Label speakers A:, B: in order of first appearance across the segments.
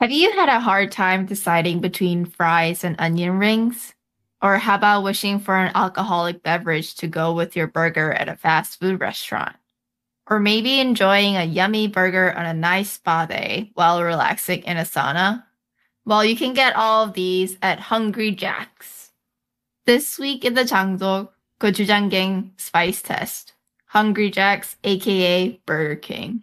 A: Have you had a hard time deciding between fries and onion rings? Or how about wishing for an alcoholic beverage to go with your burger at a fast food restaurant? Or maybe enjoying a yummy burger on a nice spa day while relaxing in a sauna? Well, you can get all of these at Hungry Jack's. This week in the Changdok gochujang gang spice test. Hungry Jack's, aka Burger King.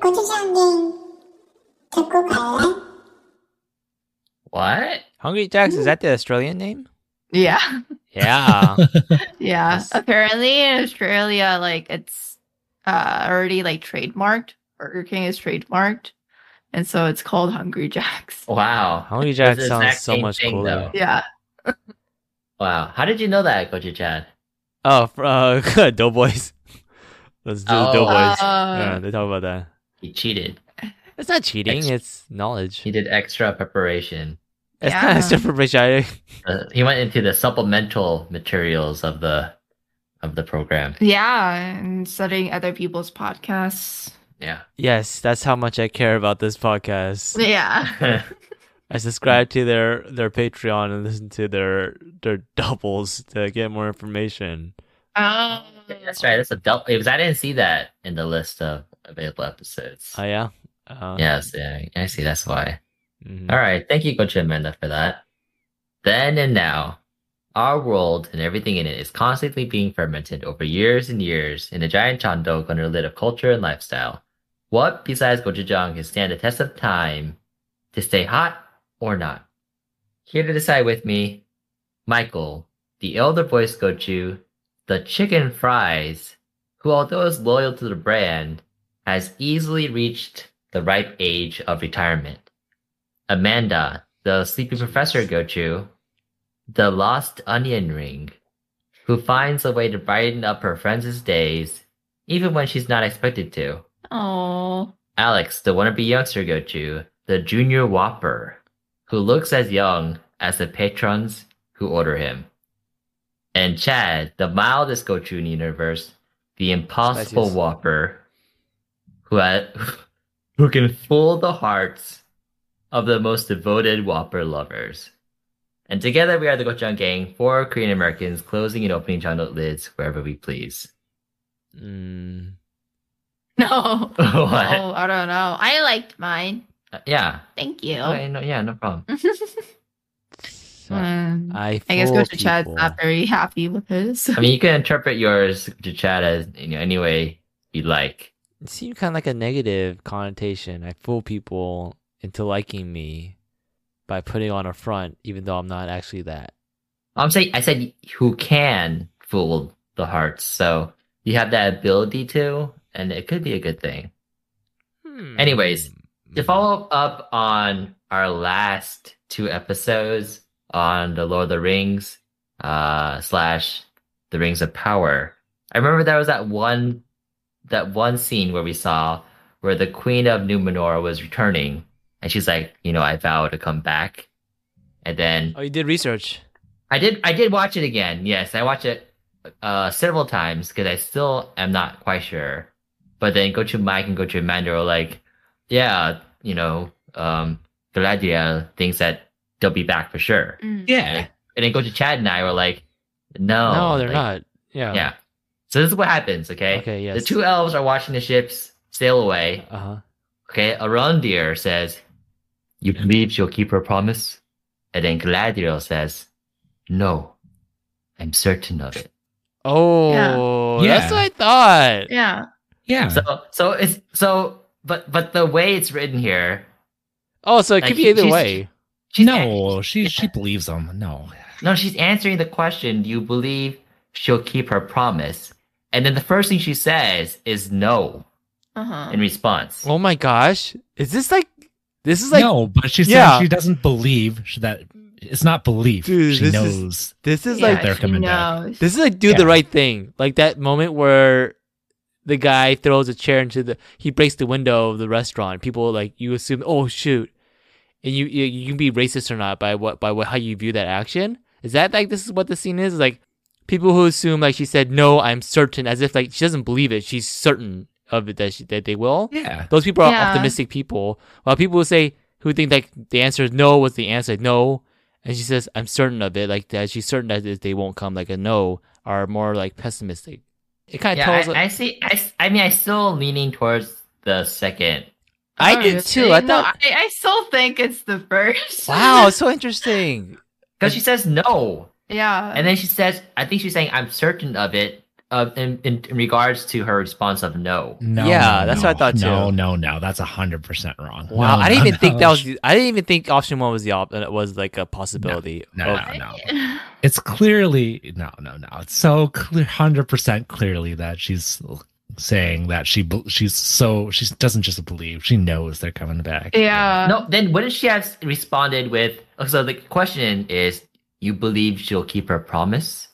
B: 고추장 게임 듣고 갈래?
C: What?
D: Hungry Jack's is that the Australian name?
A: Yeah.
D: Yeah.
A: Yeah.
D: Yes.
A: Apparently in Australia, like it's uh already like trademarked. Burger King is trademarked. And so it's called Hungry Jack's.
C: Oh, Wow.
D: Hungry
C: It's
D: Jack
C: the
D: sounds
C: exact
D: so
C: same
D: much
C: thing,
D: cooler.
C: though.
A: Yeah.
C: Wow. How did you know that, Goju Chan?
D: Oh, fr- uh, Doughboys. Let's do
C: Oh.
D: the Doughboys.
A: Uh,
D: yeah, they talk about that.
C: He cheated.
D: It's not cheating.
C: Ex-
D: it's knowledge.
C: He did extra preparation.
D: It's not extra for British I-
C: Uh, he went into the supplemental materials of the of the program.
A: Yeah. And studying other people's podcasts.
C: Yeah.
D: Yes, that's how much I care about this podcast.
A: Yeah.
D: I subscribe to their their Patreon and listen to their their doubles to get more information.
A: Um,
C: That's right. That's a double. Because I didn't see that in the list of available episodes.
D: Oh yeah. Uh,
C: yes. Yeah. I see. That's why.
D: mhm.
C: Mm-hmm. All right. Thank you, Coach Amanda, for that. Then and now, our world and everything in it is constantly being fermented over years and years in a giant chandok under a lid of culture and lifestyle. What besides gochujang can stand the test of time to stay hot or not? Here to decide with me, Michael, the elder voice gochu, the chicken fries, who although is loyal to the brand, has easily reached the ripe age of retirement. Amanda, the sleepy professor Gochu, the lost onion ring, who finds a way to brighten up her friends' days, even when she's not expected to.
A: Oh.
C: Alex, the wannabe youngster Gochu, the junior whopper, who looks as young as the patrons who order him. And Chad, the mildest Gochu in the universe, the impossible
D: Spiciest.
C: whopper, who, ha- who can fool the hearts of the most devoted whopper lovers. And together we are the Gochujang Gang, four Korean Americans closing and opening chocolate lids wherever we please.
D: Mm.
A: No.
C: what? Uh,
A: Oh, I don't know. I liked mine.
C: Yeah.
A: Thank you.
C: Okay, no, Oh, yeah, no problem.
D: So,
A: Um,
D: I,
A: I guess
D: fool
A: Coach Chad's
D: Uh, people.
A: not very happy with his.
C: I mean, you can interpret yours to chat as you know, any way you like.
D: It seemed kind of like a negative connotation. I fool people into liking me by putting on a front, even though I'm not actually that.
C: I'm saying I said who can fool the hearts, so you have that ability to, and it could be a good thing.
A: Hmm.
C: Anyways,
D: Mm. Mm-hmm.
C: To follow up on our last two episodes on the Lord of the Rings uh, slash the Rings of Power, I remember there was that one that one scene where we saw where the Queen of Numenor was returning, and she's like, you know, I vow to come back, and then
D: oh, you did research.
C: I did I did watch it again. Yes, I watched it uh several times because I still am not quite sure. But then go to Mike and go to Amanda are like, yeah, you know, um Gladiel thinks that they'll be back for sure.
A: Mm.
C: Yeah. And then go to Chad and I were like, no.
D: no, they're
C: Oh, like,
D: not. Yeah.
C: Yeah. So this is what happens, okay?
D: Okay, yes.
C: The two elves are watching the ships sail away.
D: Uh huh.
C: Okay, a reindeer says, You believe she'll keep her promise? And then Gladiol says, No, I'm certain of it.
D: Oh,
E: Yeah.
D: that's what I thought.
A: Yeah.
E: Yeah.
C: So, so it's so, but but the way it's written here,
D: Oh, so it
C: Like,
D: could
C: he-
D: be either
C: he's-
D: way.
C: she's
E: no, she she believes him. No.
C: no, she's answering the question. Do you believe she'll keep her promise? And then the first thing she says is no
A: Uh-huh.
C: in response.
D: Oh my gosh. Is this like this is like
E: no, but she says
D: yeah.
E: she doesn't believe sh- that it's not belief.
D: Dude,
E: she
D: this is-
E: knows.
D: this is
A: Yeah,
D: like
E: they're
A: she
E: coming back.
A: knows.
D: this is like do
E: Yeah.
D: the right thing. Like that moment where the guy throws a chair into the he breaks the window of the restaurant. People like you assume oh shoot. And you you, you can be racist or not by what by what how you view that action. Is that like this is what the scene is? Like people who assume like she said no, I'm certain as if like she doesn't believe it. She's certain of it that she, that they will.
E: Yeah.
D: Those people are
A: Yeah.
D: optimistic people. While people who say who think like the answer is no was the answer like, no, and she says I'm certain of it like that she's certain that they won't come like a no are more like pessimistic. It kind of
C: yeah,
D: tells.
C: I, I see. I, s- I mean, I'm still leaning towards the second.
D: I
A: Oh,
D: did too. I
A: no,
D: thought
A: I, I still think it's the first.
D: wow, so interesting.
C: Because she says no.
A: yeah.
C: And then she says, I think she's saying, I'm certain of it uh, in, in, in regards to her response of no.
E: No.
D: Yeah,
E: no,
D: that's
E: no,
D: what I thought
E: No,
D: too.
E: no, no. That's hundred percent wrong.
D: Wow,
E: No,
D: I didn't
E: no,
D: even think
E: no.
D: that was. the- I didn't even think option one was the op- uh, was like a possibility.
E: No,
D: of-
E: no, no. It's clearly no, no, no. It's so clear, hundred percent clearly that she's saying that she bel- she's so she doesn't just believe she knows they're coming back.
A: Yeah.
C: no, then wouldn't she have responded with, oh, so the question is, you believe she'll keep her promise?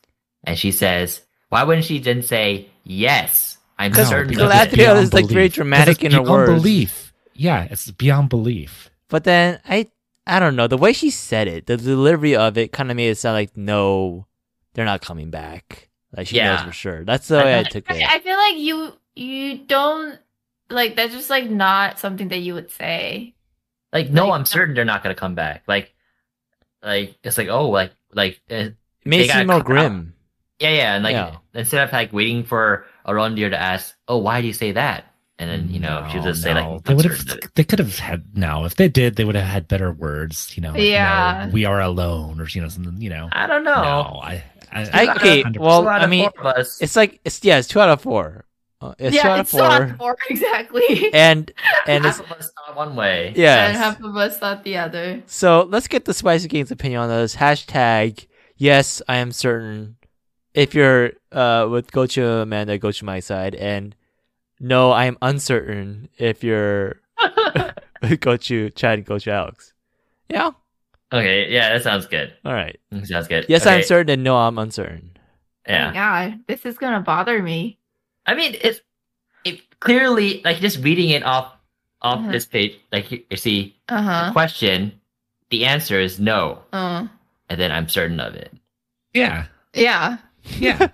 C: And she says, why wouldn't she then say, yes, I'm
E: No,
C: certain
E: because
C: of
E: it's
C: it.
D: Galadriel is,
E: beyond
D: like, very
E: belief. 'Cause
D: dramatic
E: it's
D: in her
E: beyond
D: words.
E: Belief. Yeah, it's beyond belief.
D: But then I I don't know the way she said it, the delivery of it kind of made it sound like no, they're not coming back. Like she knows
C: Yeah.
D: for sure. That's the way I, took it.
A: I feel like you you don't like that's just like not something that you would say.
C: Like, no,
A: Like-
C: I'm certain they're not going to come back. Like, like, it's like, oh, like, like, uh,
D: It made
C: They
D: it
C: gotta
D: seem more
C: cut it out.
D: grim.
C: Yeah, yeah. And like
D: Yeah.
C: instead of like waiting for a reindeer to ask, "Oh, why do you say that?" and then you know she'll just say
E: No,
C: like,
E: they
C: "I'm
E: would
C: certain
E: have
C: of it."
E: they could have had no if they did they would have had better words you know like,
A: Yeah.
E: no, we are alone or you know something you know
C: "I don't know."
E: no I, I,
D: I- okay, well,
C: Two out
D: I
C: of
D: mean,
C: four of us.
D: It's like it's yeah, it's two out of four. Uh, it's two out of
A: it's still out of
D: four,
A: four exactly.
D: and and
C: half
D: it's,
C: of us thought one way.
A: and
D: yeah.
A: half of us thought the other.
D: So let's get the Spicy King's opinion on this hashtag. Yes, I am certain. If you're uh with go to Amanda, go to my side, and no, I am uncertain. If you're go to Chad, go to Alex. Yeah.
C: Okay, yeah, that sounds good.
D: All right.
C: That sounds good.
D: Yes, I'm
C: Okay,
D: certain, and no, I'm uncertain.
A: Oh my
C: Yeah,
A: God, this is gonna bother me.
C: I mean, it's it clearly like just reading it off off
A: Mhm.
C: this page. Like you, you see, the
A: Uh-huh.
C: question, the answer is no,
A: Uh
C: and then I'm certain of it.
E: yeah
A: yeah.
E: yeah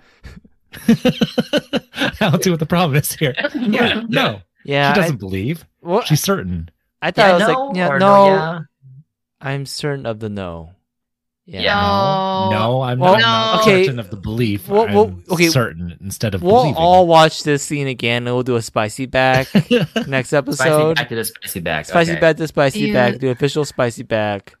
E: I don't see what the problem is here
A: Yeah.
E: no
D: Yeah.
E: she
D: I-
E: doesn't believe
D: well,
E: she's certain
D: I thought I was
C: no,
D: like, yeah,
C: or
D: no,
C: yeah.
D: I'm certain of the no. Yeah.
C: Yeah.
A: No.
E: no no I'm
D: Well,
E: not, I'm
A: no.
E: not
D: okay.
E: certain of the belief
D: Well, well,
E: I'm
D: okay.
E: certain instead of
D: We'll
E: believing
D: all watch this scene again, and we'll do a spicy back next
C: Spicy
D: episode.
C: back to the spicy back.
D: Spicy
C: okay.
D: back to spicy
A: You-
D: back, the official spicy back.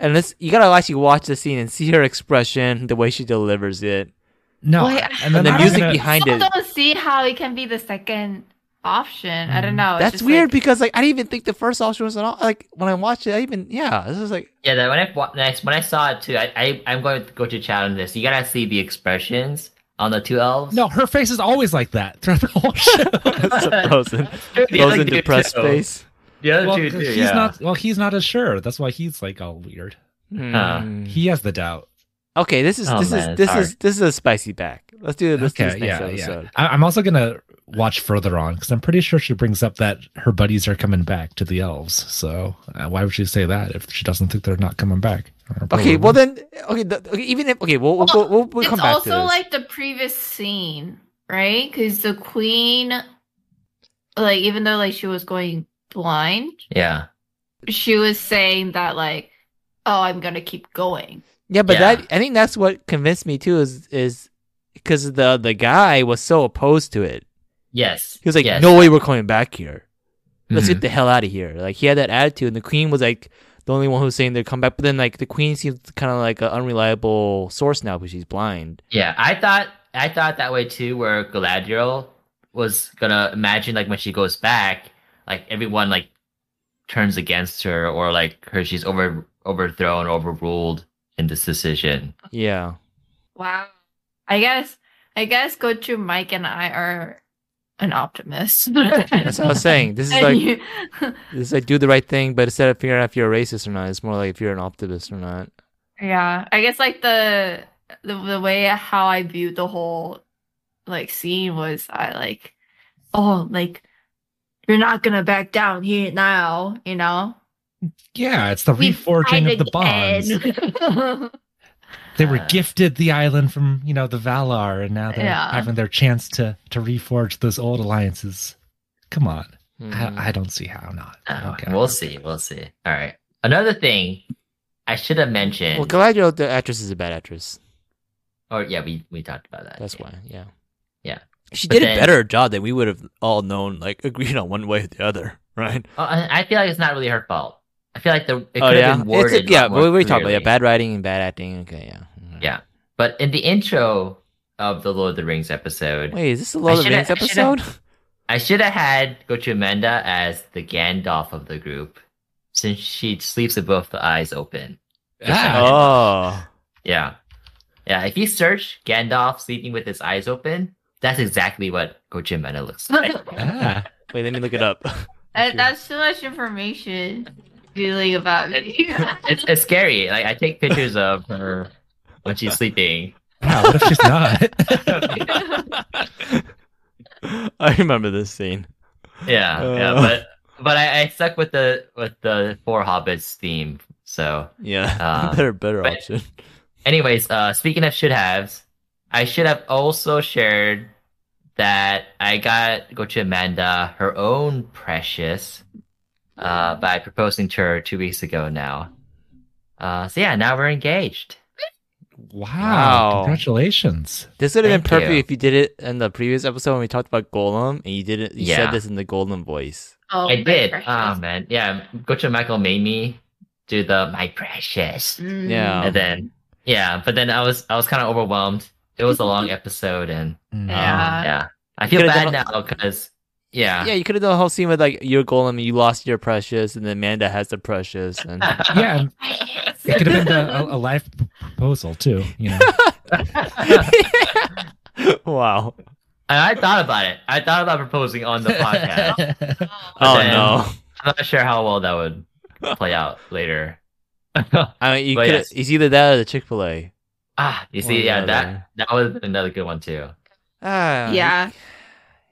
D: And this, you gotta actually watch the scene and see her expression, the way she delivers it,
E: no
A: Wait,
E: and
D: and
E: then
D: the
E: I'm
D: music
E: gonna-
D: behind
A: Still
D: it.
A: don't see how it can be the second option. I don't
C: Oh,
A: know. It's
D: Mm-hmm. That's
A: just
D: weird
A: like-
D: because like I didn't even think the first option was at all. Like when I watched it, I even yeah, this is like
C: Yeah, that when I wa- when I, when I saw it too, I, I I'm going to go to chat on this. You gotta see the expressions on the two elves.
E: no her face is always like that throughout the whole show
D: it's a frozen,
C: The other
D: frozen
C: dude,
D: depressed
C: too.
D: face.
C: The other
E: well,
C: two too.
E: 'cause he's
C: yeah.
E: not well he's not as sure that's why he's like all weird
C: Mm.
D: Hmm.
E: he has the doubt
D: Okay, this is
C: Oh,
D: this
C: man,
D: is
C: it's
D: this
C: hard.
D: is this is a spicy back. Let's do this, this next episode.
E: I, I'm also gonna watch further on because I'm pretty sure she brings up that her buddies are coming back to the elves. So uh, why would she say that if she doesn't think they're not coming back?
D: Okay,
E: Mm-hmm.
D: well then, okay, the, okay even if okay, we'll we'll, go- we'll, we'll come
A: it's
D: back to
A: also
D: this.
A: like the previous scene, right? Because the queen, like, even though like she was going blind,
C: Yeah.
A: she was saying that like, "Oh, I'm gonna keep going."
D: yeah, but
C: yeah.
D: that I think that's what convinced me too is is because the the guy was so opposed to it.
C: Yes.
D: He was like,
C: yes.
D: "No way, we're coming back here.
C: Mhm.
D: Let's
E: Mm-hmm.
D: get the hell out of here." Like he had that attitude, and the queen was like the only one who was saying they'd come back. But then like the queen seems kind of like an unreliable source now because she's blind.
C: Yeah, I thought I thought that way too. Where Galadriel was gonna imagine like when she goes back, like everyone like turns against her or like her she's over overthrown, overruled in this decision.
D: Yeah,
A: Wow. I guess I guess Gochu Mike and I are an optimist.
D: That's what I was saying. This is
A: And
D: like
A: you-
D: this is like do the right thing, but instead of figuring out if you're a racist or not, it's more like if you're an optimist or not.
A: yeah, I guess like the, the the way how I viewed the whole like scene was I like, oh, like you're not gonna back down here now, you know.
E: Yeah, it's the
A: We
E: reforging
A: fight
E: of the bonds.
A: again.
E: They were
C: Uh,
E: gifted the island from, you know, the Valar, and now they're
A: Yeah.
E: having their chance to to reforge those old alliances. Come on.
D: Mm.
E: I, I don't see how not.
C: Oh,
E: Okay.
C: We'll see. We'll see. All right. Another thing I should have mentioned.
D: well, Galadriel, the actress, is a bad actress.
C: or yeah, we we talked about that.
D: That's
C: yeah.
D: why. Yeah.
C: Yeah.
F: She
C: But
F: did
C: then-
F: a better job than we would have all known, like agreed on one way or the other, right?
C: Oh, I I feel like it's not really her fault. I feel like the it could
D: oh
C: have
D: yeah.
C: been worded.
D: It's- yeah.
C: a lot more
D: We, we talked about yeah,
C: clearly.
D: bad writing and bad acting. Okay. Yeah.
C: Yeah. But in the intro of the Lord of the Rings episode,
D: Mm-hmm. Wait, is this the Lord of the
C: shoulda-
D: Rings
C: I shoulda-
D: episode?
C: I should have had Gochumenda as the Gandalf of the group, since she sleeps with both the eyes open.
E: Ah,
D: Oh.
C: Yeah. Yeah, if you search Gandalf sleeping with his eyes open, that's exactly what Gochimena looks like.
E: ah.
D: Wait, let me look it up.
A: That- that's too much information feeling about me.
C: it's, it's scary. Like I take pictures of her when she's sleeping.
E: Wow, what if she's not?
D: I remember this scene.
C: Yeah, yeah,
D: Uh.
C: but but I, I stuck with the with the four hobbits theme. So
F: Yeah.
C: um,
D: better, better
C: but-
D: option.
C: Anyways, uh, speaking of should haves, I should have also shared that I got Gochi Amanda her own precious uh, by proposing to her two weeks ago now. Uh, so yeah, now we're engaged.
E: wow.
D: Wow.
E: Congratulations.
D: This would have been
C: Thank
D: perfect
C: you.
D: if you did it in the previous episode when we talked about Golem, and you did it. You
C: Yeah.
D: said this in the Golem voice.
A: oh,
C: I
A: my
C: did.
A: precious.
C: Oh man, yeah. Gochi Michael made me do the my precious,
A: Mm.
D: Yeah.
C: and then yeah, but then I was I was kind of overwhelmed. It was a long episode, and
E: Mm.
A: Mm-hmm. Yeah.
C: um, yeah, I
D: You
C: feel
D: could've
C: bad
D: done
C: now because yeah,
D: Yeah, you could have done a whole scene with like your Golem, and you lost your precious, and then Amanda has the precious, and
E: Uh, Yeah, and it could have been oh, a, a- a live p- proposal too. You know,
D: wow.
C: And I thought about it. I thought about proposing on the podcast.
D: Oh
C: then-
D: no.
C: I'm not sure how well that would play out later.
D: I mean, you
C: But
D: could.
C: yes.
D: It's either that or the Chick Fil A.
C: ah, you
D: Or
C: see, yeah,
D: another.
C: that that was another good one too.
D: Ah, you-
A: Yeah.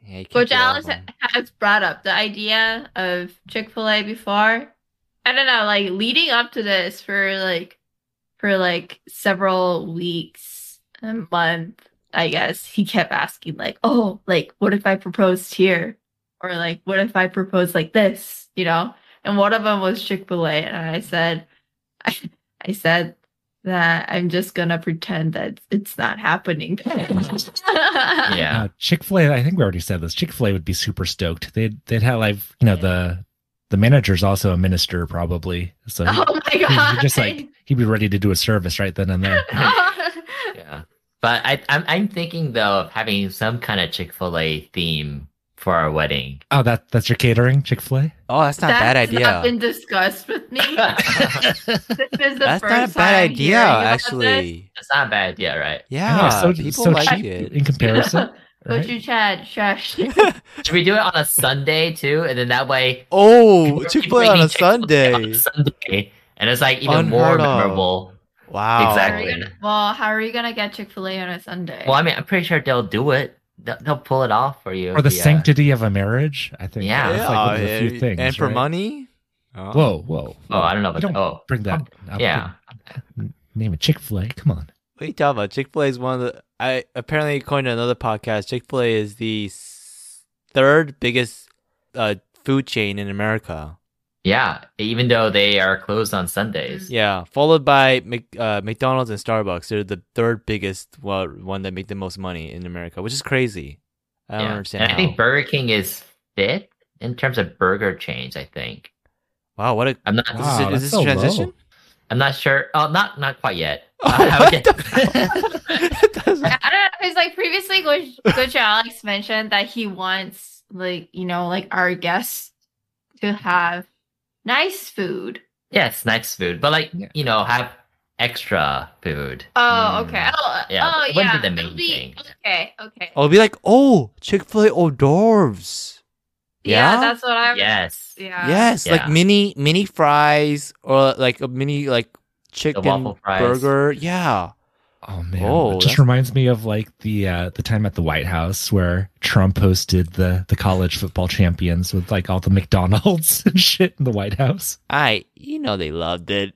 D: yeah you can't
A: Which
D: do all
A: Alice
D: of them.
A: has brought up the idea of Chick Fil A before. I don't know, like leading up to this for like for like several weeks, a month, I guess he kept asking like, "Oh, like what if I proposed here?" Or like, "What if I proposed like this?" You know. And one of them was Chick Fil A, and I said, I, I said that I'm just gonna pretend that it's not happening. yeah.
C: Yeah,
E: Chick Fil A. Uh, I think we already said this. Chick Fil A would be super stoked. They'd they'd have like you know the the manager's also a minister probably, so he-
A: Oh my
E: he'd
A: god!
E: be just like he'd be ready to do a service right then and there.
C: yeah. But I, I'm I'm thinking though of having some kind of Chick Fil A theme for our wedding.
E: Oh, that that's your catering, Chick Fil A.
D: Oh, that's not a
A: That's
D: bad
A: Not
D: idea.
A: been discussed with me.
C: That's
A: This is the first
D: That's not a
A: time
D: bad
A: I'm
D: idea,
A: hearing about
D: actually.
C: not a bad idea, right?
D: Yeah, people like
E: cheap
D: it.
E: in
A: this.
E: comparison.
A: Go
E: right?
A: to Chad, shush.
C: Should we do it on a Sunday too? And then that way,
D: Oh,
C: we're
D: Chick Fil A on
C: eating
D: a
C: Chick-fil-A on a
D: Sunday.
C: Sunday, and it's like even more
D: Unheard of.
C: memorable.
D: Wow.
C: Exactly.
A: well, how are you gonna get Chick Fil A on a Sunday?
C: Well, I mean, I'm pretty sure they'll do it. They'll, they'll pull it off for you.
E: or the
C: if you, uh,
E: sanctity of a marriage. I think
C: Yeah.
E: that's like one of the few
D: and-
E: things.
D: and for
E: right?
D: money.
E: Whoa, whoa.
C: Oh, I don't know.
E: You
C: About
E: don't
C: that. Oh,
E: bring that. up.
C: yeah.
E: Name it Chick Fil A. Come on.
D: What are you talking about? Chick Fil A is one of the. I apparently according to another podcast, Chick Fil A is the s- third biggest uh, food chain in America.
C: Yeah. Even though they are closed on Sundays.
D: Yeah, followed by Mc, uh, McDonald's and Starbucks. They're the third biggest well, one that make the most money in America, which is crazy. Mm. I don't
C: Yeah.
D: understand.
C: And I
D: how.
C: think Burger King is fifth in terms of burger chains. I think.
D: wow, what a
C: I'm not.
D: Is this- is
E: Wow, that's
D: this
E: so
D: transition?
E: low.
C: I'm not sure. Oh, not not quite yet.
D: Oh,
C: I
D: what
C: would get-
D: the- That's-
A: I don't know. It's like previously, Coach, Coach Alex mentioned that he wants, like, you know, like our guests to have nice food.
C: yes, nice food, but like
E: Yeah.
C: you know, have extra food.
A: Oh,
F: Mm.
A: okay. Oh,
C: Yeah,
A: oh,
C: it
A: yeah.
C: wouldn't be the main
A: It'll be-
C: thing.
A: Okay, okay.
F: I'll be like, oh, Chick Fil A hors d'oeuvres.
A: yeah?
F: yeah?
A: that's what I was.
C: Yes.
A: Yeah.
F: yes, like
C: Yeah.
F: mini mini fries or like a mini like chicken
C: waffle fries.
F: burger. Yeah.
E: Oh man,
F: Oh,
E: it just
F: that's-
E: reminds me of like the uh, the time at the White House where Trump hosted the the college football champions with like all the McDonald's and shit in the White House.
D: I, you know, they loved it.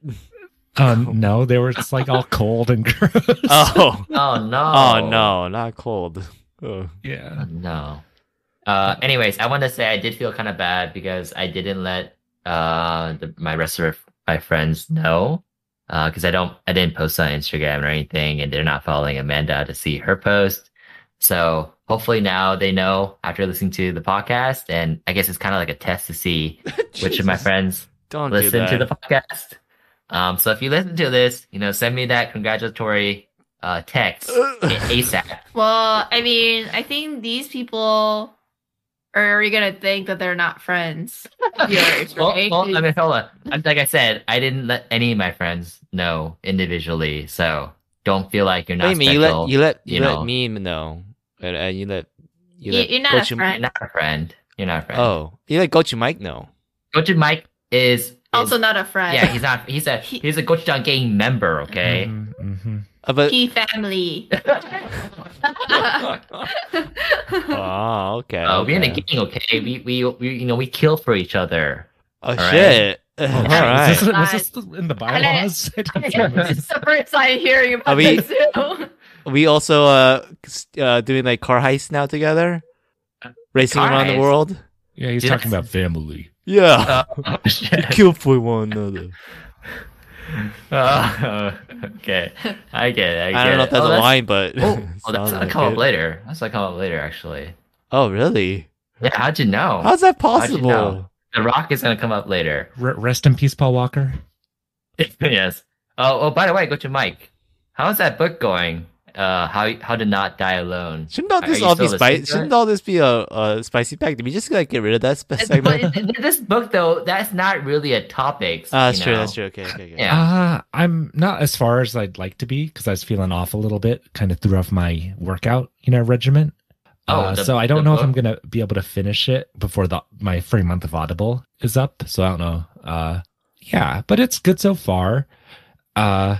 E: Um, no, they were just like all cold and gross.
D: Oh,
C: Oh no.
D: oh no, not cold. Ugh.
E: yeah.
C: No. Uh, anyways, I want to say I did feel kind of bad because I didn't let uh the, my rest of my friends know because I don't I didn't post on Instagram or anything, and they're not following Amanda to see her post. So hopefully now they know after listening to the podcast, and I guess it's kind of like a test to see which of my
D: Jesus.
C: friends
D: Don't do
C: listen
D: that.
C: to the podcast. Um, so if you listen to this, you know, send me that congratulatory uh text ASAP.
A: Well, I mean, I think these people are gonna think that they're not friends. of Yours,
C: Well,
A: right?
C: well, I mean, hold on. I'm- Like I said, I didn't let any of my friends know individually, so don't feel like you're not
D: Wait a minute, you
C: special.
D: let you let you,
C: you
D: let
C: know.
D: me know, and, and you let you
A: You-
D: let
A: you're not a
D: Gochu-
A: friend.
C: are not a friend. You're not a friend.
D: Oh, you let Gochu Mike know.
C: Gochu Mike is, is-
A: also not a friend.
C: yeah, he's not. He's a
A: He-
C: he's a Gochujang gang member. Okay.
E: Mhm, mhm.
D: Uh, but
A: he family.
D: Mm-hmm. oh, okay.
C: Uh, we're in a
D: okay.
C: gang, okay? We, we we you know we kill for each other.
D: Oh
C: right?
D: shit! All
E: Oh, shit,
D: right.
E: Was, this, was this in the bylaws? I don't remember.
A: it's the first time hearing
D: Are
A: about
D: we-
A: this. too.
D: We also uh, s- uh doing like car heists now together, racing
C: Uh, Car
D: around the
C: heist?
D: world.
E: yeah, he's
C: Yes.
E: talking about family.
C: Uh,
D: Yeah,
C: oh, shit.
D: kill for one another.
C: Uh, okay, I get it. I,
D: I,
C: get
D: don't know
C: it.
D: if that's
C: Oh,
D: a line, but
C: Oh,
D: it
C: oh, that's
D: sounds
C: gonna
D: like
C: come
D: it.
C: up later. That's gonna come up later, actually.
D: Oh, really?
C: Yeah, how'd you know?
D: How's that
C: Oh, How'd you
D: possible?
C: know? The Rock is gonna come up later.
E: R- rest in peace, Paul Walker.
C: yes. Oh, oh, by the way, go to Mike. How's that book going? Uh, how how to not die alone?
D: Shouldn't all
C: Are
D: this
C: you
D: all
C: still
D: be
C: listening to
D: spicy?
C: it?
D: Shouldn't all this be a, a spicy pack? Did we just like get rid of that sp-
C: This,
D: segment?
C: book- this book though, that's not really a topic.
D: Ah, that's
C: you
D: true.
C: know.
D: That's true. Okay, okay, okay.
C: Yeah.
E: Uh, I'm not as far as I'd like to be because I was feeling off a little bit, kind of threw off my workout, you know, regimen.
C: Oh,
E: uh,
C: the-
E: so I don't
C: the
E: know if I'm
C: book?
E: gonna be able to finish it before the my free month of Audible is up. So I don't know. Uh, yeah, but it's good so far. Uh,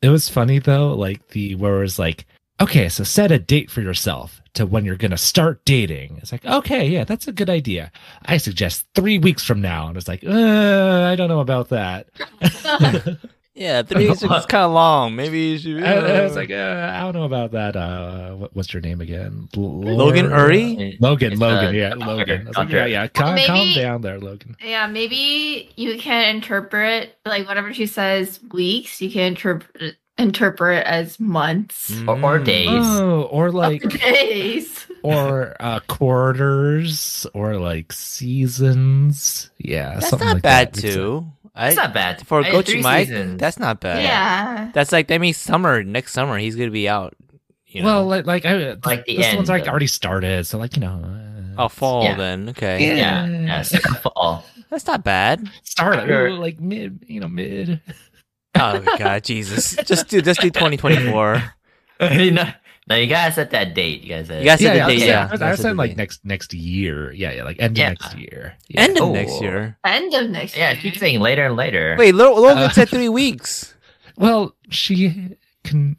E: it was funny though, like the where it was like, okay, so set a date for yourself to when you're gonna start dating. It's like, okay, yeah, that's a good idea. I suggest three weeks from now, and it's like, uh, I don't know about that.
D: Yeah, three is kind of long. Maybe you should.
E: I, I was like, uh, I don't know about that. Uh, what, what's your name again? L-
D: Logan
E: Laura-
D: Uri?
E: Logan,
C: It's, uh,
E: Logan, yeah,
C: Doctor-
E: Logan. I was like,
C: Doctor-
E: yeah, yeah, calm,
A: maybe-
E: calm down there, Logan.
A: Yeah, maybe you can interpret like whatever she says weeks, you can interpret interpret as months.
C: Or,
D: Mm.
C: or days.
E: Oh, or like,
A: days.
E: or uh, quarters, or like seasons. Yeah,
D: that's
E: something
D: not
E: like
D: bad
E: that.
D: too. I,
C: That's not bad
D: for
C: I-
D: Gochu
C: three
D: Mike.
C: seasons.
D: That's not bad.
A: Yeah.
D: that's like that means summer next summer he's gonna be out. You
E: well,
D: know,
E: like, like, I,
C: Like the
E: this
C: end,
E: one's like
C: though.
E: already started, so like you know, uh,
D: oh fall
C: yeah.
D: then. Okay,
E: Yeah.
C: yeah. Yes. Fall.
D: that's not bad.
E: start
C: Sure.
E: ooh, like mid, you know, mid.
D: Oh god, Jesus, just do just do twenty twenty four.
C: you know, now you gotta set that date. You guys.
D: You guys
E: yeah,
D: said
E: yeah,
D: the
E: I was
D: date.
E: saying-
D: Yeah,
E: I was, I
D: that's
E: was
D: the
E: saying like
D: date.
E: next next year. Yeah, yeah, like end
C: Yeah.
E: of next year. Yeah.
D: end of
C: Oh.
D: next year.
A: End of next
C: Yeah,
A: year.
C: keep saying later and later.
D: Wait, Lo- Logan
E: Uh,
D: said three weeks.
E: Well, she can.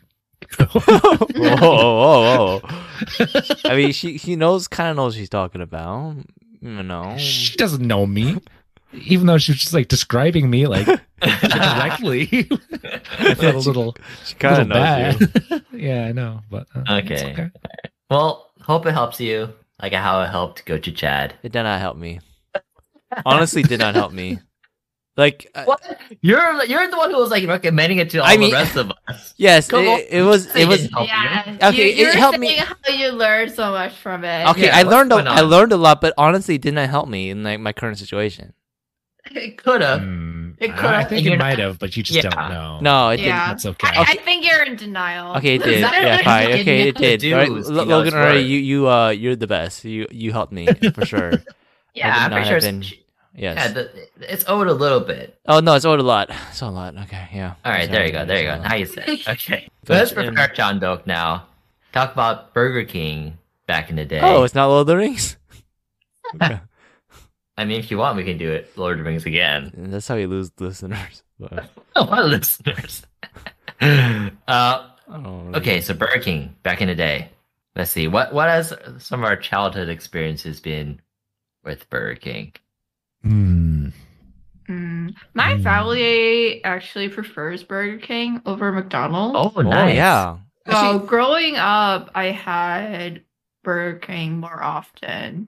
D: oh, oh, oh, oh. I mean, she she knows kind of knows what she's talking about. You know,
E: she doesn't know me, even though she was just like describing me like directly. I felt a little,
D: she kind
E: little
D: of knows
E: bad.
D: you.
E: yeah, I know, but uh, it's
C: Okay. Well, hope it helps you, like how it helped go to Chad.
D: It did not help me. Honestly, did not help me. Like, uh, I-
C: What? You're you're the one who was like recommending it to all
D: I mean-
C: the rest of us.
D: yes,
C: Come on.
D: it, it was it was
C: help you.
A: Yeah.
D: Okay,
A: Okay,
D: it
A: you, are
D: helped
A: saying
D: me-
A: how you learned so much from it.
D: Okay,
C: Yeah,
D: I
C: what's
D: learned a,
C: going on?
D: I learned a lot, but honestly, it did not help me in like my current situation.
C: It could have.
E: Mm,
C: Uh, It could've-
E: I, I think
C: you're
E: it
C: not-
E: might have, but you just
C: Yeah.
E: don't know.
D: No, it
A: Yeah.
E: that's okay.
A: I, I think you're in denial.
D: didn't. Okay, it did.
C: Is that
D: Yeah,
C: it?
D: fine.
C: It
D: Okay, it
C: had to
D: did.
C: do
D: All right,
C: with
D: Lo-
C: Tino's
D: Logan, all right,
C: work.
D: you you uh, you're the best. You you helped me for sure.
A: Yeah.
D: I
C: Yeah,
D: did
C: I'm
D: not
C: pretty sure
D: have
C: it's-
D: been- Yes.
C: Yeah, the, it's owed a little bit.
D: oh no, it's owed a lot. It's owed a lot. Okay. Yeah.
C: All right,
D: It's
C: there
D: owed
C: you
D: a
C: go,
D: lot,
C: there you
D: it's
C: go.
D: owed a
C: Now
D: lot.
C: you said it. okay.
D: But
C: Let's
D: in-
C: prepare John Doak now. Talk about Burger King back in the day.
D: Oh, it's not Lord of the Rings. Okay.
C: I mean, if you want, we can do it. Lord of the Rings again.
D: And That's how you lose listeners. But,
C: Oh, my listeners. uh,
D: I don't know.
C: okay, so Burger King back in the day. Let's see what what has some of our childhood experiences been with Burger King.
E: Hmm.
A: Mm. My
E: Mm.
A: family actually prefers Burger King over McDonald's.
C: Oh,
D: Oh
C: nice.
D: yeah.
A: Well, growing up, I had Burger King more often.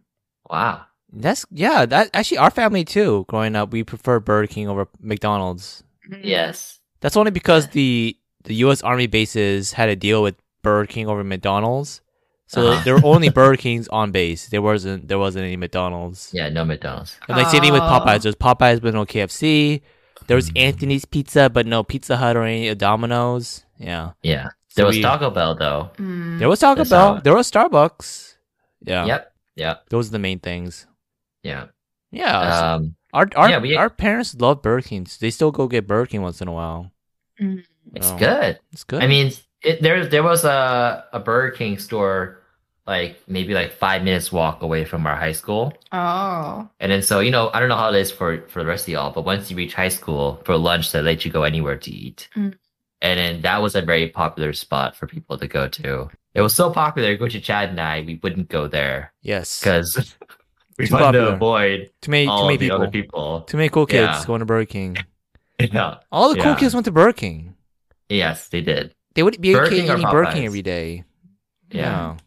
C: Wow.
D: That's yeah. That actually, our family too. Growing up, we prefer Burger King over McDonald's.
A: Mm-hmm.
C: Yes.
D: That's only because the the U.S. Army bases had a deal with Burger King over McDonald's, so
C: Uh-huh.
D: there were only Burger Kings on base. There wasn't there wasn't any McDonald's.
C: Yeah. No McDonald's.
D: And like same thing with
A: Oh.
D: Popeyes. There's Popeyes but no KFC. There was
E: Mm.
D: Anthony's Pizza but no Pizza Hut or any Domino's. Yeah,
C: Yeah.
D: So
C: There was
D: we-
C: Taco Bell though.
A: Mm.
D: There was Taco
C: That's
D: Bell.
C: how-
D: There was Starbucks. Yeah,
C: Yep. Yep.
D: those are the main things.
C: Yeah.
D: Yeah, so
C: Um,
D: our our,
C: yeah, we-
D: our parents love Burger King. They still go get Burger King once in a while.
A: Mm.
C: it's
D: Oh.
C: good.
D: It's good.
C: I mean, it, there there was a a Burger King store like maybe like five minutes walk away from our high school,
A: Oh.
C: and then so you know I don't know how it is for for the rest of y'all, but once you reach high school for lunch, they let you go anywhere to eat,
A: Mm.
C: and then that was a very popular spot for people to go to. It was so popular. Go to Chad and I, we wouldn't go there
D: yes,
C: because we
D: Too
C: wanted
D: popular.
C: to avoid
D: too many too
C: all
D: many
C: of the
D: people.
C: other people.
D: Too many cool kids
C: Yeah.
D: going to Burger King.
C: Yeah.
D: All the cool
C: Yeah.
D: kids went to Burger King.
C: Yes, they did.
D: They wouldn't be
C: Burger
D: okay
C: King or
D: eating Burger King
C: Popeyes?
D: every day.
C: Yeah.
D: No.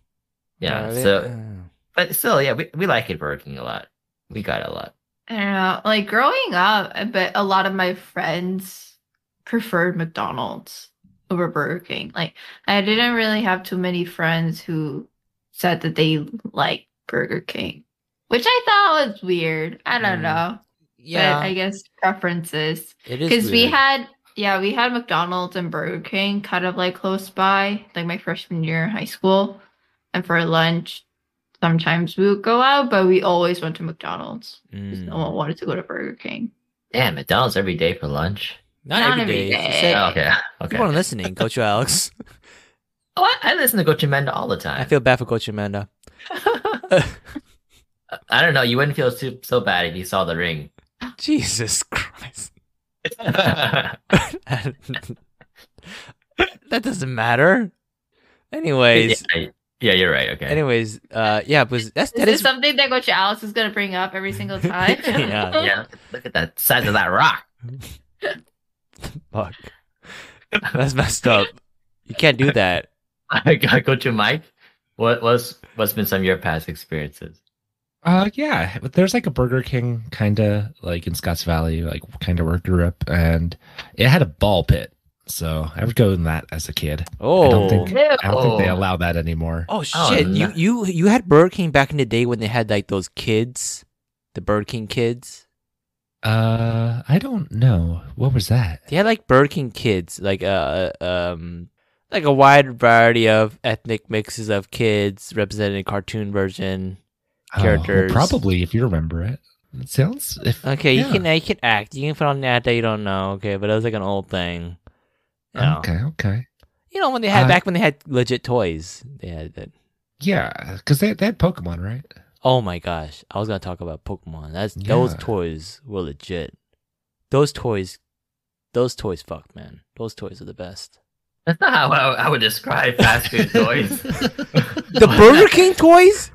C: Yeah.
D: they-
C: so,
D: yeah.
C: but still, yeah, we, we like it Burger King a lot. We got it a lot.
A: I don't know. Like growing up, I bet a lot of my friends preferred McDonald's over Burger King. Like I didn't really have too many friends who said that they liked Burger King, which I thought was weird. I don't
D: Mm.
A: know.
D: yeah,
A: But I guess preferences.
D: it is
A: because we
D: weird.
A: had yeah we had mcdonald's and burger king kind of like close by like my freshman year in high school and for lunch sometimes we would go out but we always went to mcdonald's 'cause
D: Mm.
A: no one wanted to go to burger king
C: Damn, McDonald's every day for lunch.
D: not,
A: Not
D: every day.
A: every
D: It's
A: day.
D: just-
C: Oh, okay. Okay.
D: Keep on listening, Coach Alex.
C: Oh, I, I listen to Coach Amanda all the time.
D: I
C: I feel.
D: feel bad for Coach Amanda.
C: I don't know. You wouldn't feel so, so bad if you saw the ring.
D: Jesus Christ,
C: yeah.
D: that doesn't matter. Anyways,
C: I- yeah, you're right. Okay.
D: anyways, uh, yeah, because that's
A: this
D: that
A: is,
D: is
A: something that coach alex is going to bring up every single time
D: Yeah.
C: Yeah. Look at, look at that size of that rock.
D: fuck. That's messed up. You can't do that.
C: I got Coach Mike. What was what's been some of your past experiences?
E: Uh, yeah, but there's like a Burger King kind of like in Scotts Valley, like kind of where I grew up, and it had a ball pit. So I would go in that as a kid.
D: Oh,
E: think- I don't think they
C: Ew.
E: allow that anymore.
D: Oh shit!
C: Oh,
D: you
C: no.
D: you you had Burger King back in the day when they had like those kids, the Burger King kids.
E: Uh, I don't know what was that.
D: They had like Burger King kids, like uh um like a wide variety of ethnic mixes of kids represented in cartoon version.
E: Oh, well,
D: Characters. Oh,
E: probably if you remember it. It sounds if
D: Okay,
E: yeah.
D: you can you can act, you can put on an act that you don't know. Okay, but it was like an old thing. Yeah.
E: Okay, okay.
D: You know when they had
E: Uh,
D: back when they had legit toys, they had that.
E: Yeah, because they, they had Pokemon, right?
D: Oh my gosh, I was gonna talk about Pokemon. That's those
E: Yeah.
D: toys were legit. Those toys, those toys, fuck man, those toys are the best.
C: That's not how I, I would describe fast food toys.
D: The Burger King toys,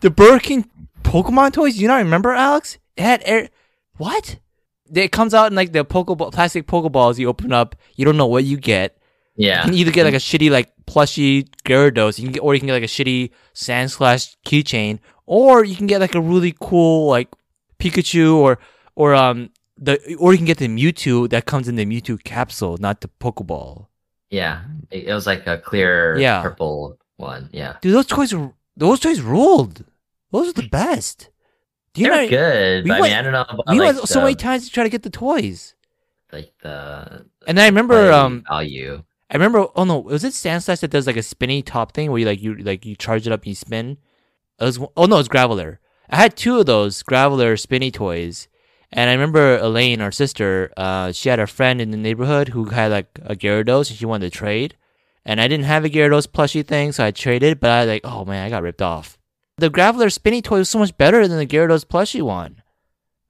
D: the Burger King Pokemon toys. You not remember Alex? It had air. What? It comes out in like the pokeball, plastic pokeballs. You open up, you don't know what you get. You
C: yeah.
D: can either get like a shitty like plushy Gyarados, you can get, or you can get like a shitty Sand Slash keychain, or you can get like a really cool like Pikachu or or um the or you can get the Mewtwo that comes in the Mewtwo capsule, not the Pokeball.
C: Yeah. It, it was like a clear
D: Yeah.
C: purple one. Yeah.
D: Dude, those toys were those toys ruled. Those are the best. Do you
C: They're
D: know?
C: good.
D: we
C: but I
D: went-
C: mean, I don't know about
D: We
C: like,
D: went so many
C: the-
D: times to try to get the toys,
C: like the
D: and I remember
C: play
D: um
C: value.
D: I remember. Oh no, was it Sand Slash that does like a spinny top thing where you like you like you charge it up, and you spin. It was, oh no, it's Graveler. I had two of those Graveler spinny toys. And I remember Elaine, our sister, uh, she had a friend in the neighborhood who had like a Gyarados and she wanted to trade. And I didn't have a Gyarados plushie thing, so I traded, but I like, oh man, I got ripped off. The Graveler spinny toy was so much better than the Gyarados plushie one.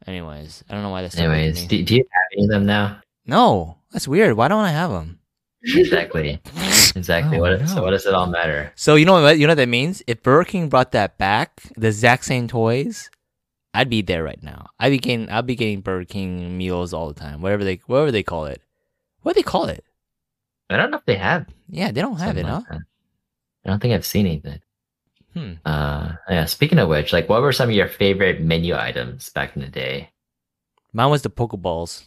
D: Anyways, I don't know why that's
C: Anyways, do, do you have any of them now?
D: No, that's weird. Why don't I have them?
C: Exactly. Exactly.
E: Oh,
C: what,
E: no.
C: So what does it all matter?
D: So you know what you know what that means? If Burger King brought that back, the exact same toys, I'd be there right now. I'd be getting I'd be getting Burger King meals all the time, whatever they whatever they call it. What do they call it?
C: I don't know if they have.
D: Yeah, they don't have
C: something
D: it, huh?
C: like that. I don't think I've seen anything.
D: Hmm.
C: Uh, yeah. Speaking of which, like, what were some of your favorite menu items back in the day?
D: Mine was the Pokeballs.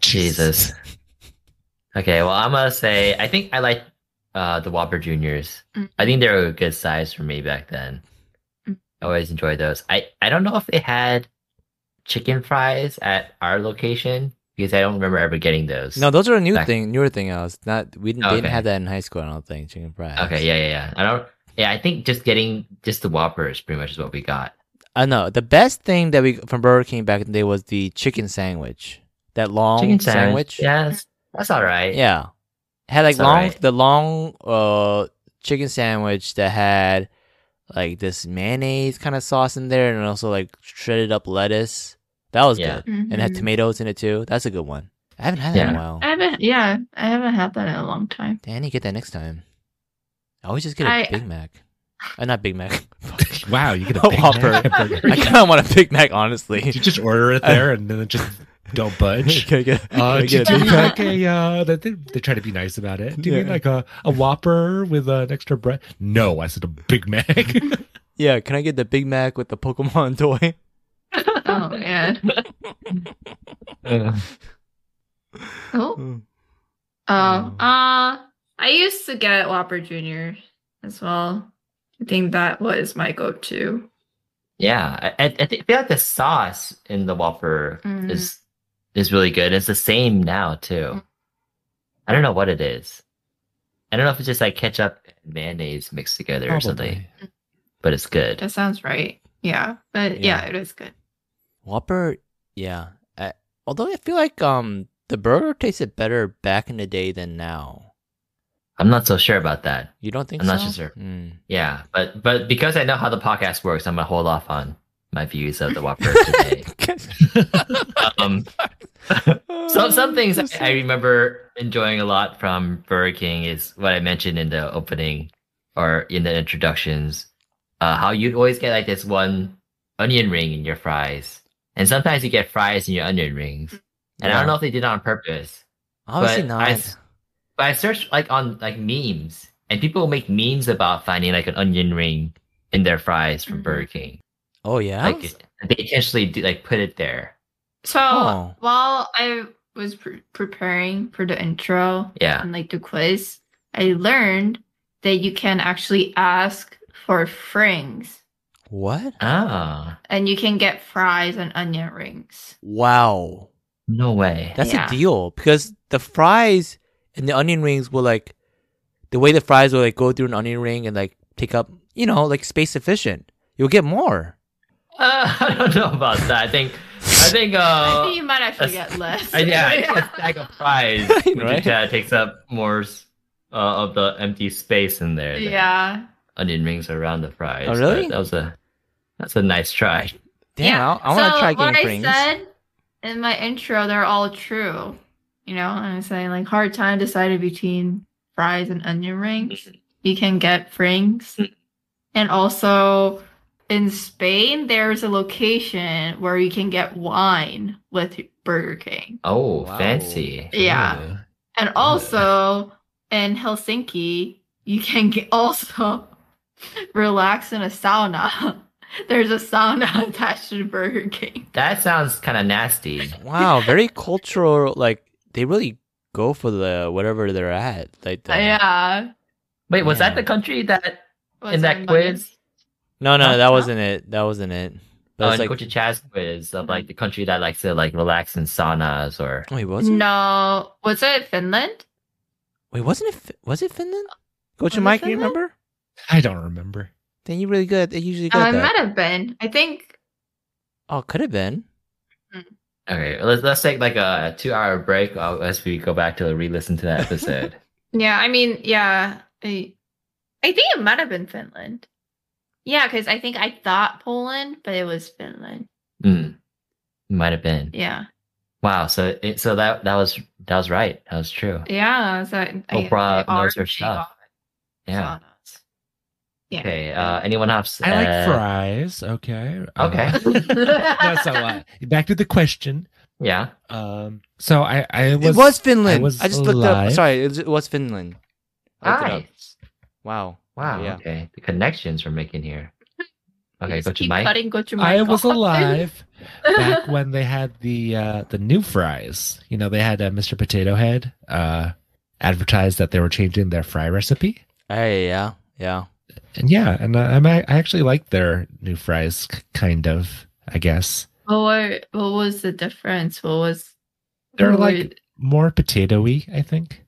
C: Jesus. okay, well, I'm gonna say I think I like uh, the Whopper Juniors.
A: Mm.
C: I think they were a good size for me back then.
A: Mm.
C: I always enjoyed those. I I don't know if they had chicken fries at our location because I don't remember ever getting those.
D: No, those are a new
C: Back-
D: thing, newer thing else. Not we didn't, they didn't
C: Okay.
D: have that in high school, I don't think, chicken fries.
C: Okay. Yeah. Yeah. Yeah. I don't. Yeah. I think just getting just the Whoppers pretty much is what we got.
D: I know. Uh, The best thing that we from Burger King back in the day was the chicken sandwich. That long
C: Chicken
D: sandwich.
C: sandwich. Yeah. That's, that's all right.
D: Yeah. Had like
C: It's all
D: long
C: right.
D: the long uh chicken sandwich that had like this mayonnaise kind of sauce in there and also like shredded up lettuce. That was
C: Yeah.
D: good. And it had
A: Mhm.
D: tomatoes in it too. That's a good one. I haven't had that in a
C: Yeah.
D: while.
A: I haven't. Yeah, I haven't had that in a long time.
D: Danny, get that next time. I always just get a
A: I-
D: Big Mac. Uh, not Big Mac.
E: Wow, you get
D: A
E: a Big Mac
D: Whopper.
E: and burger.
D: I kind of want a Big Mac, honestly.
E: you just order it there and then it just don't budge.
D: Can I get- can
E: Uh,
D: I
E: do you
D: get a
E: do
D: Big
A: Big
D: Mac?
E: like a, uh, they, they they try to be nice about it. Do you need
D: Yeah.
E: like a, a Whopper with an extra bread? No, I said a Big Mac.
D: Yeah, can I get the Big Mac with the Pokemon toy?
A: Oh man. Oh. Oh. Uh, I used to get Whopper Junior as well. I think that was my go-to.
C: Yeah, I, I, I thi- feel like the sauce in the Whopper
A: Mm.
C: is is really good. It's the same now too. I don't know what it is. I don't know if it's just like ketchup and mayonnaise mixed together or something,
E: Probably.
C: but it's good.
A: That sounds right. Yeah, but
D: Yeah.
A: yeah, it is good.
D: Whopper, yeah. I, although I feel like um the burger tasted better back in the day than now.
C: I'm not so sure about that.
D: You don't think
C: I'm
D: so?
C: not so sure.
D: Mm.
C: Yeah, but but because I know how the podcast works, I'm gonna hold off on my views of the Whopper today. um, So some things I, I remember enjoying a lot from Burger King is what I mentioned in the opening or in the introductions. Uh, how you'd always get like this one onion ring in your fries, and sometimes you get fries in your onion rings. And I
D: Yeah.
C: don't know if they did it on purpose,
D: Obviously
C: but
D: not.
C: I s- but I searched like on like memes, and people make memes about finding like an onion ring in their fries from
A: Mhm.
C: Burger King.
D: oh yeah.
C: Like they intentionally do, like put it there.
A: So
D: Oh.
A: while I was pre- preparing for the intro
C: Yeah.
A: and like the quiz, I learned that you can actually ask for frings,
D: what?
C: Ah.
A: and you can get fries and onion rings.
D: Wow.
C: No way.
D: That's
A: Yeah.
D: a deal because the fries and the onion rings were like the way the fries will like go through an onion ring and like take up you know like space sufficient. You'll get more.
C: Uh, I don't know about that. I think, I think,
A: I
C: uh,
A: think you might actually
C: that's-
A: get less.
C: I, yeah, I think a stack of fries
D: Right,
C: which,
D: right.
C: uh, takes up more s- uh, of the empty space in there. than
A: Yeah.
C: onion rings around the fries.
D: Oh, really?
C: But That was a, that's a nice try.
D: Damn,
A: yeah.
D: I, I want to
A: so
D: try
A: what
D: getting
A: I
D: rings.
A: said in my intro, they're all true. You know, and I'm saying like hard time decided between fries and onion rings.
D: Mm-hmm.
A: You can get
D: Hmm.
A: frings. And also in Spain, there's a location where you can get wine with Burger King.
C: Oh,
D: Wow.
C: fancy.
A: Yeah.
E: Ooh.
A: And also in Helsinki, you can get also relax in a sauna. There's a sauna attached to Burger King.
C: That sounds kind of nasty.
D: Wow, very cultural. Like they really go for the whatever they're at. Like the,
A: Yeah.
C: Wait, was
D: Yeah.
C: that the country that,
A: Was
C: In that
A: it
C: quiz?
D: No, no,
C: Huh?
D: that wasn't it. That wasn't it. But
C: oh,
D: it's
C: in
D: like, Mm-hmm.
C: like, Chaz quiz of like the country that likes to like relax in saunas or,
D: wait, was
A: London?
D: it?
A: No. Was it Finland?
D: Wait, wasn't it? Fi- Was it Finland? Go
A: Was
D: to
A: it
D: Mike. You
A: Finland?
D: remember?
E: I don't remember.
F: Then you really good. They usually get
A: Uh, it
F: that.
A: might have been. I think
F: Oh, could have been.
C: Okay, let's let's take like a two hour break uh, as we go back to re-listen to that episode.
A: Yeah, I mean, yeah, I, I think it might have been Finland. Yeah, because I think I thought Poland, but it was Finland.
C: Hmm. Might have been.
A: Yeah,
C: Wow. So it, so that that was that was right. That was true.
A: yeah. So I, I,
C: Oprah
A: I
C: knows her
A: already
C: stuff.
A: got
C: Yeah.
A: saunas. Yeah.
C: Okay. Uh, anyone else?
E: I like
C: uh,
E: fries. Okay.
C: Okay.
E: Uh, that's not why. Back to the question.
C: Yeah.
E: Um. So I I was,
D: it was Finland. I,
E: was
D: just looked up.
E: alive.
D: Sorry, it was, it was Finland. I looked it up.
C: Nice.
D: Wow.
C: Wow.
D: Yeah.
C: Okay. The connections we're making here. Okay.
A: Just
C: Go to
A: keep
C: Mike.
A: Cutting, go to Mike
E: I was
A: off.
E: alive back when they had the uh the new fries. You know they had uh, Mr. Potato Head uh advertised that they were changing their fry recipe.
D: Hey, yeah, yeah.
E: And yeah, and I I'm- I actually like their new fries, k- kind of. I guess
A: what, were, what was the difference? What was
E: They're
A: what were
E: like- more potatoey. I think.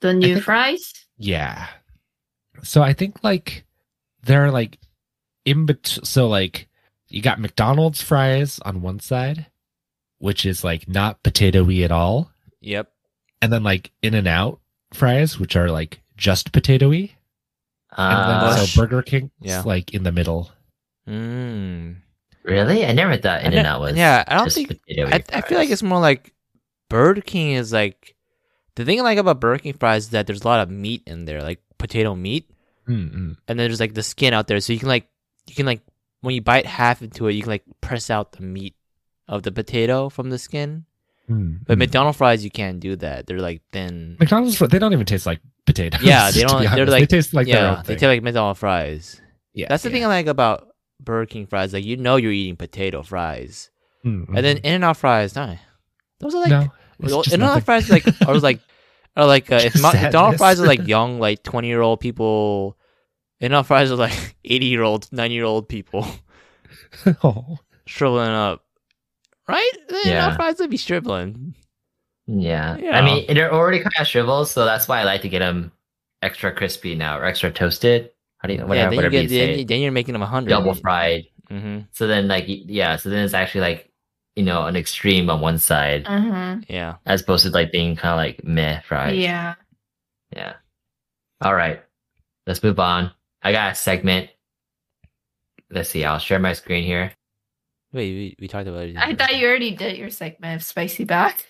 A: the new
E: think-
A: fries?
E: Yeah. So I think like they're like in between. So like you got McDonald's fries on one side, which is like not potatoey at all,
D: Yep.
E: and then like In and Out fries, which are like just potatoey, and
C: Uh,
E: then so Burger King,
D: Yeah.
E: like in the middle.
D: Mm.
C: really? I never thought
D: I
C: In and
D: don't-
C: Out was.
D: yeah, I don't
C: just
D: think-
C: potato
D: I, I feel like
C: fries.
D: it's more like Burger King is like the thing I like about Burger King fries is that there's a lot of meat in there, like potato meat,
E: Mm-mm.
D: and then there's like the skin out there, so you can like you can like when you bite half into it, you can like press out the meat of the potato from the skin.
E: Hmm.
D: But
E: Mm.
D: McDonald's fries, you can't do that. They're like thin.
E: McDonald's fries, they don't even taste like potatoes.
D: Yeah, they
E: to
D: don't-
E: be
D: they're
E: honest.
D: like-
E: they taste like their own
D: yeah, they
E: thing.
D: taste like McDonald's fries.
E: yeah,
D: That's the thing I like about Burger King fries. Like you know you're eating potato fries,
E: Mm-mm.
D: and then In and Out fries, nah, those are like
E: Mm-hmm. no, it's
D: well,
E: just
D: In and Out
E: nothing.
D: fries like are like are like uh, if
E: Just
D: Ma- McDonald's
E: sadness.
D: fries are like young like twenty year old people, In and Out fries are like eighty year old, ninety year old people
E: Oh.
D: shriveling up. Right? In and
C: Yeah.
D: Out fries would be shriveling.
C: Yeah.
D: Yeah.
C: I mean, they're already kind of shriveled, so that's why I like to get them extra crispy now or extra toasted. How do you, whatever,
D: yeah, then you
C: whatever you,
D: get then,
C: say.
D: you- then you're making them a hundred.
C: Double fried.
D: Mm-hmm.
C: So then, like, y- yeah, so then it's actually like, you know, an extreme on one side
A: Uh-huh.
D: Yeah.
C: as opposed to like being kind of like meh fried.
A: Yeah.
C: Yeah. All right. Let's move on. I got a segment. Let's see. I'll share my screen here.
D: Wait, we, we talked about it.
A: I thought you already did your segment of spicy back.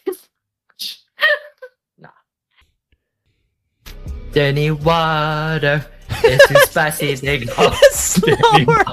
C: Dirty water. It's too spicy. They go.
D: slower.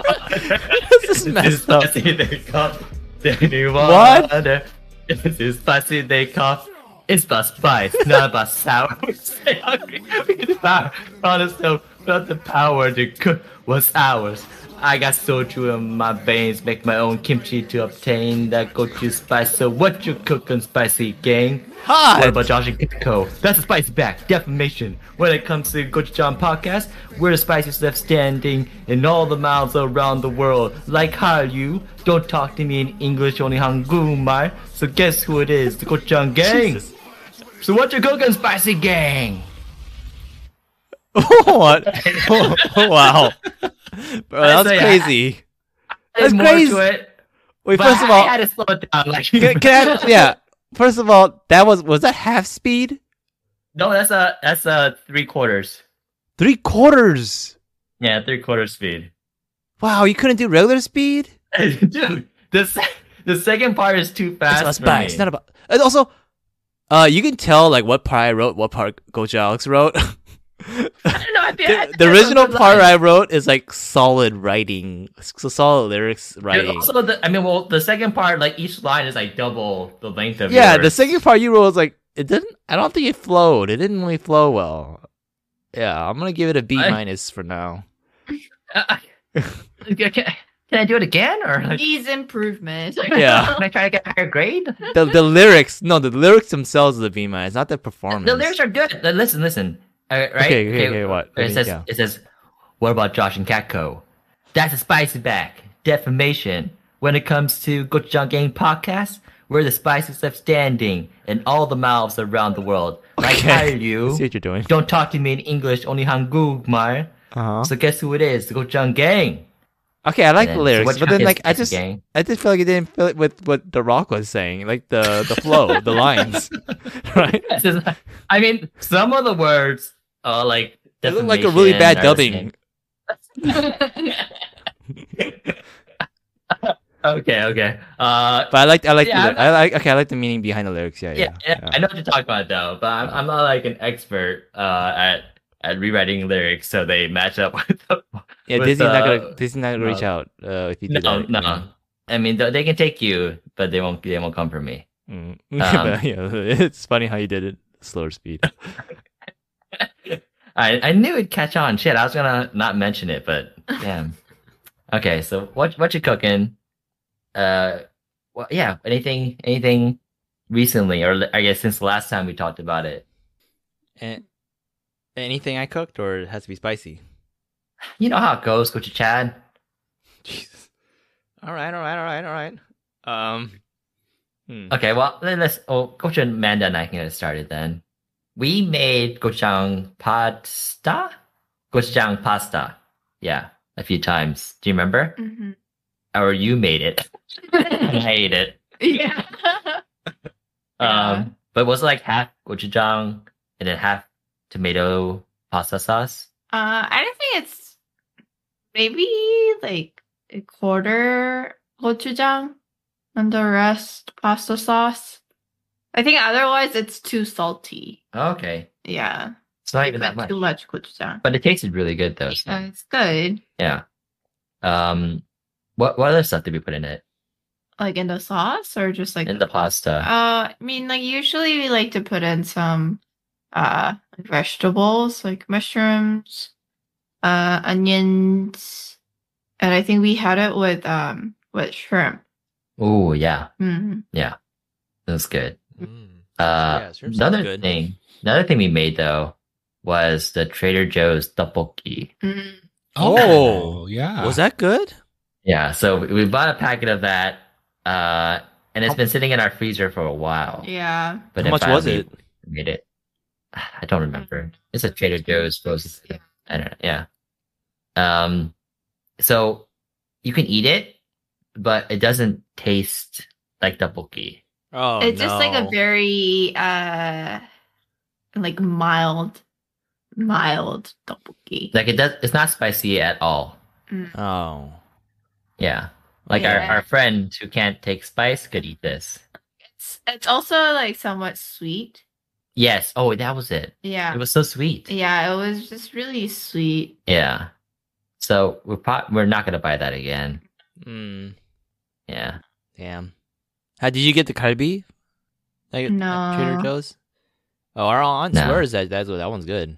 D: this is
C: It's
D: messed up.
C: spicy, they cough. Dirty
D: What?
C: water. It's too spicy, they cough. It's about spice, not about sour. Stay hungry. It's about honest though, not the power to cook was ours. I got soju in my veins, make my own kimchi to obtain that gochu spice. So what you cooking, spicy gang? What
D: Hot.
C: about Josh and Kitco? That's a spicy back defamation. When it comes to Gochu John podcast, we're the spiciest left standing in all the mouths around the world. Like how you don't talk to me in English, only Hangumai. So guess who it is? The Gochu John gang. So what you cooking, spicy gang?
D: what? Oh, wow. Bro,
C: I
D: that's
C: say, I-
D: crazy. That's
C: There's more
D: crazy.
C: to it,
D: Wait,
C: but
D: first of
C: I-
D: all,
C: I had to slow it down. Like,
D: can, can I, yeah. First of all, that was was that half speed?
C: no, that's a that's a three quarters.
D: Three quarters.
C: Yeah, three quarters speed.
D: Wow, you couldn't do regular speed.
C: Dude, this the second part is too fast.
D: it's
C: for
D: about spice.
C: me.
D: Not about. And also, uh, you can tell like what part I wrote, what part Gojo Alex wrote.
A: I don't know. I think I
D: the,
A: think
D: the
A: I
D: original
A: remember the-
D: part I wrote is like solid writing, so solid lyrics
C: And
D: writing.
C: Also, the, I mean, well, the second part, like each line is like double the length of.
D: Yeah, the
C: yours.
D: second part you wrote was like it didn't. I don't think it flowed. It didn't really flow well. Yeah, I'm gonna give it a B
C: I-
D: minus for now.
C: Uh, can, can I do it again, or like,
A: Needs improvement.
D: Yeah.
C: can I try to get a higher grade?
D: The the lyrics, no, the lyrics themselves is a B minus, not the performance.
C: The lyrics are good. Uh, Listen, listen. Uh, right?
D: Okay, okay, okay, what?
C: It
D: Okay,
C: says,
D: yeah.
C: it says, what about Josh and Catco? That's a spicy back. Defamation. When it comes to Gochujang Gang podcast, we're the spiciest left standing in all the mouths around the world. Like,
D: Okay.
C: how are you?
D: See what you're doing.
C: Don't talk to me in English, only Hangul, Mar.
D: Uh-huh.
C: So guess who it is? The Gochujang Gang.
D: Okay, I like
C: And
D: the
C: so
D: lyrics,
C: what
D: but then
C: is
D: like I
C: Gochujang
D: just
C: Gang?
D: I just feel like it didn't fit with what The Rock was saying, like the the flow, the lines, right?
C: This is- I mean, some of the words are like
D: It looked like a really bad dubbing.
C: defamation, I was saying. okay, okay. Uh,
D: But I like I like
C: Yeah,
D: the,
C: I'm
D: li- I like okay I like the meaning behind the lyrics. Yeah,
C: yeah,
D: yeah.
C: yeah, I know what you're talking about though, but I'm, I'm not like an expert uh, at at rewriting lyrics so they match up with the.
D: Yeah,
C: with,
D: Disney's not gonna
C: uh,
D: Disney's not gonna reach out uh, if you do
C: No,
D: that.
C: no. I mean, th- they can take you, but they won't. They won't come for me.
D: Mm.
C: Um,
D: But, yeah, it's funny how you did it slower speed.
C: I I knew it'd catch on. Shit, I was gonna not mention it, but damn. okay, so what what you cooking? Uh, well, yeah. Anything anything recently, or l- I guess since the last time we talked about it. Eh,
D: And anything I cooked, or it has to be spicy.
C: You know how it goes, Coach Chad.
D: Jesus. All right, all right, all right, all right. Um. hmm.
C: Okay, well let- let's. Oh, Coach Amanda and I can get it started then. We made gochujang pasta, gochujang pasta. Yeah, a few times. Do you remember?
A: hmm
F: Mm.
C: Or you made it. I ate it.
A: Yeah. Yeah.
C: Um, but was it like half gochujang and then half tomato pasta sauce?
A: Uh, I don't think it's maybe like a quarter gochujang and the rest pasta sauce. I think otherwise it's too salty.
C: Okay,
A: Yeah,
C: it's not
A: a
C: even that
A: bit
C: much,
A: too much gochujang.
C: but it tasted really good though. so-
A: Yeah, it's good.
C: yeah. Um, what what other stuff did we put in it
A: Like in the sauce or just like
C: in the pasta?
A: Uh, I mean, like usually we like to put in some uh vegetables like mushrooms, uh onions, and I think we had it with um with shrimp.
C: Oh yeah,
A: Mm.
C: that was good.
F: Mm.
C: Uh,
F: Yeah, shrimp sounds
C: another
F: good.
C: thing, another thing we made though was the Trader Joe's tteokbokki.
A: Mm.
F: Oh.
E: yeah.
F: Was that good?
C: Yeah, so we we bought a packet of that, uh, and it's been sitting in our freezer for a while.
A: Yeah.
C: But
F: How
C: it
F: much was
C: finally
F: it?
C: Made it. I don't remember. It's a Trader Joe's roast. I don't know. Yeah. Um, so you can eat it, but it doesn't taste like tteokbokki.
F: Oh,
A: it's just like a
F: no.
A: very uh like mild mild tteokbokki.
C: Like it does. It's not spicy at all.
F: Oh.
C: Yeah. Like
A: Yeah.
C: our, our friend who can't take spice could eat this.
A: It's it's also like somewhat sweet.
C: Yes. Oh, that was it.
A: Yeah.
C: It was so sweet.
A: yeah, it was just really sweet.
C: Yeah. So we're pro- we're not gonna buy that again.
D: Mm,
C: Yeah.
D: damn. How did you get the curry beef? Like, at
A: No.
D: Trader Joe's. Oh, our aunt
C: No.
D: swears that that's that one's good.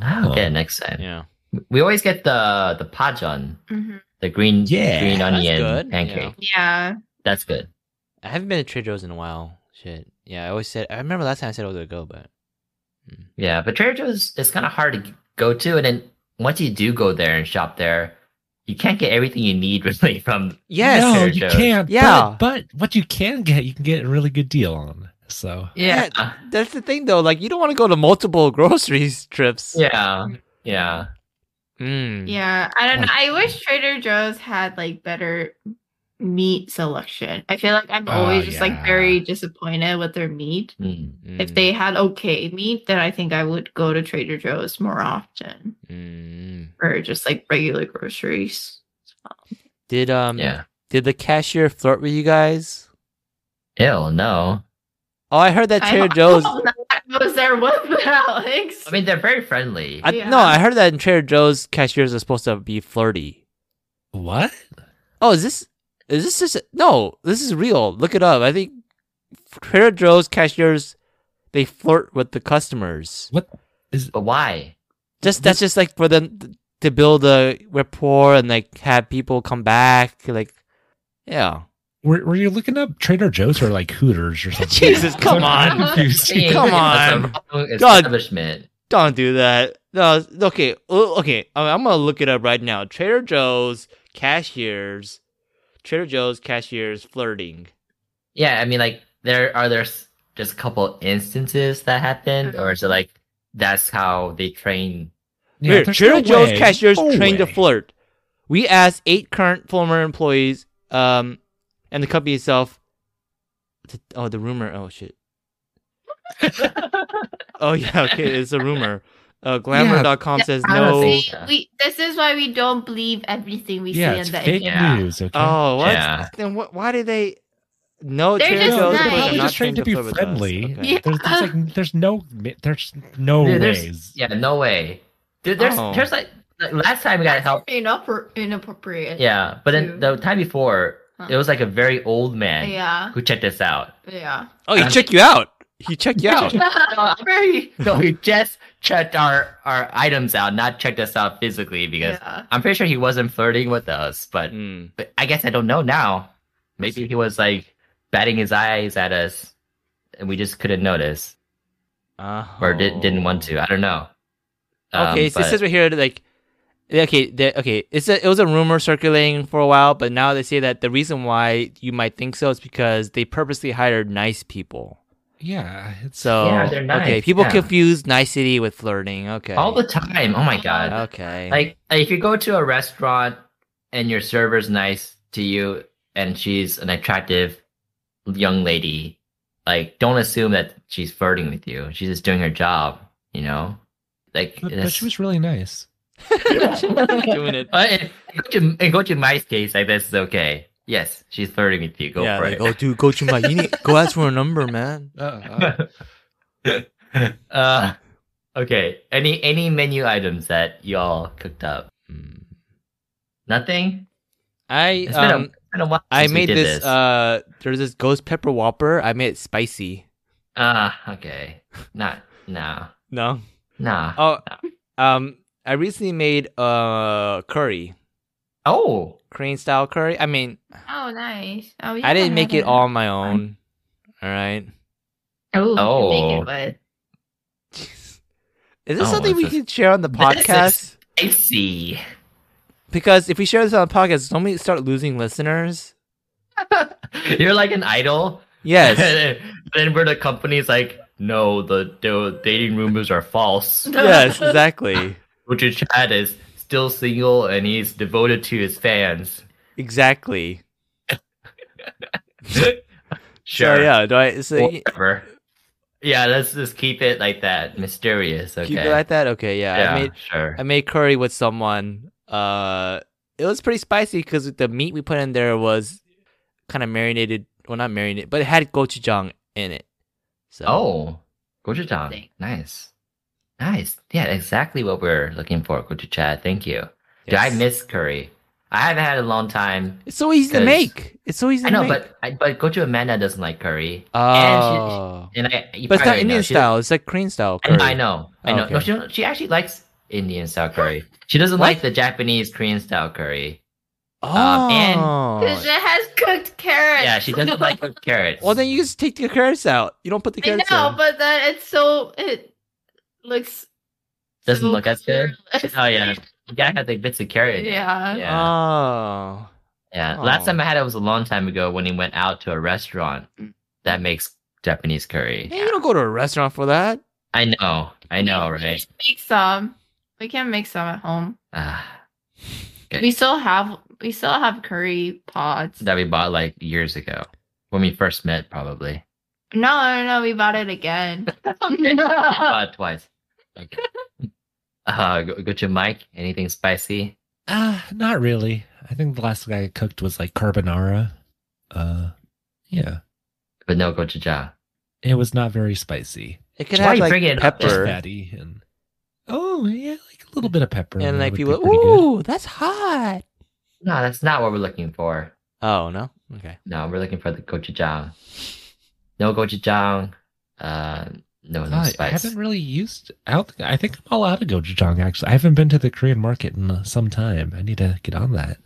E: Oh.
C: Okay. Next time.
D: Yeah.
C: We always get the the pajon,
A: hmm
C: the green
E: Yeah,
C: green
E: that's
C: onion
D: good,
C: pancake.
D: yeah.
A: Yeah.
C: That's good.
D: I haven't been to Trader Joe's in a while. Shit. Yeah, I always said. I remember last time I said I was gonna go, but
C: Yeah, but Trader Joe's is kind of hard to go to, and then once you do go there and shop there, you can't get everything you need really from.
D: yes,
E: no,
C: Trader
E: you
C: Joe's.
E: can't.
D: Yeah.
E: But, but what you can get, you can get a really good deal on. So
C: Yeah,
D: that's the thing though. Like, you don't want to go to multiple groceries trips.
C: yeah, yeah.
D: Mm.
A: Yeah, I don't know.
E: Like-
A: I wish Trader Joe's had like better meat selection. I feel like I'm
E: Oh,
A: always just like very
E: yeah.
A: disappointed with their meat.
C: Mm.
A: If
D: Mm,
A: they had okay meat, then I think I would go to Trader Joe's more often
D: mm.
A: or just like regular groceries.
D: Did um
C: Yeah.
D: did the cashier flirt with you guys?
C: Ew, no.
D: Oh, I heard that
A: I
D: Trader
A: hope-
D: Joe's.
A: I hope not. I was there with Alex.
C: I mean, they're very friendly.
D: I,
A: Yeah.
D: No, I heard that in Trader Joe's cashiers are supposed to be flirty.
E: what?
D: Oh, is this is this just no? This is real. Look it up. I think Trader Joe's cashiers they flirt with the customers.
E: What is?
C: but why?
D: Just that's just like for them t- to build a rapport and like have people come back. Like, yeah.
E: Were, were you looking up Trader Joe's or like Hooters or something?
D: Jesus, come
E: I'm
D: on.
E: confused.
C: Being
D: Come
C: a
D: on.
C: wrong
D: God.
C: establishment.
D: Don't do that. No, okay, o- okay. I- I'm gonna look it up right now. Trader Joe's cashiers, Trader Joe's cashiers flirting.
C: Yeah, I mean, like there are there s- just a couple instances that happened, or is it like that's how they train
E: Yeah,
D: Weird.
E: there's
D: Trader
E: no
D: Joe's
E: way.
D: cashiers
E: No
D: trained to
E: way.
D: flirt. We asked eight current former employees, um, and the company itself. to- oh, the rumor. Oh shit. oh yeah. Okay, it's a rumor. Uh, Glamour.com says no.
A: See,
C: Yeah.
A: we this is why we don't believe everything we
E: Yeah,
A: see
E: it's
A: in the
E: fake
A: internet.
C: Yeah.
E: news. Okay.
D: Oh, what?
C: Yeah.
D: Then what? Why did they? No,
A: They're
D: Trader
A: just
D: Joe's
A: nice.
D: employees are
A: Probably
D: not
E: just trying to be
D: flirt with us.
E: friendly.
D: Okay.
A: Yeah.
E: There's, there's like there's no there's no
C: Dude, there's-
E: ways.
C: Yeah, no way. Dude, there's
D: Oh.
C: there's like, like last time we got help.
A: Inappro- inappropriate.
C: Yeah, but then
A: Dude.
C: the time before
A: Huh.
C: it was like a very old man
A: Yeah.
C: who checked us out.
A: Yeah.
D: Oh, he checked you out. He checked you out.
A: Very-
C: So he just checked our our items out, not checked us out physically because
A: yeah.
C: I'm pretty sure he wasn't flirting with us. But,
D: Mm.
C: but I guess I don't know now. Maybe he was like batting his eyes at us, and we just couldn't notice or did, didn't want to. I don't know. Um,
D: Okay, so it
C: but-
D: says right here that, like, okay, the, okay, it's a, it was a rumor circulating for a while, but now they say that the reason why you might think so is because they purposely hired nice people.
E: Yeah, it's
D: So
C: Yeah, they're nice,
D: okay, people
C: yeah.
D: confuse nicety with flirting. Okay,
C: all the time. Oh my god.
A: Uh-huh.
D: okay,
C: Like if you go to a restaurant and your server's nice to you and she's an attractive young lady, like don't assume that she's flirting with you. She's just doing her job, you know? Like
E: but, but
C: that's-
E: she was really nice.
D: doing it.
C: Uh, and, and go to, and go to my case, like this is okay. Yes, she's flirting with you. Go
D: yeah,
C: for
D: like,
C: it.
D: oh, dude, go to my, you need, go ask for a number, man.
E: Uh, uh,
C: uh, okay. Any any menu items that y'all cooked up? Hmm.
D: Mm.
C: Nothing.
D: I
C: It's been, a,
D: um,
C: it's been a while.
D: I
C: since we
D: made
C: did
D: this, Uh, there's this ghost pepper whopper. I made it spicy.
C: Ah, okay. Not no
D: No.
C: no. Oh,
D: Oh, um, I recently made uh curry,
C: Oh,
D: Korean style curry. I mean,
A: Oh, nice. Oh, yeah,
D: I didn't make it
A: yeah.
D: all on my own. All right.
A: Oh,
C: Oh.
A: oh. Make it, but
D: Jeez. Is this
C: Oh,
D: something
C: this
D: we
C: is-
D: can share on the
C: this is-
D: podcast?
C: I see.
D: Because if we share this on the podcast, don't we start losing listeners?
C: You're like an idol.
D: Yes.
C: then we're the company's like, no, the, the dating rumors are false.
D: yes, exactly.
C: Richard Chad is still single and he's devoted to his fans.
D: Exactly.
C: sure.
D: So, yeah, do I so y-
C: Whatever. Yeah, let's just keep it like that. Mysterious. Okay.
D: keep it like that? Okay, yeah.
C: yeah,
D: I made
C: sure.
D: I made curry with someone. Uh it was pretty spicy because the meat we put in there was kind of marinated well not marinated, but it had gochujang in it. So
C: Oh, gochujang.
A: Thanks.
C: Nice. Nice. Yeah, exactly what we're looking for, gochujang. Thank you. Did I
D: yes.
C: miss curry? I haven't had it in a long time.
D: It's so easy to
C: 'Cause-
D: make. It's so easy
C: I
D: to
C: know,
D: make.
C: but I, but gochu Amanda doesn't like curry.
D: oh.
C: And I, you
D: but it's
C: probably already
D: not
C: know,
D: Indian
C: she-
D: style. It's like Korean style
C: I
D: curry.
C: know, I know. I know. No,
D: Okay.
C: she, don't- she actually likes Indian style curry. She doesn't like the Japanese Korean style curry.
D: Oh.
C: Um, and-
A: because it has cooked carrots.
C: Yeah, she doesn't like cooked carrots.
D: well, then you just take the carrots out. You don't put the
A: I
D: carrots
A: know,
D: in.
A: but then it's so it looks
C: doesn't
A: so
C: look as good.
A: colorless.
C: Oh yeah, you gotta have the bits of carrot. in it.
A: Yeah.
C: yeah.
D: Oh.
C: Yeah.
D: Oh.
C: Last time I had it was a long time ago when he went out to a restaurant that makes Japanese curry.
D: Man, you don't go to a restaurant for that.
C: I know. I know, right?
A: Make some. We can make some at home.
C: Ah, Okay.
A: We still have we still have curry pods.
C: that we bought like years ago when we first met, probably.
A: No, no, no, we bought it again. Oh.
C: Uh, twice. Okay. Uh, go, go to Mike. Anything spicy?
E: uh, not really. I think the last guy I cooked was like carbonara. Uh, yeah,
C: But no gochujang.
E: it was not very spicy.
D: It could
C: Why
D: have
C: you
D: like
C: bring it up?
E: Just
D: pepper
E: fatty and oh yeah, like a little bit of pepper.
D: and like
E: Mm, would be
D: people.
E: pretty good.
D: Ooh, that's hot.
C: No, that's not what we're looking for.
D: Oh no. Okay.
C: No, we're looking for the gochujang. No gochujang. Uh, no, no
E: Ah, I
C: spice.
E: haven't really used. I, don't think, I think I'm all out of gochujang. Actually, I haven't been to the Korean market in uh, some time. I need to get on that.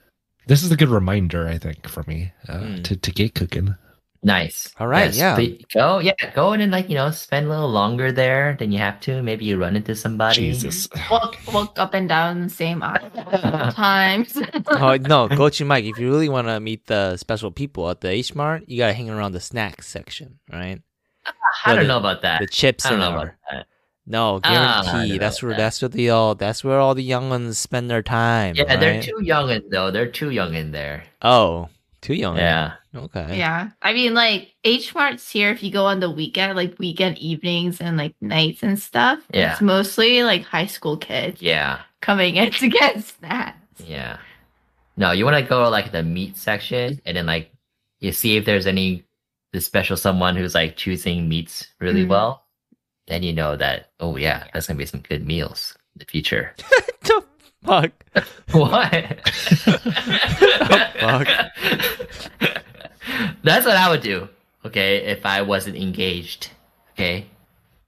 E: This is a good reminder, I think, for me uh,
D: Mm.
E: to to get cooking.
C: Nice.
D: All right, yeah.
C: please- Go, yeah. Go in and like you know, spend a little longer there than you have to. Maybe you run into somebody.
E: Jesus,
A: walk walk up and down the same aisle multiple times.
D: Oh no, go to Mike. If you really want to meet the special people at the H Mart, you gotta hang around the snacks section, right?
C: I
D: Or
C: don't
D: the-
C: know about that.
D: The chips
C: I don't
D: and
C: know about
D: our
C: that.
D: No,
C: Ah,
D: guarantee.
C: no,
D: that's where
C: that-
D: that's where the all that's where all the young ones spend their time.
C: Yeah, they're
D: right?
C: too young in though. They're too young in there.
D: Oh, too young.
C: Yeah.
D: Okay.
A: Yeah. I mean, like, H Mart's here if you go on the weekend, like weekend evenings and like nights and stuff.
C: Yeah.
A: It's mostly like high school kids
C: Yeah.
A: coming in to get snacks.
C: Yeah. No, you want to go like the meat section and then like you see if there's any the special someone who's like choosing meats really
A: Mhm.
C: well. Then you know that oh yeah, that's gonna be some good meals in the future.
D: the fuck?
C: what?
D: fuck.
C: That's what I would do. Okay, if I wasn't engaged. Okay.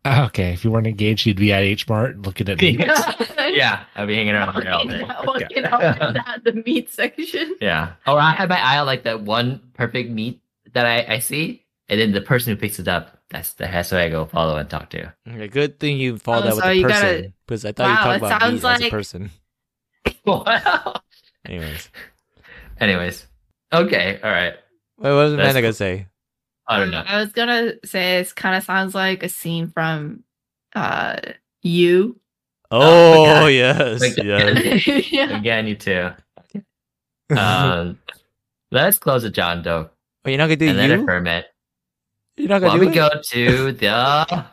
E: Okay, if you weren't engaged, you'd be at H Mart looking at me.
C: Yeah, I'd be hanging around
A: Walking
C: there all day.
A: out, walking out and down the meat section.
C: Yeah. Or I have my eye on like that one perfect meat that I, I see, and then the person who picks it up, that's the that's who I go follow and talk to.
D: Okay, good thing you followed
A: Oh,
D: that with
A: so
D: a
A: you
D: person
A: gotta-
D: because I thought
A: Wow,
D: you
A: it
D: were talking about me
A: sounds
D: as a
A: like-
D: person. Anyways,
C: Anyways. Okay, all right.
D: wait, what was Amanda
C: That's-
D: gonna say?
C: I don't know.
A: Um, I was gonna say this kind of sounds like a scene from uh you.
D: Oh
C: God.
D: yes,
C: Like-
D: yes.
A: yeah.
C: Again, you too. Um let's close the John Doe
D: Wait, you're not gonna do
C: and then a
D: you?
C: permit.
D: You're not gonna
C: Well
D: do
C: we
D: it?
C: go to the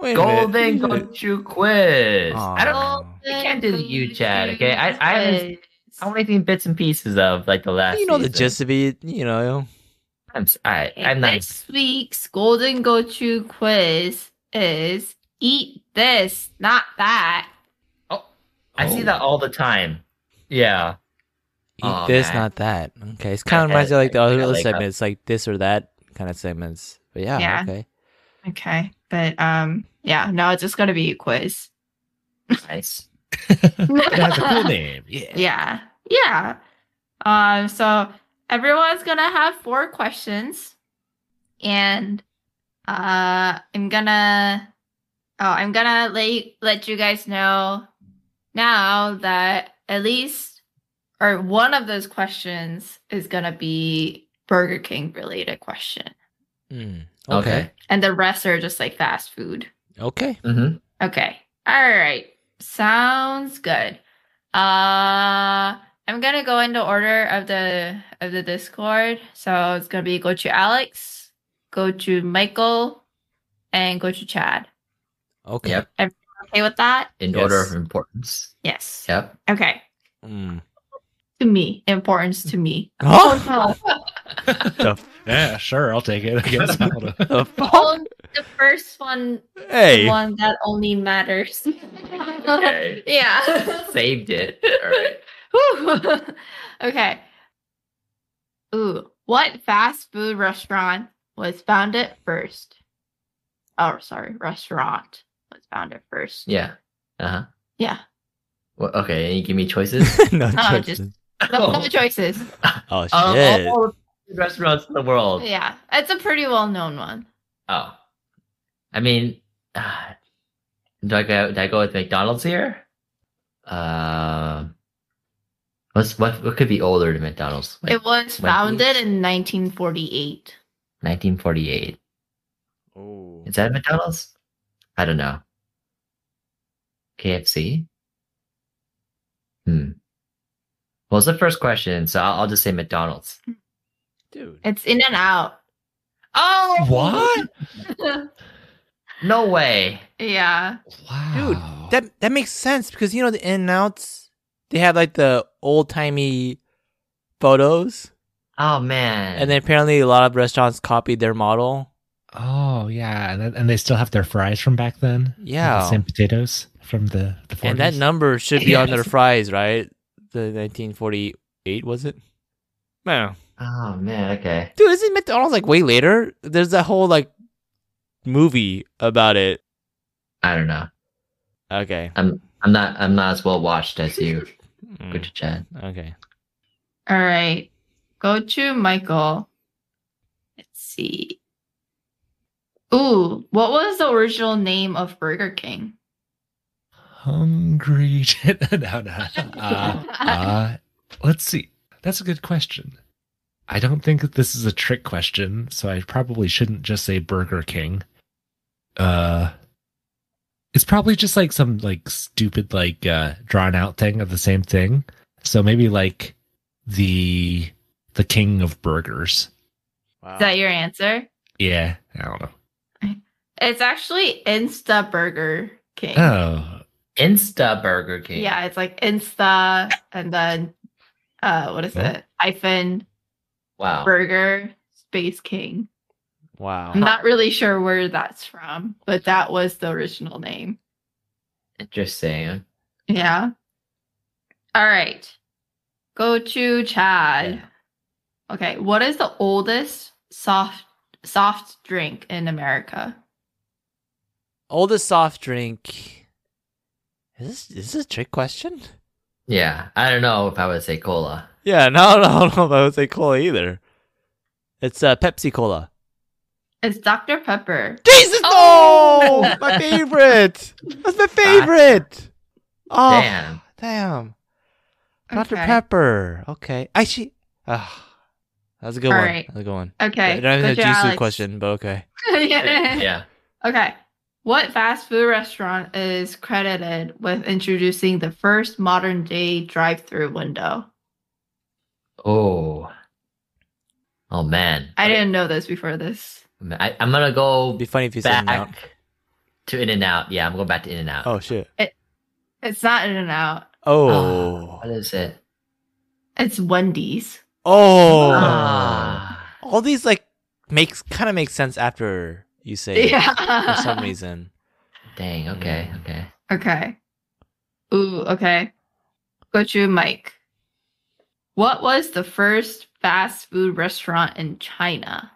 D: Wait a
C: Golden
D: minute.
C: Gochu quiz. I don't know.
D: Aw.
C: We can't do the you chat, okay? I I
A: I
C: haven't I'm only seeing bits and pieces of like the last
D: You know the
C: season.
D: gist of it. You know.
C: I'm, s- I, I'm not
A: This week's Golden Gochu quiz is eat this, not that.
C: I
D: Oh.
C: see that all the time. Yeah.
D: Eat
C: Aw,
D: this,
C: Oh, man.
D: not that. Okay, it's
C: My
D: kind of reminds me of like the
C: head- I
D: other
C: gotta
D: other
C: wake up.
D: segments, like this or that kind of segments. But yeah,
A: Yeah.
D: okay.
A: Okay. But um yeah, no, it's just gonna be a quiz.
C: Nice.
E: It has a cool name. Yeah.
A: Yeah. Yeah. Um, so everyone's gonna have four questions. And uh I'm gonna oh I'm gonna let let you guys know now that at least or one of those questions is gonna be Burger King related question.
D: Mm, okay.
C: Okay.
A: And the rest are just like fast food.
D: Okay.
C: Mm-hmm.
A: Okay. All right. Sounds good. Uh I'm gonna go into order of the of the Discord. So it's gonna be go to Alex, go to Michael, and go to Chad.
D: Okay.
C: Yep.
A: Okay with that?
C: In
D: Yes.
C: order of importance.
A: Yes.
C: Yep.
A: Okay.
D: Mm.
A: To me. Importance to me.
D: Oh,
E: Yeah, sure, I'll take it. I guess. I don't know.
D: the fuck?
A: Only the first one the
D: Hey.
A: one that only matters.
C: Okay.
A: yeah.
C: Saved it. All right.
A: Whew. okay. Ooh, what fast food restaurant was founded first? Oh, sorry, restaurant was founded first.
C: Yeah. Uh huh.
A: Yeah.
C: Well, okay. You give me choices.
D: no,
A: Oh,
D: just,
A: just- No, no choices.
D: oh
C: Of
D: shit.
C: all the restaurants in the world.
A: Yeah, it's a pretty well-known one.
C: Oh. I mean, uh, do I go? Do I go with McDonald's here? Um. what's what? What could be older than McDonald's? Like
A: it was
C: when-
A: founded in 1948.
C: 1948.
D: Oh.
C: Is that McDonald's? I don't know. KFC? Hmm. Well, it's the first question, so I'll, I'll just say McDonald's.
D: Dude.
A: It's In and Out.
C: Oh!
E: what?
C: No way.
A: yeah,
E: Wow.
D: That that makes sense because you know the in and outs they have like the old timey photos.
C: Oh, man.
D: And then apparently a lot of restaurants copied their model.
E: oh yeah, and, then- and they still have their fries from back then. Like
D: Yeah.
E: the same potatoes from the. the 40s.
D: And that number should be on their
C: Yes.
D: fries, right? The nineteen forty eight was it? No.
C: Oh, man, okay.
D: Dude, isn't McDonald's like way later? There's that whole like movie about it.
C: I don't know.
D: Okay.
C: I'm not I'm not as well watched as you,
D: Mm,
C: Good to chat.
D: Okay.
A: All right. Go to Michael. Let's see. Ooh, what was the original name of Burger King?
E: hungry. no, no. Uh, uh, let's see. That's a good question. I don't think that this is a trick question, so I probably shouldn't just say Burger King. Uh, It's probably just like some like stupid like uh drawn out thing of the same thing. So maybe like the the king of burgers.
F: Wow.
D: Uh,
A: Is that your answer?
E: Yeah, I don't know.
A: It's actually Insta Burger King.
E: Oh,
C: Insta Burger King.
A: Yeah, it's like Insta and then uh what is
E: Oh.
A: it? Hyphen
C: Wow.
A: Burger Space King.
D: Wow.
A: I'm not really sure where that's from, but that was the original name.
C: Interesting.
A: Yeah. All right. Go to Chad. Okay, what is the oldest soft soft drink in America?
D: Oldest soft drink. Is this is this a trick question?
C: Yeah. I don't know if I would say cola.
D: Yeah, no, no, no. I would say cola either. It's uh, Pepsi Cola.
A: It's Dr. Pepper.
D: Jesus,
C: Oh!
D: no! my favorite. That's my favorite. Oh, damn.
C: Damn.
D: Dr.
A: Okay.
D: Pepper. Okay. Actually, uh, that's a good
A: All
D: one.
A: right.
D: That's a good one.
A: Okay.
D: I don't
A: go
D: even have
A: to
D: a juicy
A: Alex.
D: question, but okay.
C: Yeah.
A: Okay. What fast food restaurant is credited with introducing the first modern day drive through window?
C: Oh. Oh man.
A: I didn't know this before this.
C: I, I'm gonna go
D: It'd be funny if you said no.
C: back to In and Out. Yeah, I'm going back to In and Out.
D: Oh shit.
A: It's not In and Out. Ah.
D: Oh.
C: Ah, What is it?
A: It's Wendy's.
D: Oh.
C: Ah.
D: All these like makes kind of makes sense after you say it
A: yeah.
D: for some reason.
C: dang. Okay. Okay.
A: Okay. Ooh, okay. Go to Mike. What was the first fast food restaurant in China?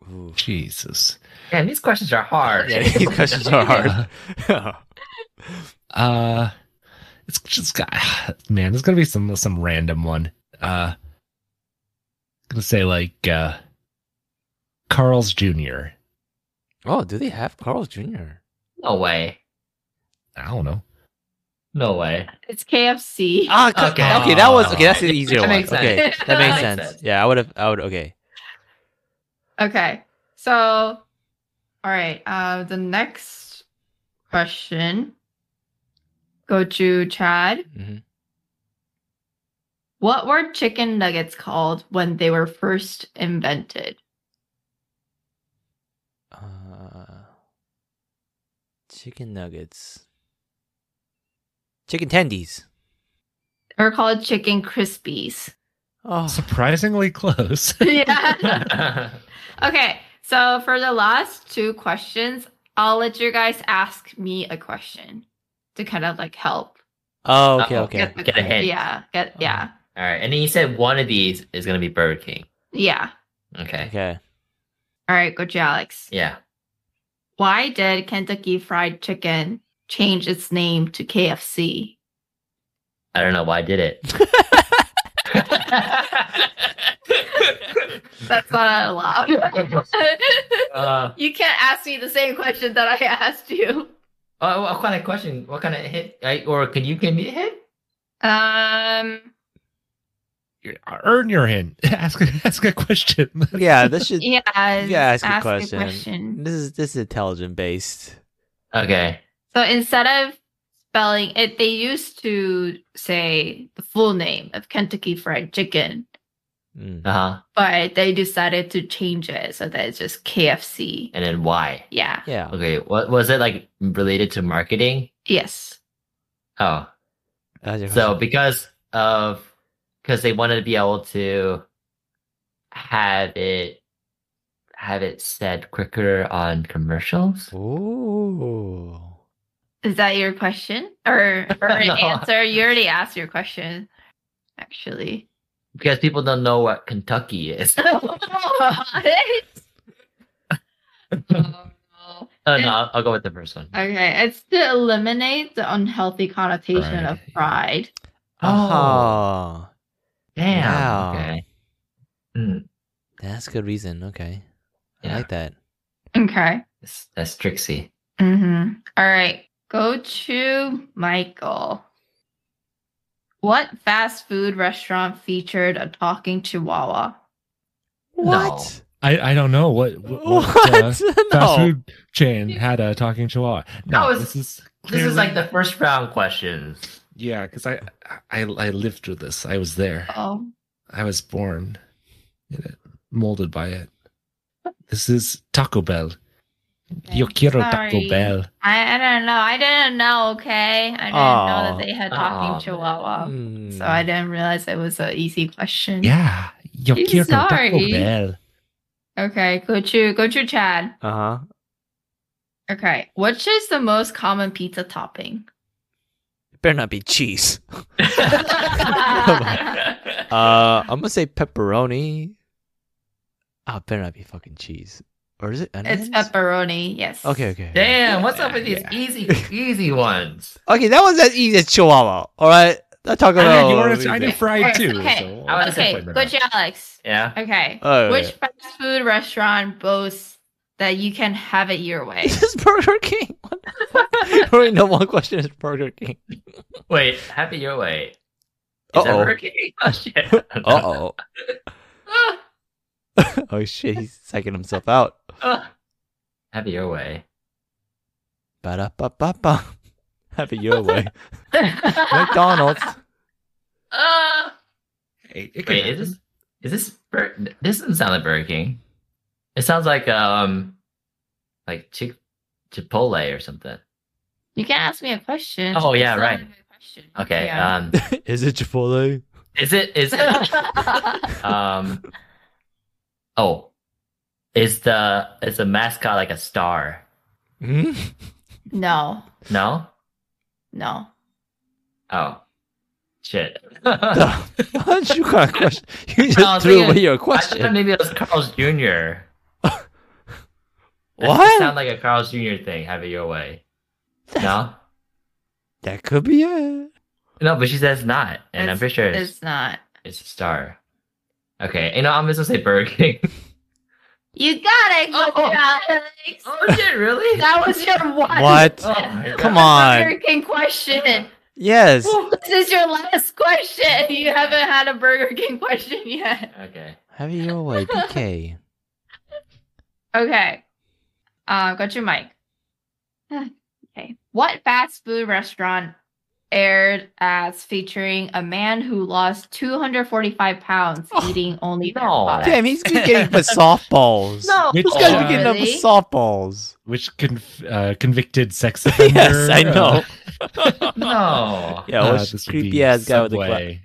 D: Ooh.
E: Jesus.
C: Damn, these questions are hard.
D: Yeah, these questions are hard.
E: Uh, it's just got man. There's gonna be some some random one. Uh, gonna say like uh, Carl's Jr.
D: oh, do they have Carl's Jr.?
C: No way.
E: I don't know.
C: No way.
A: It's KFC.
D: Ah, okay.
C: Okay.
D: okay, that was okay. That's the easier
C: That
D: one.
C: makes sense.
D: Okay, that makes
C: That makes
D: sense. Yeah, I would have. I would. Okay.
A: Okay. So, all right. Uh, the next question. Go to Chad.
D: Mhm.
A: What were chicken nuggets called when they were first invented?
D: Uh, chicken nuggets. Chicken tendies.
A: They were called chicken crispies.
D: Oh,
E: Surprisingly close.
A: yeah. Okay. So for the last two questions, I'll let you guys ask me a question to kind of like help.
D: oh okay,
C: Uh-oh.
D: okay.
A: the-
C: Get a hint.
A: Yeah. Get
D: Uh-huh.
A: yeah.
C: All right. And then you said one of these is going to be Burger King.
A: Yeah.
C: Okay.
D: Okay.
A: All right, go to Alex.
C: Yeah.
A: Why did Kentucky Fried Chicken change its name to KFC?
C: I don't know why I did it.
A: That's not allowed.
C: uh,
A: you can't ask me the same question that I asked you.
C: oh, what kind of question? What kind of hit? I, or can you give me a hit?
A: Um.
E: Earn your hint. Ask ask a question.
D: Yeah, this should.
A: Yeah.
D: Yeah, ask a
A: me
D: question. This is this is intelligent based.
C: Okay.
A: So instead of spelling it, they used to say the full name of Kentucky Fried Chicken,
D: Mm.
C: Uh huh.
A: but they decided to change it so that it's just KFC.
C: And then why?
A: Yeah.
D: Yeah.
C: Okay. What was it like related to marketing?
A: Yes.
C: Oh,
D: That's your
C: so
D: question.
C: because of because they wanted to be able to have it have it said quicker on commercials.
E: Oh.
D: Ooh.
A: Is that your question or, or an
C: No.
A: answer? You already asked your question, actually.
C: Because people don't know what Kentucky is.
A: What? Oh, no.
C: Oh, no, I'll, I'll go with the first one.
A: Okay, it's to eliminate the unhealthy connotation of
E: Fried.
A: fried.
C: Uh-huh.
D: Oh,
C: Damn.
D: Wow.
C: Okay. Mm,
D: that's a good reason. Okay, I
C: yeah,
D: like that.
A: Okay.
C: that's, that's Trixie.
A: Mm-hmm. All right. Go to Michael. What fast food restaurant featured a talking chihuahua?
C: No.
D: What?
E: I, I don't know what what,
G: What?
E: what, uh, fast
G: no.
E: food chain had a talking chihuahua. No,
C: was-
E: this is
C: This is like the first round questions.
E: yeah, because I, I I lived through this. I was there.
A: Oh,
E: I was born in it, molded by it. This is Taco Bell. Yo quiero Taco
A: Sorry.
E: Bell.
A: I, I don't know. I didn't know. Okay, I didn't know
G: Aw.
A: that they had
C: Aw.
A: talking chihuahua,
D: Hmm.
G: Mm.
A: Um, so I didn't realize it was an easy question.
E: Yeah, yo
A: I'm
E: quiero Taco
A: sorry.
E: Bell.
A: Okay, go to go to Chad.
D: Uh-huh.
G: Uh huh.
A: Okay, which is the most common pizza topping?
D: Better not be cheese. Oh
A: Come
D: Uh, I'm gonna say pepperoni. Ah, better not be fucking cheese. Or is it onions?
A: It's pepperoni. Yes.
D: Okay, okay.
C: Damn, what's up with these easy, easy ones?
D: Okay, that was as easy as Chihuahua. All right, I talk
E: I
D: about.
E: know, you wanted to- I knew
A: Okay,
E: fried too.
A: okay.
E: so-
C: I was
A: Okay,
E: disappointed
A: go
E: about
A: to Alex.
C: Yeah.
A: Okay,
D: Oh,
A: which fast food restaurant boasts that you can have it your way?
D: This is Burger King. What the fuck? Already know one question is Burger King.
C: Wait, happy your way.
D: Uh
C: Is that
D: oh.
C: Burger King? Oh shit.
D: Uh oh. Oh shit, he's psyching himself out.
C: oh. Happy your way.
D: Ba da ba ba ba. Have it your way. McDonald's.
A: Uh,
E: Hey,
C: Wait,
E: it could
C: is this is this Bur- this doesn't sound like Burger King. It sounds like um like Chick Chipotle or something.
A: you can ask me a question.
C: Oh, yeah,
A: It's not
C: right.
A: even a question.
C: Okay.
A: Yeah.
C: Um
D: Is it Chipotle?
C: is it is it um Oh. Is the is the mascot like a star?
D: Hmm?
A: no,
C: No?
A: no.
C: Oh. Shit.
D: The
C: I
D: fuck you got a question? You
C: I
D: just
C: was
D: threw
C: thinking-
D: away your
C: thought
D: question.
C: maybe it was Carl's Jr. That
D: What?
C: sound like a Carl's Jr. thing. Have it your way. No,
D: That could be it.
C: no, but she says not, and I'm
A: It's-
C: pretty sure it's,
A: It's not.
C: it's a star. Okay, you know I'm just gonna say Burger King.
A: You got it, go
C: Oh.
A: to Alex.
C: oh shit, really?
A: That was your one.
D: What?
C: Oh my God.
D: Come on.
A: Burger King question.
D: Yes.
A: This is your last question. You haven't had a Burger King question yet.
C: Okay.
D: Have it your way, BK.
A: Okay. Uh, go to Mike. Okay. What fast food restaurant aired as featuring a man who lost 245 pounds eating only their
C: No.
A: products?
D: Damn, he's been getting the softballs.
A: No,
E: This
D: This guy's
E: Oh,
D: been getting up
A: really?
D: with softballs.
E: which conv- uh, convicted sex offender? Uh,
D: I know.
C: No.
D: Yeah, what's creepy ass guy with the gla-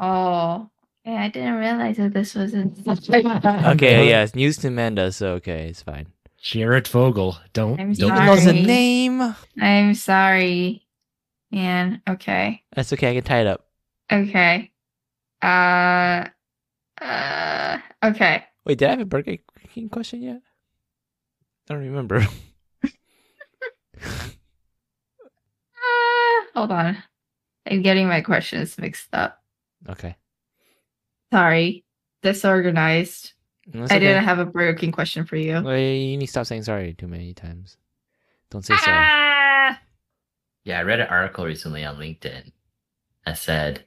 A: Oh, okay. I didn't realize that this was in such a.
D: Okay,
E: Mhm.
D: yeah, it's news to Amanda, so okay, it's fine.
E: Jared Fogle. Don't
A: I'm
E: don't
A: sorry. knows the Sorry.
D: name.
A: I'm sorry, man. Okay.
D: That's okay, I can tie it up.
A: Okay. Uh. Uh. Okay.
D: Wait, did I have a Burger King question yet? I don't remember.
A: Uh, hold on. I'm getting my questions mixed up.
D: Okay.
A: Sorry. Disorganized.
D: That's
A: I
D: okay.
A: didn't have a Burger King question for you.
D: Well, you need to stop saying sorry too many times. Don't say sorry.
A: Ah!
C: Yeah, I read an article recently on LinkedIn that said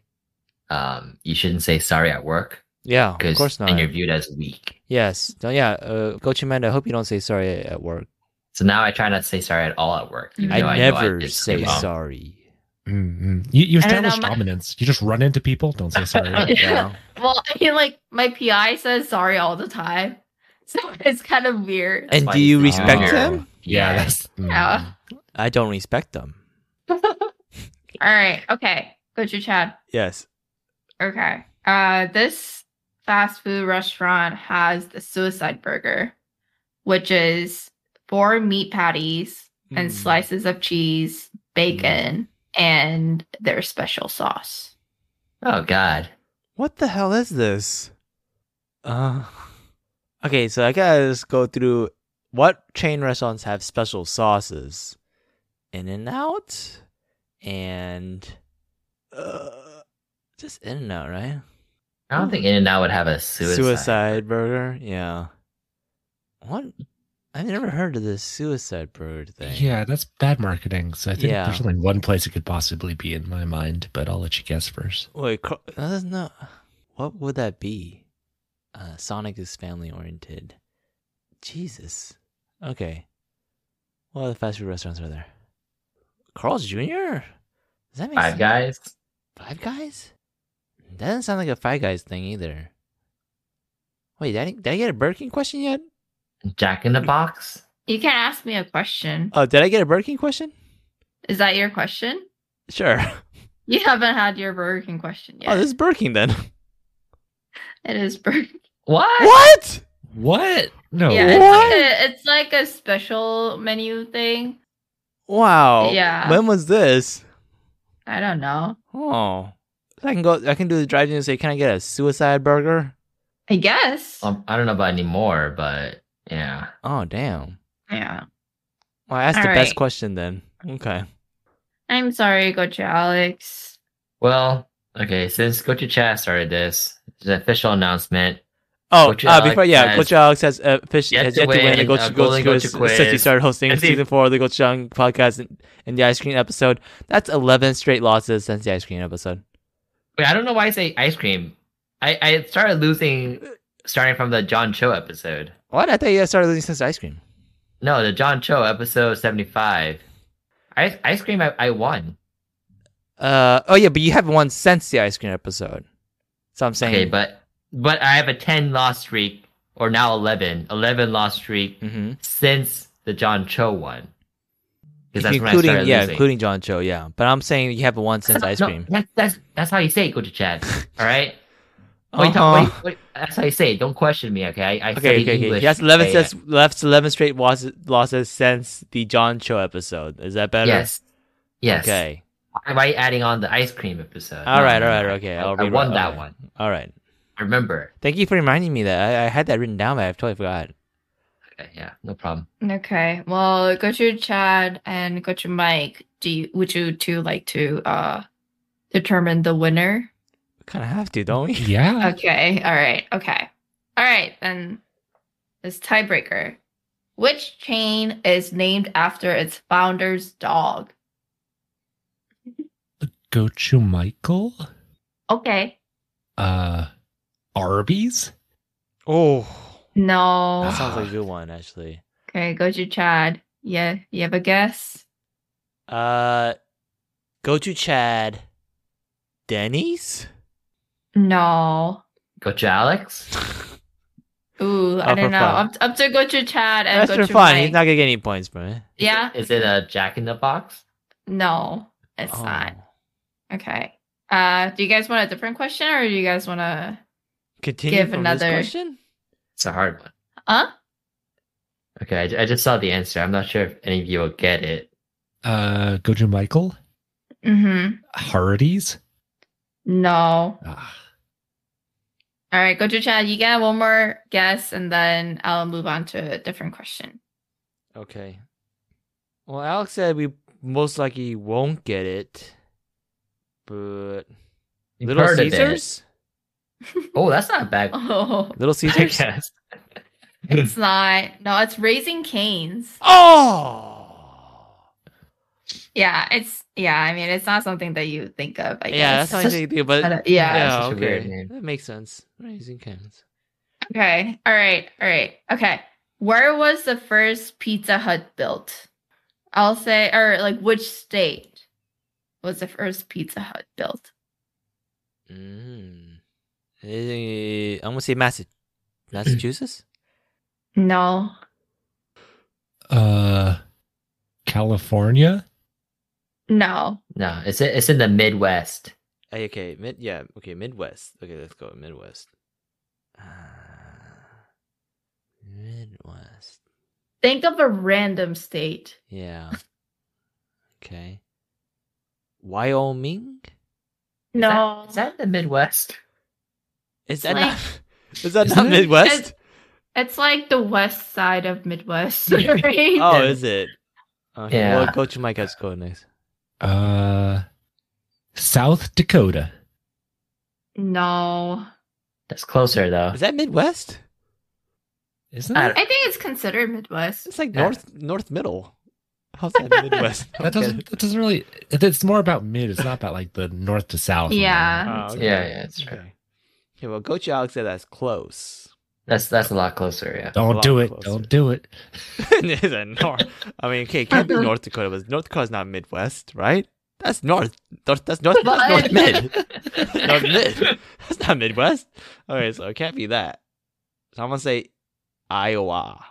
C: um, you shouldn't say sorry at work
D: Yeah, of
C: because
D: course
C: then
D: not.
C: you're viewed as weak.
D: Yes. No, yeah, uh, Coach Amanda, I hope you don't say sorry at at work.
C: So now I try not to say sorry at all at work. even
A: I
C: though
D: I
C: know
D: never
C: did
D: say
C: something wrong.
D: sorry.
E: Mm-mm. Mm, You, you
A: I don't know,
E: establish
A: my-
E: dominance. You just run into people. Don't say sorry.
D: Yeah.
A: Well, I mean, like my PI says sorry all the time, so it's kind of weird.
D: And
C: Why
D: do you
C: is that?
D: respect
C: Oh.
D: them?
E: yeah,
C: Yeah.
E: that's mm.
A: Yeah.
D: I don't respect them.
A: All right. Okay. Go to Chad.
D: Yes.
A: Okay. Uh, this fast food restaurant has the suicide burger, which is four meat patties and
D: Mm.
A: slices of cheese, bacon,
D: Hmm.
A: and their special sauce.
C: Oh God.
D: What the hell is this? Uh, okay, so I gotta just go through what chain restaurants have special sauces. In and out, and uh, just In and Out, right?
C: I don't think In and Out would have a suicide.
D: burger, yeah. What? I've never heard of this suicide burger thing.
E: Yeah, that's bad marketing. So I think
D: Yeah.
E: there's only one place it could possibly be in my mind, but I'll let you guess first.
D: Wait, cro- no, that's not. What would that be? Uh, Sonic is family oriented. Jesus. Okay. What other fast food restaurants are there? Carl's Jr. Does that make
C: Five
D: sense?
C: Guys.
D: Five Guys? Doesn't sound like a Five Guys thing either. Wait, did I, did I get a Burger King question yet?
C: Jack in
D: Mm.
C: the Box.
A: You can ask me a question.
D: Oh, did I get a Burger King question?
A: Is that your question?
D: Sure.
A: You haven't had your Burger King question yet.
D: Oh, this is Burger King then.
A: it is Burger King.
C: What?
D: what?
E: What? No.
A: yeah, it's
D: what?
A: like, a, it's like a special menu thing.
D: Wow.
A: Yeah.
D: When was this?
A: I don't know.
D: Oh. So I can go. I can do the drive-in and say, "Can I get a suicide burger?"
A: I guess.
C: Um, I don't know about anymore, but yeah.
D: Oh, damn.
A: yeah.
D: Well, I asked the
A: All
D: best
A: right.
D: question then. Okay.
A: I'm sorry, Gocha Alex.
C: Well, okay. Since Go to Chat started this, it's an official announcement.
D: Oh,
C: Coach
D: uh, before yeah,
C: Alex
D: Coach
C: has
D: Alex has uh, fish
C: yet
D: has
C: to
D: yet to win
C: win
D: the
C: a
D: Gochu
C: Golden
D: Gochu quiz
C: Gochu quiz.
D: since he started hosting
C: And the-
D: season four of the Gochu Young podcast and, and the ice cream episode. That's eleven straight losses since the ice cream episode.
C: Wait, I don't know why I say ice cream. I I started losing starting from the John Cho episode.
D: What? I thought you guys started losing since the ice cream.
C: No, the John Cho episode seventy five. Ice ice cream. I, I won.
D: Uh oh yeah, but you haven't won since the ice cream episode. So I'm saying
C: Okay, but but I have a ten loss streak, or now 11, 11 loss streak
D: hmm
C: since the John Cho one. Because that's when I
D: including
C: started
D: yeah,
C: losing.
D: including John Cho, yeah. But I'm saying you haven't won since
C: No,
D: ice
C: no,
D: cream.
C: That's that's that's how you say it, Coach Chad. All right. Wait, talk,
D: Uh-huh.
C: wait, wait, that's how you say it. Don't question me. Okay. I, I
D: Okay,
C: study
D: okay, okay.
C: English.
D: He has eleven
C: Yeah,
D: since left eleven straight losses, losses since the John Cho episode. Is that better?
C: Yes. Yes. Okay.
D: Okay.
C: Why why adding on the ice cream episode?
D: All
C: No,
D: right,
C: no,
D: all right,
C: no.
D: okay.
C: I,
D: I'll
C: I
D: rewrite-
C: won that
D: okay.
C: one.
D: All right.
C: I remember.
D: Thank you for reminding me that. I, I had that written down, but I totally forgot.
C: Okay. Yeah. No problem.
A: Okay. Well, Gochu Chad and Gochu Mike, do you, would you two like to uh determine the winner?
D: We kind of have to, don't we?
E: Yeah.
A: Okay. All right. Okay. All right. Then this tiebreaker. Which chain is named after its founder's dog?
E: Go to Michael.
A: Okay.
E: Uh, Arby's.
D: Oh,
A: No.
D: that sounds like a good one, actually.
A: Okay, Gochu Chad. Yeah, you have a guess?
D: Uh, go to Chad. Denny's.
A: No.
C: Coach Alex.
A: Ooh,
D: Oh,
A: I
D: for
A: don't know.
D: fun.
A: Up, up to Gochu Chad and
D: That's for
A: Gochu
D: fun.
A: Mike.
D: He's not gonna get any points from it.
A: yeah.
C: Is it a Jack in the Box?
A: No, it's
D: Oh.
A: not. Okay. Uh, do you guys want a different question, or do you guys want to?
D: Continue
A: Give
D: from
A: another-
D: this question.
C: It's a hard one.
A: Huh?
C: Okay. I, ju- I just saw the answer. I'm not sure if any of you will get it.
E: Uh, go to Michael.
A: Mm-hmm.
E: Hardee's.
A: No.
E: Ah,
A: All right, go to Chad. You get one more guess, and then I'll move on to a different question.
D: Okay. Well, Alex said we most likely won't get it, but
C: You've
D: Little
C: heard of it.
D: Caesars.
C: Oh, that's not a bad.
A: Oh,
D: Little
C: I
D: Caesars.
C: guess.
A: it's not. No, it's raising canes.
D: Oh.
A: Yeah, it's yeah. I mean, it's not something that you think of. I
D: yeah,
A: guess.
D: that's not anything, but
A: I
D: yeah,
A: don't- yeah.
C: Yeah, it's such a
D: okay,
C: weird name.
D: that makes sense. Raising cans.
A: Okay. All right. All right. Okay. Where was the first Pizza Hut built? I'll say, or like, which state was the first Pizza Hut built?
D: Mm. Eh, I'm gonna say Massa- Massachusetts.
A: No.
E: Uh, California.
A: No.
C: No, it's it's in the Midwest.
D: Eh, okay, mid. Yeah, okay, Midwest. Okay, let's go Midwest. Ah, Midwest.
A: Think of a random state.
D: Yeah. Okay. Wyoming.
C: Is that-
A: No.
C: is that the Midwest?
D: Is that
A: that
D: not?
A: not-
D: Is that
E: Isn't
D: not
E: it?
D: Midwest?
A: it's like the west side of Midwest.
C: Yeah.
A: Right?
D: Oh, is it? Okay.
C: Yeah.
D: Well, Coach Mike has to go next.
E: Uh, South Dakota.
A: No.
C: That's closer though.
D: Is that Midwest?
E: Isn't
C: I
E: it?
C: don't-
A: I think it's considered Midwest.
D: It's like
C: Yeah.
D: north north middle. How's that Midwest?
E: That doesn't. That doesn't really. It's more about mid. It's not about like the north to south.
A: Yeah.
E: It's-
F: Uh,
C: okay. Yeah, yeah, that's Oh, right.
D: Okay.
F: Okay, well, Gochu Alex said that's close.
C: That's that's a lot closer, yeah.
F: lot
E: Don't do it.
F: closer.
E: Don't do it.
F: It is a nor- I mean, okay, it can't be North Dakota, but North Dakota's not Midwest, right? That's North. North that's North. That's North Mid. North Mid. That's not Midwest. All right, so it can't be that. So I'm gonna say Iowa.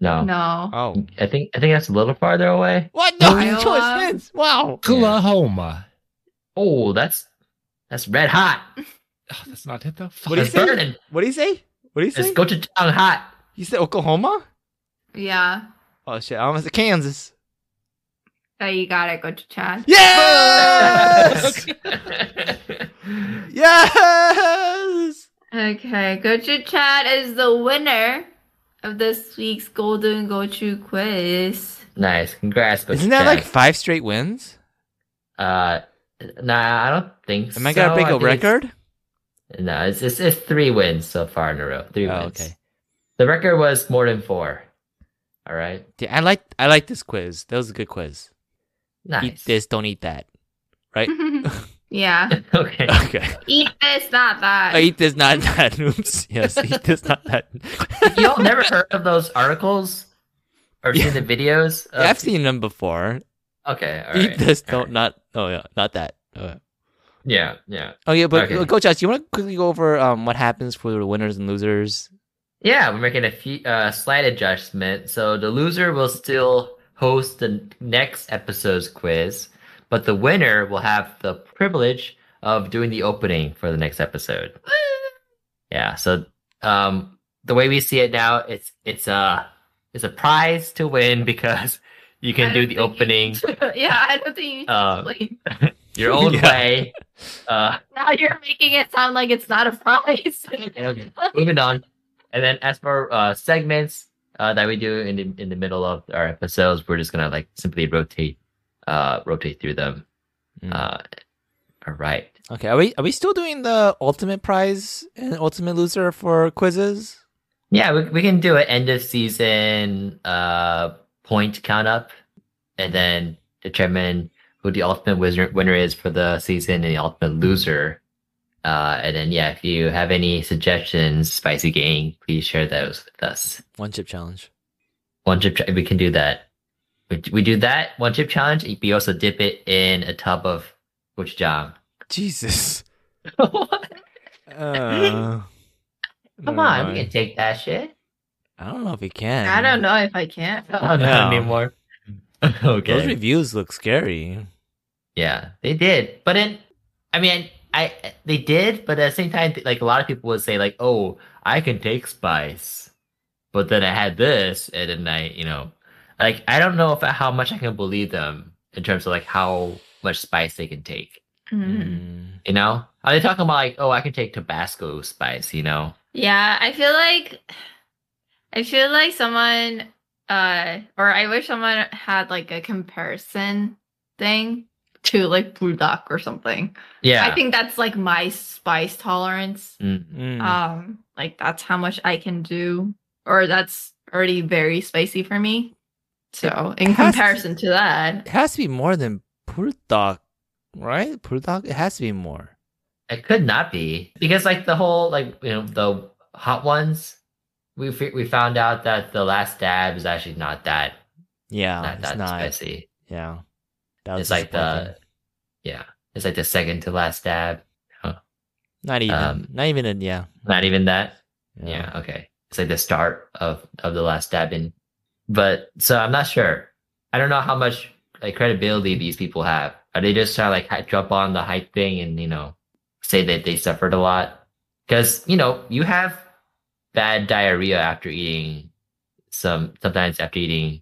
C: No.
A: No.
F: Oh,
C: I think I think that's a little farther away.
F: what? No,
A: Iowa.
F: choice wins. Wow.
E: Oklahoma.
C: Oh, that's that's red hot.
E: Oh, that's not it though.
F: What do you
C: It's
E: Fuck.
F: say?
C: burning.
F: What do you say? What do you
C: It's
F: say?
C: go to town hot.
F: You said Oklahoma?
A: Yeah.
F: Oh shit! I almost said Kansas.
A: So Oh, you gotta go to Chad.
F: Yes! yes!
A: Okay, Gochu Chad is the winner of this week's Golden Gochu quiz.
C: nice. Congrats, Coach
F: Isn't that
C: Chan.
F: like five straight wins?
C: uh nah, I don't think
F: Am I
C: so.
F: gonna break
C: I
F: a
C: think it's-
F: record?
C: No, it's, it's it's three wins so far in a row. Three
F: Oh,
C: wins.
F: okay.
C: The record was more than four. All right.
D: Yeah, I like I like this quiz. That was a good quiz. Eat
C: Nice.
D: this, don't eat that. Right?
A: yeah.
C: okay.
D: okay.
A: Eat this, not that.
D: I eat this, not that. Oops. Yes, eat this, not that.
C: Y'all never heard of those articles or
D: Yeah.
C: seen the videos?
D: Yeah,
C: of-
D: I've seen them before.
C: Okay. all
D: eat
C: right,
D: this,
C: all right.
D: don't not. Oh yeah, not that. Oh yeah,
C: Yeah. Yeah.
D: oh, yeah but
C: Okay.
D: okay. Coach, Alex, you want to quickly go over um what happens for the winners and losers?
C: Yeah, we're making a few, uh, slight adjustment. So the loser will still host the next episode's quiz, but the winner will have the privilege of doing the opening for the next episode. yeah. So um, the way we see it now, it's it's a it's a prize to win because you
A: I
C: can do
A: don't
C: the
A: think
C: opening
A: yeah, I don't think you should
C: Uh,
A: explain.
C: your own
D: Yeah.
C: way. Uh,
A: Now you're making it sound like it's not a prize.
C: Okay, okay. Moving on. And then as for uh, segments uh, that we do in the in the middle of our episodes, we're just gonna like simply rotate uh rotate through them.
D: Mm.
C: Uh, all right.
F: Okay, are we are we still doing the ultimate prize and ultimate loser for quizzes?
C: Yeah, we we can do an end of season uh point count up and then determine who the ultimate winner winner is for the season and the ultimate loser. Uh, and then yeah, if you have any suggestions, Spicy Gang, please share those with us.
D: One chip challenge.
C: one chip cha- we can do that we, we do that one chip challenge we also dip it in a tub of gochujang
F: Jesus. Uh,
C: come on we can take that shit
F: I don't know if we can.
A: I don't know if I can.
C: oh,
F: No.
C: not anymore
F: Those
C: okay
F: reviews look scary.
C: yeah they did but then i mean i they did but at the same time like a lot of people would say like oh i can take spice but then i had this and then i you know like i don't know if how much i can believe them in terms of like how much spice they can take
A: Mm.
C: You know, are they talking about like, oh, I can take Tabasco spice? You know,
A: Yeah, I feel like I feel like someone uh or I wish someone had like a comparison thing to like blue duck or something.
C: yeah.
A: I think that's like my spice tolerance.
C: Mm.
F: Mm.
A: Um like that's how much I can do or that's already very spicy for me. So in
F: has to-
A: comparison to
F: it
A: that,
F: has to be more than Purdak, right? Purdak, it has to be more.
C: it could not be because like the whole like you know the hot ones. We fi- we found out that the last dab is actually not that
F: Yeah,
C: not
F: Oh, it's
C: that
F: not.
C: spicy.
F: Yeah, that
C: It's like the yeah, it's like the second to last dab.
F: not even
C: um,
F: not even in yeah
C: Not even that. Yeah. okay. It's like the start of of the last dab in, but so I'm not sure. I don't know how much like credibility these people have. Are they just trying to like hi- jump on the hype thing and you know say that they suffered a lot? Because you know you have bad diarrhea after eating some sometimes after eating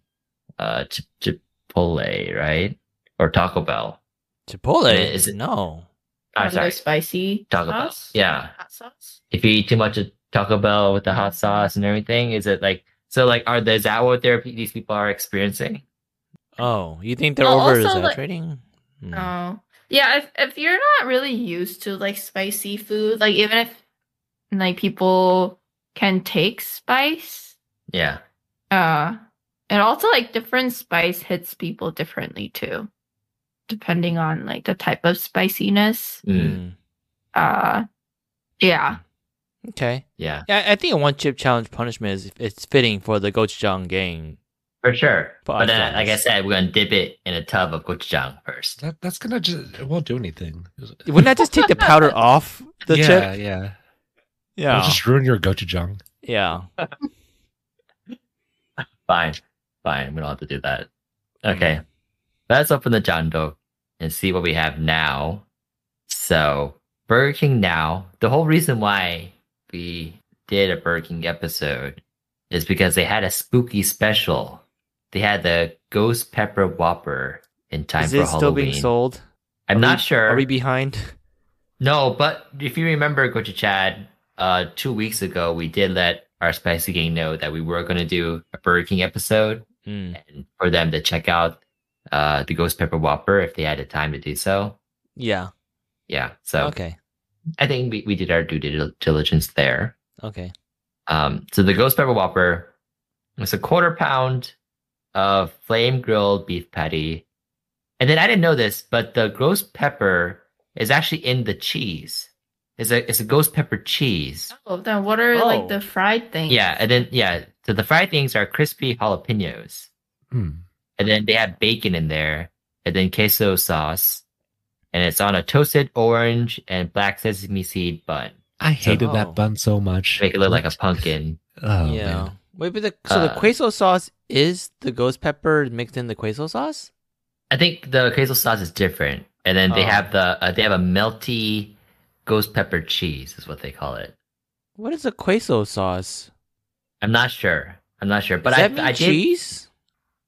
C: uh Chip- Chipotle right or Taco Bell.
D: Chipotle.
C: Yeah, is it-
D: no.
C: I'm
A: another
C: Ah, sorry,
A: spicy
C: Taco Bell.
A: sauce?
C: Yeah,
A: Hot sauce?
C: if you eat too much of Taco Bell with the hot sauce and everything? Is it like so? Like, are the, is that what therapy these people are experiencing?
D: Oh, you think they're
A: Well,
D: over
A: also, like-
D: exaggerating? Mm.
C: um,
A: Oh. Yeah, if if you're not really used to like spicy food, like even if like people can take spice,
C: Yeah,
A: uh and also like different spice hits people differently too,
D: Hmm.
A: depending on like the type of spiciness.
C: Mm.
D: Mm.
A: Uh Yeah.
D: Okay.
C: Yeah,
D: Yeah, I think a one chip challenge punishment is it's fitting for the gochujang gang.
C: for sure.
D: Five
C: But uh, like I
D: dollars.
C: said, we're gonna dip it in a tub of gochujang first.
E: That, that's gonna just it won't do anything.
D: Wouldn't that just take the powder off the
E: yeah,
D: chip?
E: yeah.
D: Yeah.
E: It'll just ruin your gochujang.
D: yeah.
C: Fine, fine. We don't have to do that.
D: Mm-hmm.
C: Okay, let's open the jando and see what we have now. So Burger King now. The whole reason why we did a Burger King episode is because they had a spooky special. They had the ghost pepper whopper in time
D: Is
C: for
D: it
C: Halloween.
D: still being sold?
C: I'm
D: Are
C: not
D: we-
C: sure.
D: Are we behind?
C: No, but if you remember, Gocha Chad, uh, two weeks ago, we did let our spicy gang know that we were going to do a Burger King episode
D: Mm.
C: and for them to check out uh, the Ghost Pepper Whopper if they had the time to do so.
D: Yeah.
C: Yeah. So
D: Okay.
C: I think we, we did our due dil- diligence there.
D: Okay.
C: Um, so the Ghost Pepper Whopper was a quarter pound of flame grilled beef patty. And then I didn't know this, but the ghost pepper is actually in the cheese. It's a it's a ghost pepper cheese.
A: Oh, then what are
D: Oh.
A: like the fried things?
C: Yeah, and then yeah, so the fried things are crispy jalapenos.
E: Hmm.
C: And then they have bacon in there, and then queso sauce. And it's on a toasted orange and black sesame seed bun.
E: I hated
D: Oh.
E: that bun so much.
C: Make it look like a pumpkin.
E: Oh
D: yeah.
E: man.
D: Wait, but the so the
C: Uh,
D: queso sauce is the ghost pepper mixed in the queso sauce?
C: I think the queso sauce is different, and then they
D: Oh.
C: have the uh, they have a melty ghost pepper cheese is what they call it.
D: What is a queso sauce?
C: I'm not sure. I'm not sure, but
D: Does
C: I
D: that mean
C: I
D: cheese?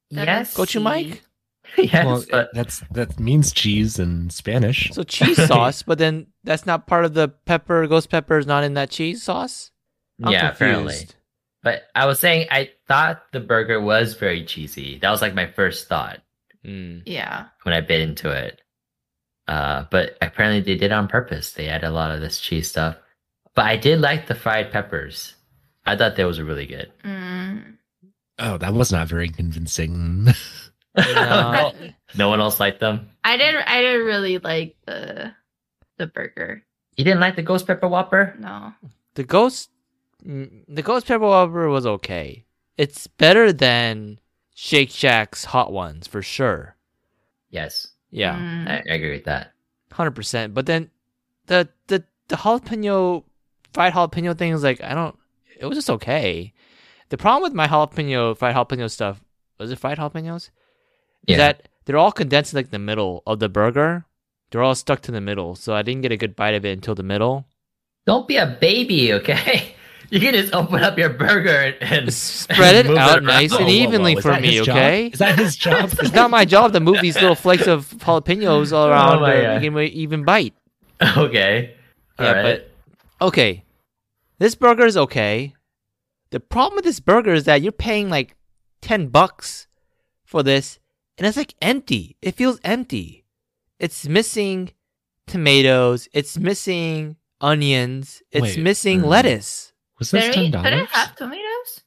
C: did
A: That
C: yes
A: is
D: Gochu Mike?
C: yes,
E: Well,
C: but
E: that's that means cheese in Spanish.
D: So cheese sauce, but then that's not part of the pepper. Ghost pepper is not in that cheese sauce. I'm
C: yeah, apparently.
D: confused.
C: But I was saying I thought the burger was very cheesy. That was like my first thought Hmm.
D: Mm.
A: Yeah.
C: when I bit into it. Uh, but apparently they did it on purpose. They added a lot of this cheese stuff. But I did like the fried peppers. I thought those were really good.
A: Mm.
E: oh, that was not very convincing.
D: Yeah.
C: no one else liked them.
A: I didn't. I didn't really like the the burger.
C: You didn't like the ghost pepper whopper?
A: No.
D: The ghost, mm, the ghost pepper whopper was okay. It's better than Shake Shack's hot ones for sure.
C: Yes,
D: Yeah,
A: Mm.
C: I, I agree with that.
D: hundred percent. But then, the the the jalapeno fried jalapeno thing is like I don't. It was just okay. The problem with my jalapeno fried jalapeno stuff was it fried jalapenos?
C: Yeah,
D: is that they're all condensed in like the middle of the burger. They're all stuck to the middle, so I didn't get a good bite of it until the middle.
C: Mm. don't be a baby, okay? You can just open up your burger and
D: Spread it
C: Move it
D: out
C: around.
D: nice
C: Whoa,
D: and
C: whoa, whoa.
D: evenly
E: Is
D: for
E: that
D: me,
E: his job?
D: okay?
E: Is that his job?
D: It's not my job to move these little flakes of jalapenos
C: Oh,
D: all around
C: my
D: and
C: God.
D: make an even bite.
C: okay.
D: Yeah, Okay, this burger is okay. The problem with this burger is that you're paying like ten bucks for this, and it's like empty. It feels empty. It's missing tomatoes. It's missing onions. It's
E: Wait,
D: missing
C: mm.
D: lettuce.
E: Was this
A: Did
E: ten
A: it, did
E: dollars?
A: it e-, have tomatoes?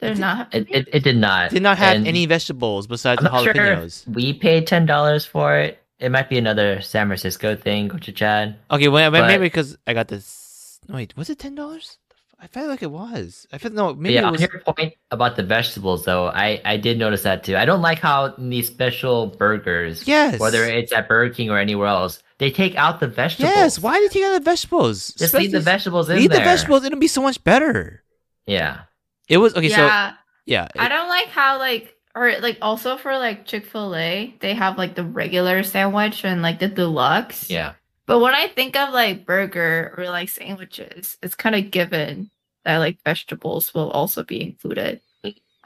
A: Did it not have
C: It,
A: tomatoes?
C: it, it did not.
D: Did not have
C: And
D: any vegetables besides
C: I'm
D: the
C: not sure
D: jalapenos.
C: if we paid ten dollars for it. It might be another San Francisco thing, go to Chad.
D: Okay, well,
C: But-
D: maybe because I got this. Wait, was it ten dollars? I felt like it was. I felt no.
C: But
D: Maybe
C: yeah,
D: it was.
C: on your point about the vegetables, though, I, I did notice that too. I don't like how in these special burgers,
D: Yes.
C: whether it's at Burger King or anywhere else, they take out the vegetables.
D: Yes. Why did you take out the vegetables?
C: Just leave the
D: Especially-
C: vegetables in
D: Leave
C: there.
D: the vegetables. It'll be so much better.
C: Yeah.
D: It was okay. So
A: yeah.
D: yeah,
A: I don't like how like or like also for like Chick-fil-A, they have like the regular sandwich and like the deluxe.
C: Yeah.
A: But when I think of like burger or like sandwiches, it's kind of given that like vegetables will also be included.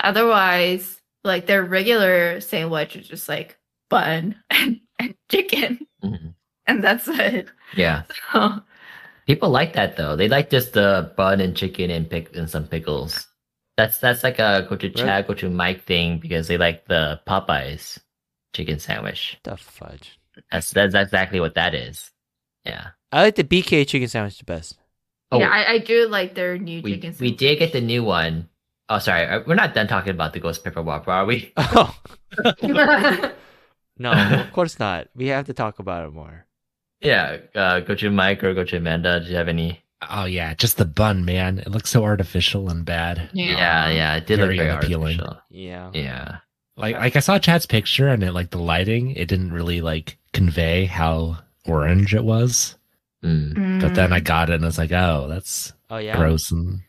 A: Otherwise, like their regular sandwich is just like bun and, and chicken,
C: Mhm.
A: and that's it.
C: Yeah. Oh.
A: So,
C: People like that though. They like just the bun and chicken and pick and some pickles. That's that's like a go to Chad, go to Mike thing because they like the Popeyes chicken sandwich.
D: the fudge.
C: That's that's exactly what that is. Yeah.
D: I like the BK chicken sandwich the best.
C: Oh,
A: yeah, I, I do like their new
C: we
A: chicken.
C: we did get the new one. Oh, sorry, uh, we're not done talking about the Ghost Pepper Whopper, are we?
D: Oh
A: sandwich.
D: no, of course not. We have to talk about it more.
C: Yeah. Uh, go to Mike or go to Amanda. Do you have any
E: Oh yeah, just the bun, man. It looks so artificial and bad.
A: Yeah.
C: Yeah, yeah, it did
E: Very
C: look very
E: unappealing.
C: artificial.
D: Yeah.
C: Yeah,
E: Like like I saw Chad's picture and it like the lighting, it didn't really like convey how orange it was.
C: Mm.
E: But then I got it and I was like, oh, that's
D: Oh yeah.
E: gross and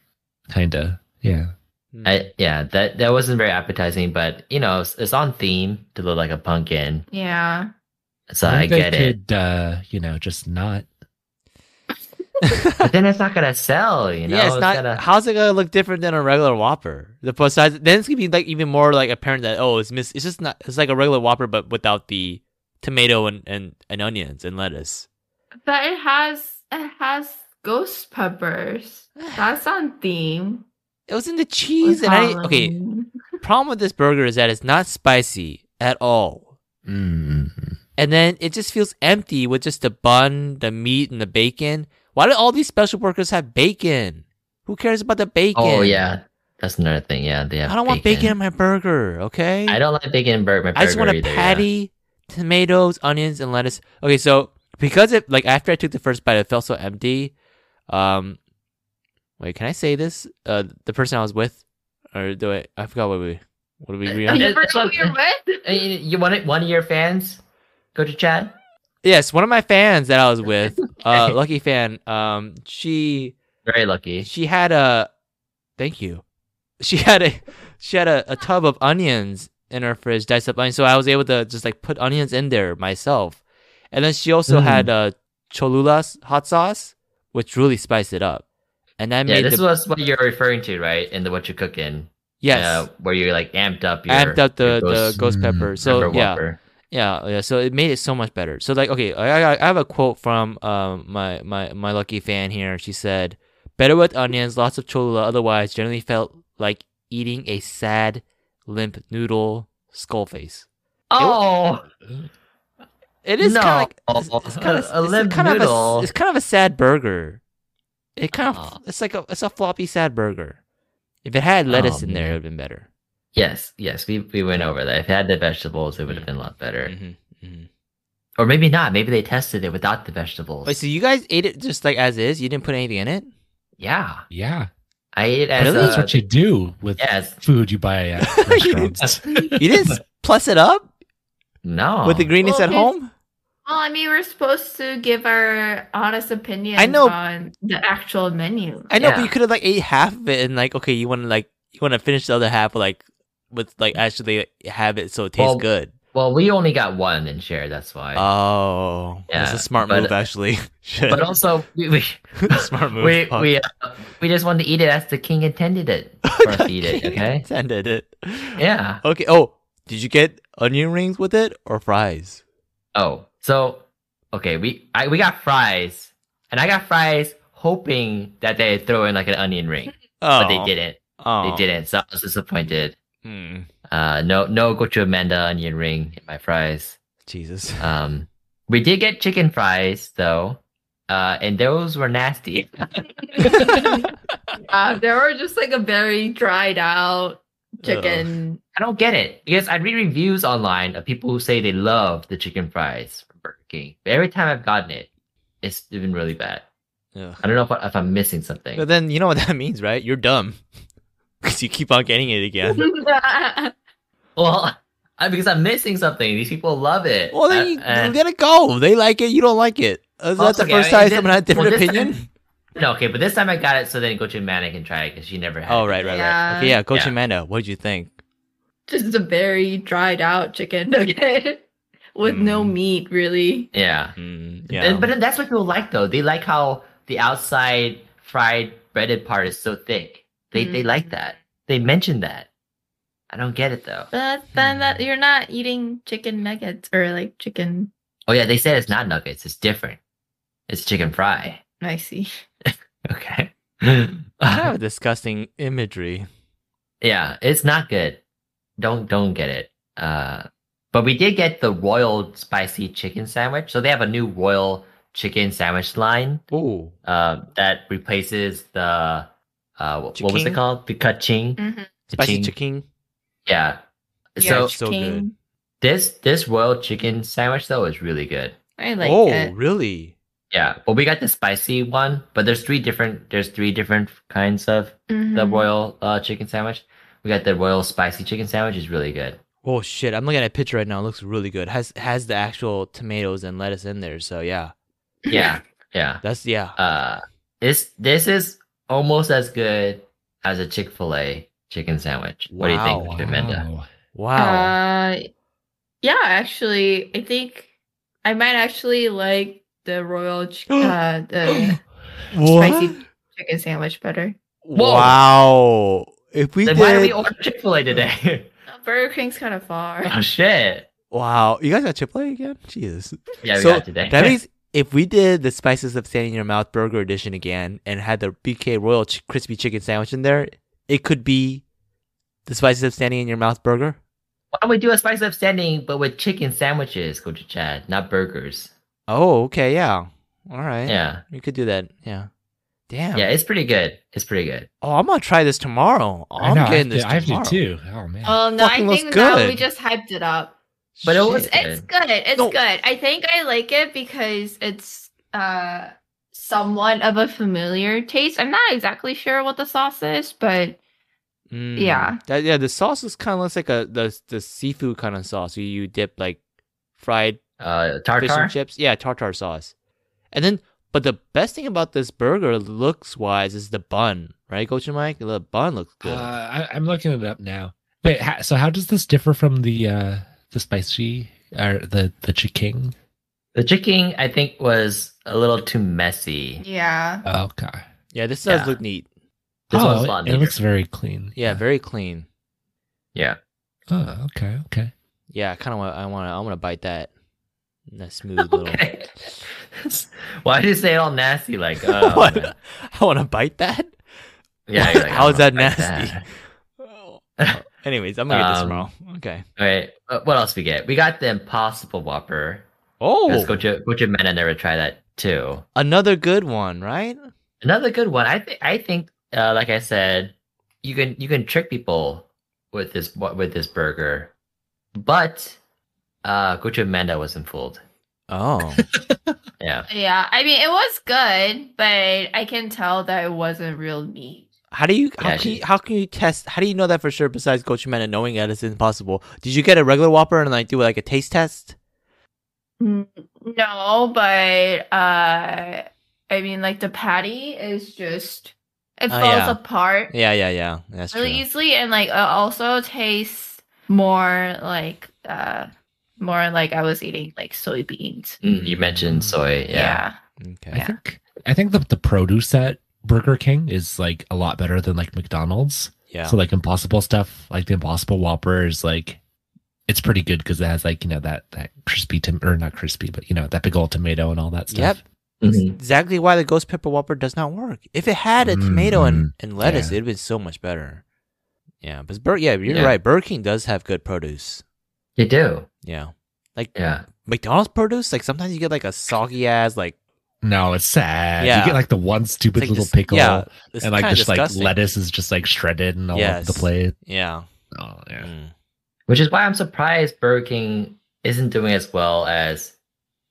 E: kinda yeah.
D: Hmm.
C: I, yeah, that that wasn't very appetizing, but you know, it's, it's on theme to look like a pumpkin,
A: yeah.
C: so I,
E: think they
C: get it.
E: could, Uh, you know, just not.
C: But then it's not gonna sell, you know.
D: yeah, it's not.
C: gonna-
D: How's it gonna look different than a regular Whopper? The besides, then it's gonna be like even more like apparent that oh, it's miss. It's just not. It's like a regular Whopper, but without the tomato and and, and onions and lettuce.
A: But it has it has ghost peppers. That's on theme.
D: It was in the cheese and I didn't- okay.
A: Halloween.
D: Problem with this burger is that it's not spicy at all,
E: Mm.
D: and then it just feels empty with just the bun, the meat, and the bacon. Why do all these special workers have bacon? Who cares about the bacon?
C: oh yeah, that's another thing. Yeah, they have.
D: I don't want bacon in my burger. Okay.
C: I don't like bacon in bur- my burger.
D: I just want a
C: either, yeah.
D: patty, tomatoes, onions, and lettuce. Okay, so because it like after I took the first bite, it felt so empty. Um, wait, can I say this? Uh, the person I was with, or do I? I forgot what we what did we agree on.
A: You
C: Yeah,
A: forgot
C: that's what-
A: who you're with?
C: Uh, You, you want it? One of your fans? Go to chat.
D: yes, one of my fans that I was with, uh, lucky fan. Um, she
C: Very lucky.
D: she had a thank you she had a she had a, a tub of onions in her fridge diced up onions so i was able to just like put onions in there myself and then she also
C: Mm.
D: had uh cholula's hot sauce which really spiced it up and that
C: Yeah,
D: made
C: this
D: the
C: was what you're referring to, right? In the what you're cooking.
D: yes
C: where you like amped up. Your,
D: amped up
C: your
D: the the ghost
E: Mm,
D: pepper so
C: pepper
D: yeah
C: whopper.
D: Yeah, oh, yeah. So it made it so much better. So like, okay, I, I I have a quote from um my my my lucky fan here. She said, "Better with onions, lots of cholula. Otherwise, generally felt like eating a sad, limp noodle skull face.
C: Oh,
D: It is
C: No.
D: kind of like it's, it's kind of
C: A limp
D: kind of a,
C: noodle.
D: it's kind of a sad burger. It kind of
C: Aw.
D: it's like a it's a floppy sad burger. If it had lettuce
C: Oh,
D: in there, it
C: man.
D: would have been better.
C: yes, yes. We we went over that. If it had the vegetables, it would have been a lot better.
D: Mm-hmm.
C: Or maybe not. Maybe they tested it without the vegetables.
D: Wait, so you guys ate it just like as is? You didn't put anything in it?
C: yeah,
E: Yeah,
C: I ate it as
D: Really?
C: a,
E: that's what you do with
C: yes.
E: food you buy at restaurants.
D: You didn't plus it up
C: No,
D: with the greenness
A: Well,
D: at
A: here's-
D: home?
A: Well, I mean, we're supposed to give our honest opinions
D: I know-
A: on the actual menu.
D: I know, but
C: Yeah.
D: you could have like ate half of it and like, okay, you want to like you want to finish the other half, like with like actually like, have it so it tastes
C: Well-
D: good.
C: Well, we only got one and shared. That's why.
D: Oh, that's
C: Yeah,
D: a smart
C: but-
D: move, actually. Shit.
C: but also, we we
D: smart move.
C: we,
D: fuck.
C: we, uh, we just wanted to eat it as the king intended it for us to eat it. Okay.
D: Intended it.
C: Yeah.
D: Okay. Oh, did you get onion rings with it or fries?
C: Oh, so okay, we I we got fries, and I got fries hoping that they throw in like an onion ring,
D: Oh,
C: but they didn't.
D: Oh.
C: They didn't. So I was disappointed.
D: Hmm.
C: Uh, no, no, go to Amanda onion ring in my fries.
D: Jesus.
C: Um, we did get chicken fries though, uh, and those were nasty.
A: Uh, there were just like a very dried out chicken.
C: I don't get it because I read reviews online of people who say they love the chicken fries from Burger King. But every time I've gotten it, it's been really bad.
D: Ugh.
C: I don't know if, I, if I'm missing something.
D: But then you know what that means, right? You're dumb because you keep on getting it again.
C: Well, I, because I'm missing something. These people love it.
D: Well, then
C: Uh,
D: you,
C: and-
D: let it go. They like it. You don't like it. Is that
C: Also,
D: the
C: okay,
D: first
C: I-
D: time
C: this-
D: someone had a different
C: well, this
D: opinion?
C: time- no, okay, but this time I got it, so then go to Manic and try it because she never had.
D: Oh
C: it.
D: right, right, right.
A: Yeah.
D: Okay, yeah. Coach
C: Yeah.
D: Amanda, what did you think?
A: just a very dried out chicken nugget with no
D: Mm.
A: meat, really.
C: Yeah,
D: Mm,
C: And- but then that's what people like though. They like how the outside fried breaded part is so thick. They they
A: Mm.
D: Mm-hmm.
C: like that. They mentioned that. I don't get it though.
A: But then that you're not eating chicken nuggets or like chicken.
C: Oh yeah, they said it's not nuggets. It's different. It's chicken fry.
A: I see.
C: Okay.
D: kind of a disgusting imagery.
C: Yeah, it's not good. Don't don't get it. Uh, but we did get the royal spicy chicken sandwich. So they have a new royal chicken sandwich line
D: Ooh.
C: uh, that replaces the uh, wh- what was
D: Chicken?
C: it called? The kaching.
A: Mhm.
D: Spicy
C: Kaching.
D: chicken.
C: Yeah.
A: Yeah,
C: So
D: it's so good.
A: chicken.
C: this this royal chicken sandwich though is really good.
A: I like
D: oh,
A: it.
D: really?
C: Yeah, well, we got the spicy one, but there's three different. There's three different kinds of the
A: Mhm.
C: royal uh, chicken sandwich. We got the royal spicy chicken sandwich. is really good.
D: Oh shit! I'm looking at a picture right now. It looks really good. Has has the actual tomatoes and lettuce in there. So yeah,
C: Yeah, yeah.
D: that's yeah.
C: Uh, this this is almost as good as a Chick Fil A chicken sandwich. What do you
D: Wow.
C: think, Amanda?
E: Wow.
D: Wow.
A: Uh, yeah, actually, I think I might actually like the royal ch- uh, the spicy chicken sandwich better.
C: Whoa.
F: Wow. If we
C: Then
F: did,
C: why did we order Chick Fil A today?
A: Uh, Burger King's kind of far.
C: oh shit!
F: wow, you guys got Chick Fil A again? Jesus,
C: Yeah, we
F: So,
C: got it today.
F: that means if we did the spices of standing in your mouth burger edition again and had the BK Royal ch- crispy chicken sandwich in there, it could be the spices of standing in your mouth burger.
C: why don't we do a spice up standing, but with chicken sandwiches, Coach Chad, not burgers.
F: Oh, okay, yeah, all right,
C: Yeah,
F: we could do that. Yeah, damn.
C: yeah, it's pretty good. It's pretty good.
F: Oh, I'm gonna try this tomorrow.
E: I
F: I'm
E: know, I
F: getting
E: have
F: this
E: to, I have
F: tomorrow.
E: to too. Oh man.
A: Well, no, I
F: Fucking looks
A: think that we
F: good.
A: just hyped it up.
C: But it was
A: It's, it's
C: good.
A: good. It's
F: No.
A: good. I think I like it because it's uh somewhat of a familiar taste. I'm not exactly sure what the sauce is, but
D: Mm.
A: Yeah.
D: That yeah. The sauce is kind of looks like a the the seafood kind of sauce. You you dip like fried
C: Uh,
D: fish
C: tartar.
D: and chips. Yeah, tartar sauce. And then, but the best thing about this burger, looks wise, is the bun, right, Coach Mike? The bun looks
E: Uh,
D: good.
E: I, I'm looking it up now. Wait, ha, so how does this differ from the uh the spicy or the the chicken?
C: The chicken, I think, was a little too messy.
A: yeah.
E: Okay.
D: yeah, this does
C: yeah.
D: look neat.
C: This one's
E: oh,
C: a lot
E: it, it
C: neater.
E: looks very clean.
D: Yeah, very clean.
C: Yeah.
E: Oh, okay, okay.
D: Yeah, I kind of want. I want. to I want to bite that. That smooth little.
C: Okay. Why did you say it all nasty? Like, oh,
D: what?
C: man.
D: I want to bite that.
C: yeah. you're like,
D: How
C: oh,
D: is that
C: fuck
D: nasty?
C: that.
D: Oh. Anyways, I'm gonna get this
C: Um,
D: tomorrow. Okay.
C: All right. uh, What else we get? We got the Impossible Whopper.
D: Oh,
C: Let's go to go to men and never try that too.
D: another good one, right?
C: Another good one. I think. I think. Uh, like I said, you can you can trick people with this with this burger, but uh, Gocho Amanda wasn't fooled.
D: Oh,
C: Yeah.
A: Yeah. I mean it was good, but I can tell that it wasn't real meat.
D: how do you how
C: Yeah,
D: can
C: she-
D: you, how can you test? How do you know that for sure? Besides Coach Man and knowing that it's impossible, did you get a regular Whopper and like do like a taste test?
A: Mm, No, but uh I mean like the patty is just it
D: Oh,
A: falls
D: yeah.
A: apart
D: Yeah, yeah, yeah. That's
A: really
D: true.
A: easily and like it also tastes more like uh more like I was eating like soybeans.
C: Mm, You mentioned soy. Yeah.
D: Okay.
E: I think I think the the produce at Burger King is like a lot better than like McDonald's.
D: Yeah.
E: So like impossible stuff, like the impossible whopper is like it's pretty good because it has like, you know, that that crispy tom- or not crispy, but you know, that big old tomato and all that stuff.
D: Yep.
C: Mhm.
D: Exactly why the ghost pepper whopper does not work. If it had a tomato and, and lettuce, it'd been so much better. Yeah, but Bur- yeah, you're
C: Yeah.
D: right. Burger King does have good produce.
C: They do.
D: Yeah, like
C: Yeah.
D: McDonald's produce. Like sometimes you get like a soggy ass like
E: No, it's sad.
D: Yeah.
E: You get like the one stupid
D: like
E: little
D: this-
E: pickle
D: Yeah, it's
E: and like
D: kinda
E: just
D: disgusting.
E: like lettuce is just like shredded and all over
D: Yes.
E: the plate.
D: Yeah.
E: Oh yeah.
D: Mm.
C: Which is why I'm surprised Burger King isn't doing as well as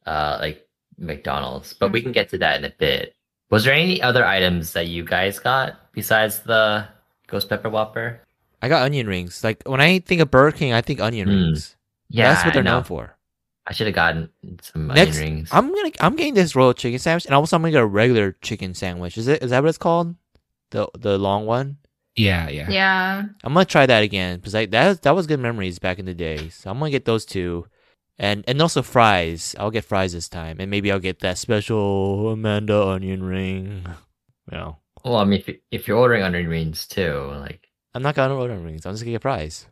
C: uh like McDonald's. But we can get to that in a bit. Was there any other items that you guys got besides the ghost pepper whopper?
D: I got onion rings. Like when I think of Burger King, I think onion
C: Mm.
D: rings.
C: Yeah,
D: that's what they're
C: I know.
D: known for.
C: I should have gotten some
D: Next-
C: onion rings.
D: I'm gonna I'm getting this royal chicken sandwich, and also I'm gonna get a regular chicken sandwich. Is it is that what it's called? The the long one.
E: Yeah,
A: Yeah.
E: yeah.
A: Yeah.
D: I'm gonna try that again because like that that was good memories back in the day. So I'm gonna get those two, and and also fries. I'll get fries this time, and maybe I'll get that special Amanda onion ring. You know,
C: well, I mean, if, you- if you're ordering onion rings too, like,
D: I'm not gonna order onion rings. I'm just gonna get fries.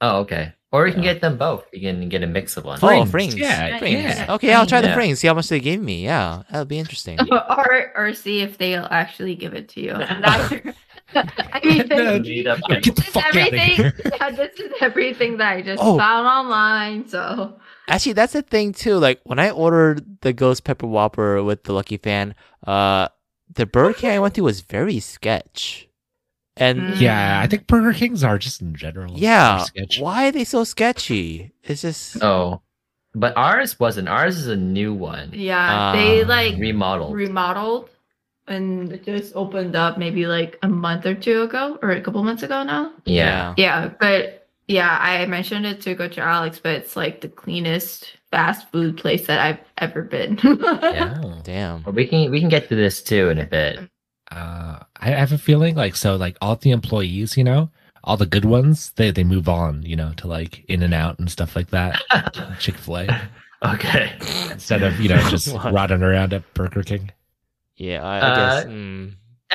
C: oh, okay. Or you can
D: Yeah.
C: get them both. You can get a mix of one.
D: Oh,
E: Frings,
D: frings.
E: yeah,
D: frings.
A: yeah.
D: Okay, I'll try the
C: Yeah.
D: frings. See how much they give me. Yeah, that'll be interesting.
A: or or see if they'll actually give it to you. Neither- I mean,
E: No,
A: this,
C: Need a-
D: Oh.
E: Get the
A: this is
E: fuck out of
A: everything.
E: here.
A: Yeah, this is everything that I just
D: Oh.
A: found online. So
D: Actually, that's the thing too. Like when I ordered the ghost pepper whopper with the lucky fan, uh, the Burger King I went to was very sketch, and
A: Mm.
E: Yeah, I think Burger Kings are just in general.
D: yeah,
E: sketch.
D: why are they so sketchy? It's just
C: Oh, But ours wasn't. Ours is a new one,
A: Yeah, they
D: Ah,
A: like
C: remodeled.
A: remodeled and it just opened up maybe like a month or two ago or a couple months ago now.
C: yeah.
A: Yeah, but yeah, I mentioned it to go to Alex, but it's like the cleanest fast food place that I've ever been.
C: yeah.
D: Damn.
C: But we can we can get to this too in a bit.
E: Uh, I have a feeling like so like all the employees, you know, all the good ones, they they move on, you know, to like In and Out and stuff like that, Chick Fil A,
C: okay.
E: instead of you know just
D: What?
E: rotting around at Burger King.
D: Yeah, I, I
C: Uh,
D: guess. Mm,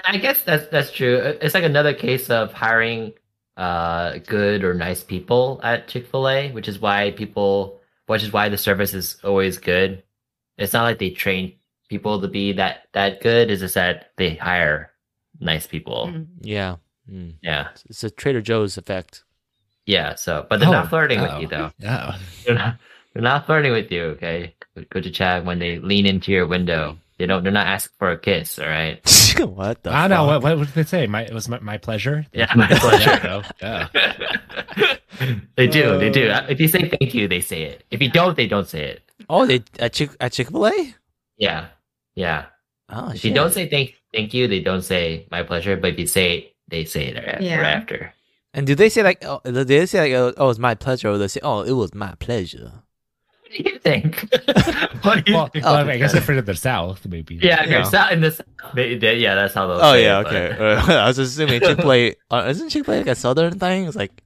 C: I guess that's that's true. Uh, It's like another case of hiring uh good or nice people at Chick-fil-A, which is why people which is why the service is always good. It's not like they train people to be that that good, it's just that they hire nice people.
A: Mm-hmm.
D: yeah. Mm.
C: Yeah.
D: It's- It's a Trader Joe's effect.
C: Yeah. So but they're
E: Oh,
C: not flirting
E: oh,
C: with you though.
E: Yeah.
C: They're not they're not flirting with you, okay? Go to chat when they lean into your window. They don't they're not asking for a kiss, all right?
F: what the
E: I don't know
F: fuck?
E: what what did they say? My it was my, my pleasure.
C: Yeah, my
E: Yeah,
C: pleasure.
E: though. Yeah.
C: they do, they do.
F: Uh,
C: If you say thank you, they say it. If you don't, they don't say it.
F: Oh, they at Chick at Chick Fil A.
C: Yeah, yeah.
F: Oh,
C: If
F: shit.
C: you don't say thank thank you, they don't say my pleasure. But if you say it, they say it right,
A: Yeah.
C: right after.
F: And do they say like, oh, do they say like, oh, oh, it's my pleasure, or they say, oh, it was my pleasure?
C: What do you think? what do you
E: Well,
C: think?
F: Oh,
E: well, I guess if you're in the south, maybe.
C: yeah, if you're
F: Yeah.
C: sou- in the south, they- they- yeah, that's how they'll
F: Oh
C: say
F: yeah,
C: it, but-
F: okay. Uh, I was assuming Chick Fil A uh, isn't Chick Fil A like a southern thing? It's like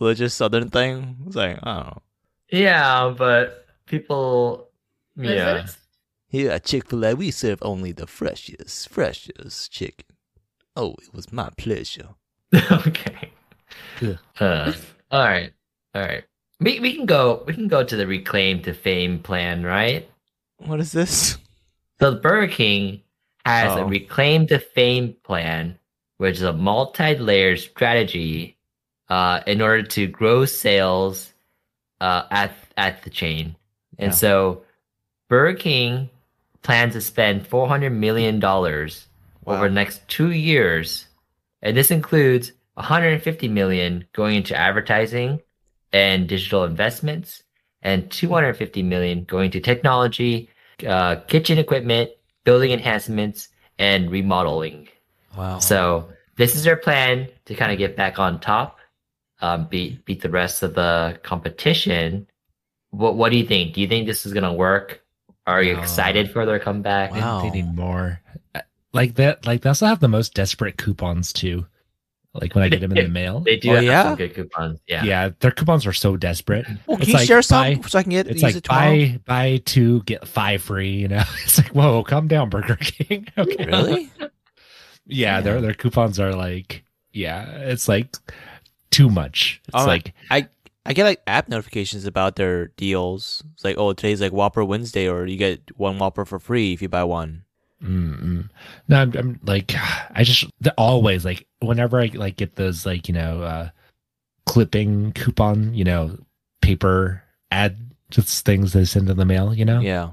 F: religious southern thing. It's like I don't know.
C: yeah, but people, yeah.
F: Here at Chick Fil A, we serve only the freshest, freshest chicken. Oh, it was my pleasure.
C: okay.
E: Ugh.
C: Uh, all right. All right. We we can go we can go to the reclaim to fame plan, right?
F: What is this?
C: So Burger King has a
F: Oh.
C: reclaim to fame plan, which is a multi-layered strategy uh, in order to grow sales uh, at at the chain. And
F: Yeah.
C: so Burger King plans to spend four hundred million dollars over the next two years, and this includes 150 million going into advertising and digital investments, and 250 million going to technology, uh, kitchen equipment, building enhancements, and remodeling.
F: Wow.
C: So this is their plan to kind of get back on top, um, beat beat the rest of the competition. What What do you think? Do you think this is gonna work? Are you
E: No.
C: excited for their comeback?
E: They-
F: Wow.
E: They need more. Uh, Like that. Like they also have the most desperate coupons too. Like when I get them in the mail.
C: They do
F: Oh,
C: have
F: yeah?
C: some good coupons.
E: yeah. their coupons are so desperate.
F: Well,
E: It's
F: Oh, can you
E: like
F: share some
E: buy-
F: so I can get
E: It's
F: use
E: like
F: it tomorrow?
E: buy buy two get five free. You know, it's like whoa, calm down, Burger King. Okay.
F: Really?
E: Yeah, their their coupons are like yeah, it's like too much. It's
F: All right.
E: like
F: I get like app notifications about their deals. It's like, oh, today's like Whopper Wednesday, or you get one Whopper for free if you buy one.
E: Mm-mm. No, I'm, I'm like, I just the, always like whenever I like get those like you know uh clipping coupon, you know, paper ad just things they send in the mail, you know.
F: Yeah.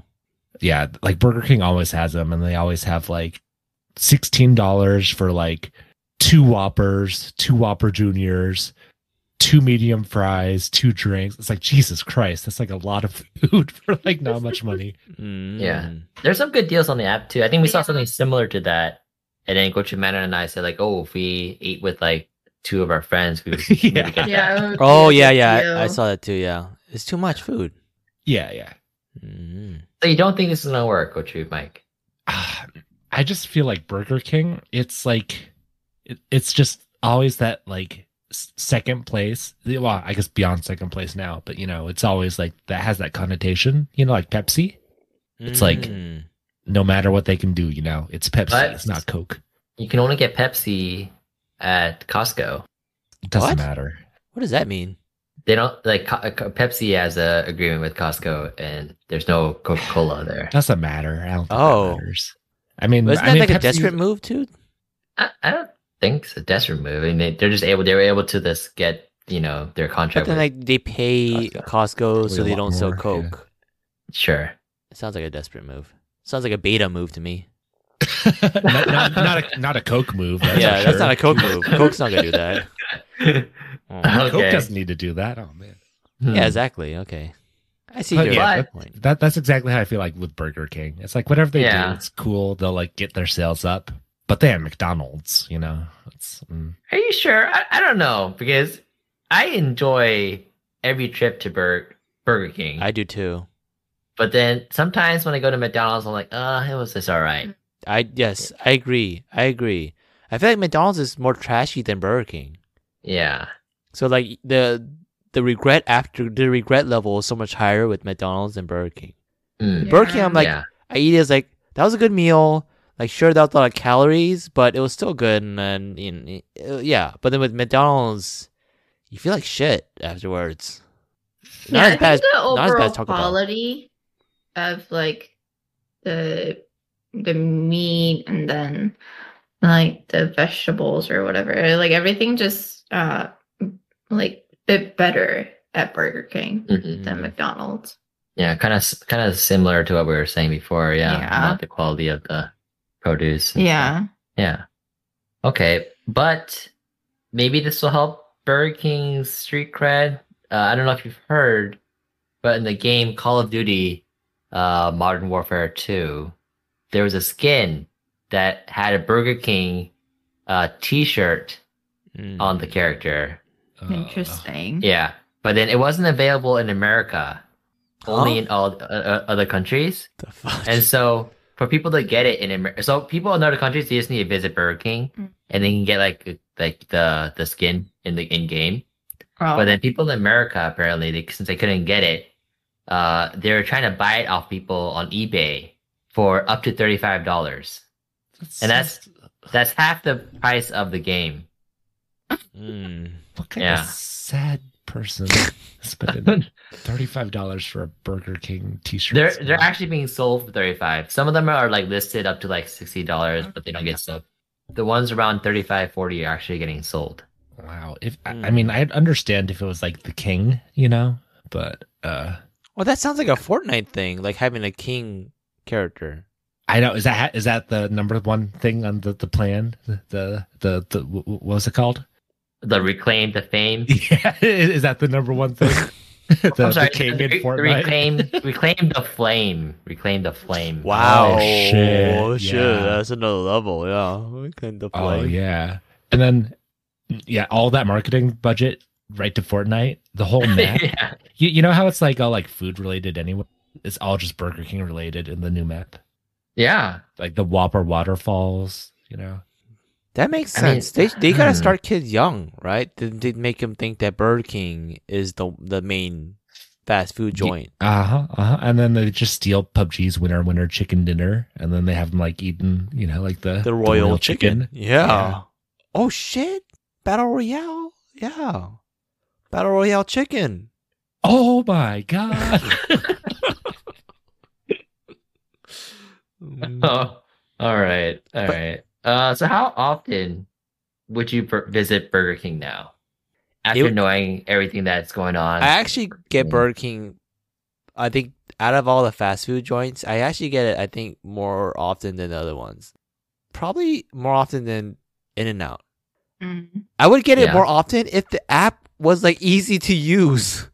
E: yeah like Burger King always has them, and they always have like sixteen dollars for like two Whoppers, two Whopper Juniors, two medium fries, two drinks. It's like Jesus Christ, that's like a lot of food for like not much money.
F: Mm.
C: Yeah. There's some good deals on the app too. I think we saw
A: Yeah.
C: something similar to that. And then Gochu Manor and I said like, oh, if we ate with like two of our friends, we would we would
E: Yeah.
C: get that.
A: Yeah.
F: Oh yeah, yeah. I, I saw that too. Yeah, it's too much food.
E: Yeah, yeah.
F: Mm.
C: So you don't think this is gonna work, Gochu Mike?
E: Ah, I just feel like Burger King, it's like, it, it's just always that like s- second place. Well, I guess beyond second place now, but you know, it's always like that has that connotation, you know, like Pepsi. It's like-
F: Mm.
E: No matter what they can do, you know, it's Pepsi,
C: But-
E: it's not Coke.
C: You can only get Pepsi at Costco.
E: It doesn't
F: What?
E: matter.
F: what does that mean?
C: They don't like Co- uh, Co- Pepsi has a agreement with Costco, and there's no Coca Cola there.
E: Doesn't matter. I don't think
F: Oh.
E: that matters. I mean,
F: Isn't
E: Mm, I
F: that
E: mean,
F: like a
E: Pepsi-
F: desperate move too?
C: I, I don't think it's a desperate move. I mean, they, they're just able. They were able to this get you know their
F: But
C: contract.
F: then
C: with-
F: like they pay Costco,
C: Costco.
E: Probably
F: so
E: a
F: they
E: lot
F: don't sell
E: more,
F: Coke.
C: sure.
F: It sounds like a desperate move. Sounds like a beta move to me.
E: not, not, not a not a Coke move. That's
F: yeah,
E: for
F: that's
E: sure.
F: not a Coke move. Coke's not gonna do that.
C: okay.
E: Coke doesn't need to do that. Oh man.
F: Yeah, exactly. Okay.
D: I see
E: But
D: your
C: yeah.
D: point.
E: That that's exactly how I feel like with Burger King. It's like whatever they
C: Yeah.
E: do, it's cool. They'll like get their sales up, but they have McDonald's, you know. It's mm.
C: Are you sure? I, I don't know because I enjoy every trip to Bur- Burger King.
D: I do too.
C: but then sometimes when I go to McDonald's, I'm like, uh, it was just all right.
D: I yes, I agree. I agree. I feel like McDonald's is more trashy than Burger King.
C: Yeah.
D: So like the the regret after the regret level is so much higher with McDonald's than Burger King.
C: Mm.
D: Burger King, I'm like
C: yeah.
D: I eat it as like that was a good meal. Like sure, that was a lot of calories, but it was still good. And then you know, uh, yeah, but then with McDonald's, you feel like shit afterwards.
A: yeah,
D: Not
A: I
D: as bad as-
A: think the
D: not as bad as
A: overall
D: Taco Bell.
A: quality of like the the meat and then like the vegetables or whatever, like everything just uh like bit better at Burger King
C: Mhm.
A: than McDonald's.
C: Yeah, kind of kind of similar to what we were saying before. Yeah,
A: Yeah.
C: about the quality of the produce. and stuff.
A: Yeah,
C: Yeah. Okay, but maybe this will help Burger King's street cred. Uh, I don't know if you've heard, but in the game Call of Duty, uh, Modern Warfare Two, there was a skin that had a Burger King uh, T-shirt
D: Mm.
C: on the character.
E: uh,
A: interesting.
C: Yeah, but then it wasn't available in America, only
D: Huh?
C: in all uh, uh, other countries.
D: The fuck?
C: And so for people to get it in America, so people in other countries they just need to visit Burger King
A: Mm.
C: and they can get like like the the skin in the in game.
A: Well,
C: But then people in America apparently they, since they couldn't get it, uh, they were trying to buy it off people on eBay for up to thirty five dollars. And that's that's half the price of the game.
D: Mm.
E: what kind
C: yeah.
E: of sad person spending
C: they're
E: thirty five dollars for a Burger King t shirt.
C: they're actually being sold for thirty five. Some of them are like listed up to like sixty dollars, but they don't get sold. The ones around 35 40 are actually getting sold.
E: wow. If I,
C: Hmm.
E: I mean, I'd understand if it was like the King, you know, but uh,
D: Well, that sounds like a Fortnite thing, like having a king character.
E: I know is that is that the number one thing on the the plan? The the the, the wh- what was it called?
C: the reclaim the fame.
E: Yeah, is that the number one thing? the,
C: I'm sorry,
E: the king
C: the
E: in
C: re- the
E: Fortnite.
C: reclaim, reclaim the flame, reclaim the flame.
D: Wow,
E: Oh, shit,
D: Oh, shit,
E: yeah.
D: that's another level. Yeah, we can deploy.
E: Oh yeah, and then yeah, all that marketing budget right to Fortnite. The whole map.
C: yeah,
E: you, you know how it's like all like food related anyway. It's all just Burger King related in the new map,
C: yeah,
E: like the Whopper waterfalls. You know,
D: That makes
C: I mean,
D: sense. they they gotta
C: hmm.
D: start kids young, right? They, they make them think that Burger King is the the main fast food
E: Ye-
D: joint.
E: uh huh, uh huh. And then they just steal PUBG's winner winner chicken dinner, and then they have them like eating. You know, like the
D: the royal chicken. Yeah.
E: Yeah.
D: Oh shit! Battle Royale. Yeah. Battle Royale chicken.
E: Oh my god.
C: Oh, all right, all right. Uh, so how often would you bur- visit Burger King now? After
D: It-
C: knowing everything that's going on,
D: I actually get Burger King. I think out of all the fast food joints, I actually get it. I think more often than the other ones. Probably more often than In and Out.
A: Mm.
D: I would get it
C: Yeah.
D: more often if the app was like easy to use.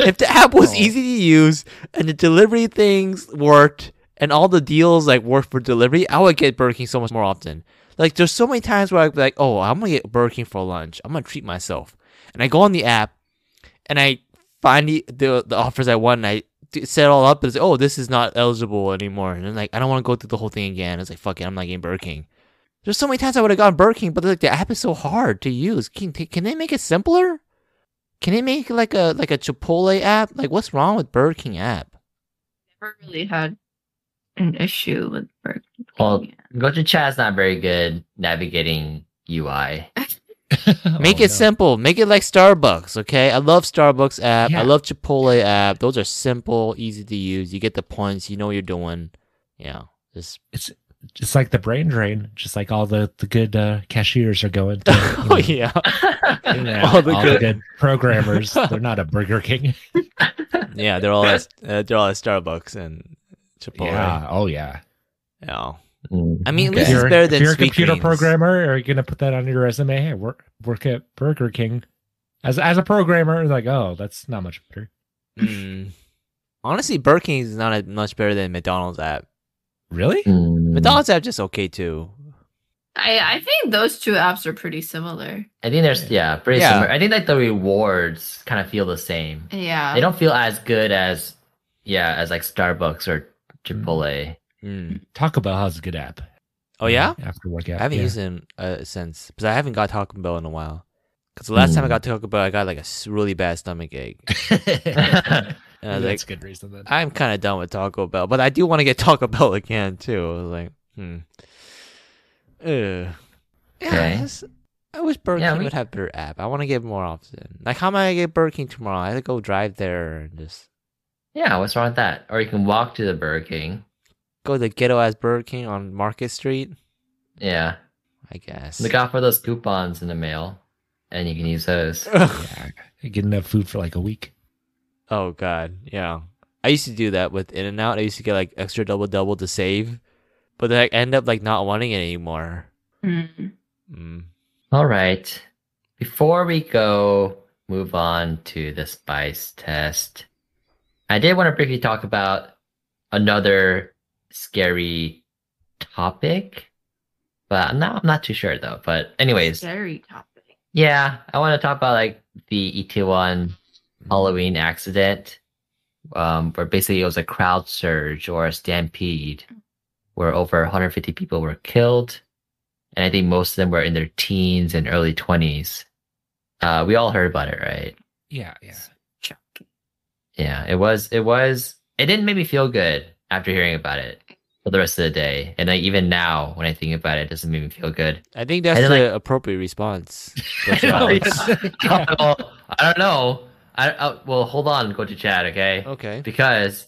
D: if the app was
E: Oh.
D: easy to use and the delivery things worked and all the deals like worked for delivery, I would get Burger King so much more often. Like there's so many times where I'd be like, oh, I'm gonna get Burger King for lunch. I'm gonna treat myself, and I go on the app, and I find the the, the offers I want. And I d- set it all up and say, oh, this is not eligible anymore. And then like I don't want to go through the whole thing again. It's like fuck it, I'm not getting Burger King. There's so many times I would have gotten Burger King, but like the app is so hard to use. Can can they make it simpler? Can they make like a like a Chipotle app? Like what's wrong with Burger King app?
A: never really had an issue with Burger King.
C: Well,
A: yeah.
C: go to chat's not very good navigating UI.
D: Make
E: Oh,
D: it
E: no.
D: simple. Make it like Starbucks, okay? I love Starbucks app.
E: Yeah.
D: I love Chipotle app. Those are simple, easy to use. You get the points. You know what you're doing. Yeah. Just
E: Just like the brain drain, just like all the the good uh, cashiers are going. To, you know,
D: Oh yeah.
E: you know,
D: All
E: all
D: the
E: the
D: good-
E: good, programmers. They're not a Burger King.
D: Yeah, they're all at, uh, they're all at Starbucks and Chipotle. Yeah.
E: Yeah. Oh yeah.
D: Mm. I mean, at least
E: If
D: it's
E: you're-
D: better than
E: if you're a
D: Sweet
E: computer
D: Greens.
E: programmer. Are you gonna put that on your resume? Hey, work work at Burger King as as a programmer. Like, oh, that's not much better.
D: Mm. Honestly, Burger King is not as much better than McDonald's app.
E: Really?
D: Mm.
E: Hmm.
D: McDonald's app just okay too.
A: I, I think those two apps are pretty similar.
C: I think there's yeah, pretty
D: Yeah.
C: similar. I think like the rewards kind of feel the same.
A: Yeah.
C: They don't feel as good as yeah, as like Starbucks or Chipotle.
D: Mm.
E: Taco Bell has a good app.
D: Oh yeah,
E: After work app.
D: I haven't
E: yeah.
D: used it uh, since because I haven't got Taco Bell in a while. Because the last time I
C: Mm.
D: got Taco Bell, I got like a s- really bad stomach ache.
E: Mm.
D: And I was like,
E: That's a good reason then.
D: I'm kind of done with Taco Bell, but I do want to get Taco Bell again too. I was like, hmm. Ugh. Yeah,
C: Okay.
D: that's- I wish Burger
C: Yeah,
D: King
C: we-
D: would have better app. I want to get more often. Like, how am I gonna get Burger King tomorrow? I have to go drive there and just
C: yeah, what's wrong with that? Or you can walk to the Burger King.
D: go to the ghetto ass Burger King on Market Street.
C: Yeah.
D: I guess.
C: Look out for those coupons in the mail and you can use those.
E: Yeah. I get enough food for like a week.
D: oh God, yeah. I used to do that with In and Out. I used to get like extra double double to save, but then I end up like not wanting it anymore.
A: Mm.
D: Mm.
C: All right. Before we go move on to the spice test, I did want to briefly talk about another scary topic. But I'm not, I'm not too sure though. But anyways,
A: Scary topic.
C: yeah, I want to talk about like the ET1 Halloween accident, um, where basically it was a crowd surge or a stampede where over 150 people were killed. And I think most of them were in their teens and early 20s. Uh, we all heard about it, right?
E: Yeah, yeah.
C: Yeah, it was. It was. It didn't make me feel good after hearing about it for the rest of the day. And like even now, when I think about it, it doesn't make me feel good.
D: I think that's the
C: And then,
D: appropriate response.
C: I
E: Yeah.
C: don't know. I don't know. I, I- well, hold on, go to chat, okay?
D: Okay.
C: Because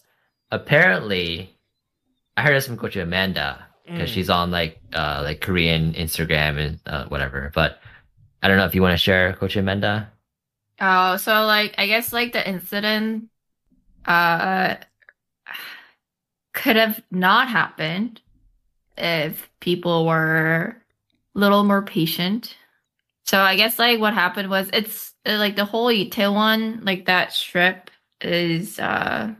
C: apparently, I heard this from Coach Amanda because she's on like uh like Korean Instagram and uh, whatever. But I don't know if you want to share, Coach Amanda.
A: Oh, so like I guess like the incident uh could have not happened if people were a little more patient. So I guess like what happened was it's uh, like the whole Itaewon like that strip is uh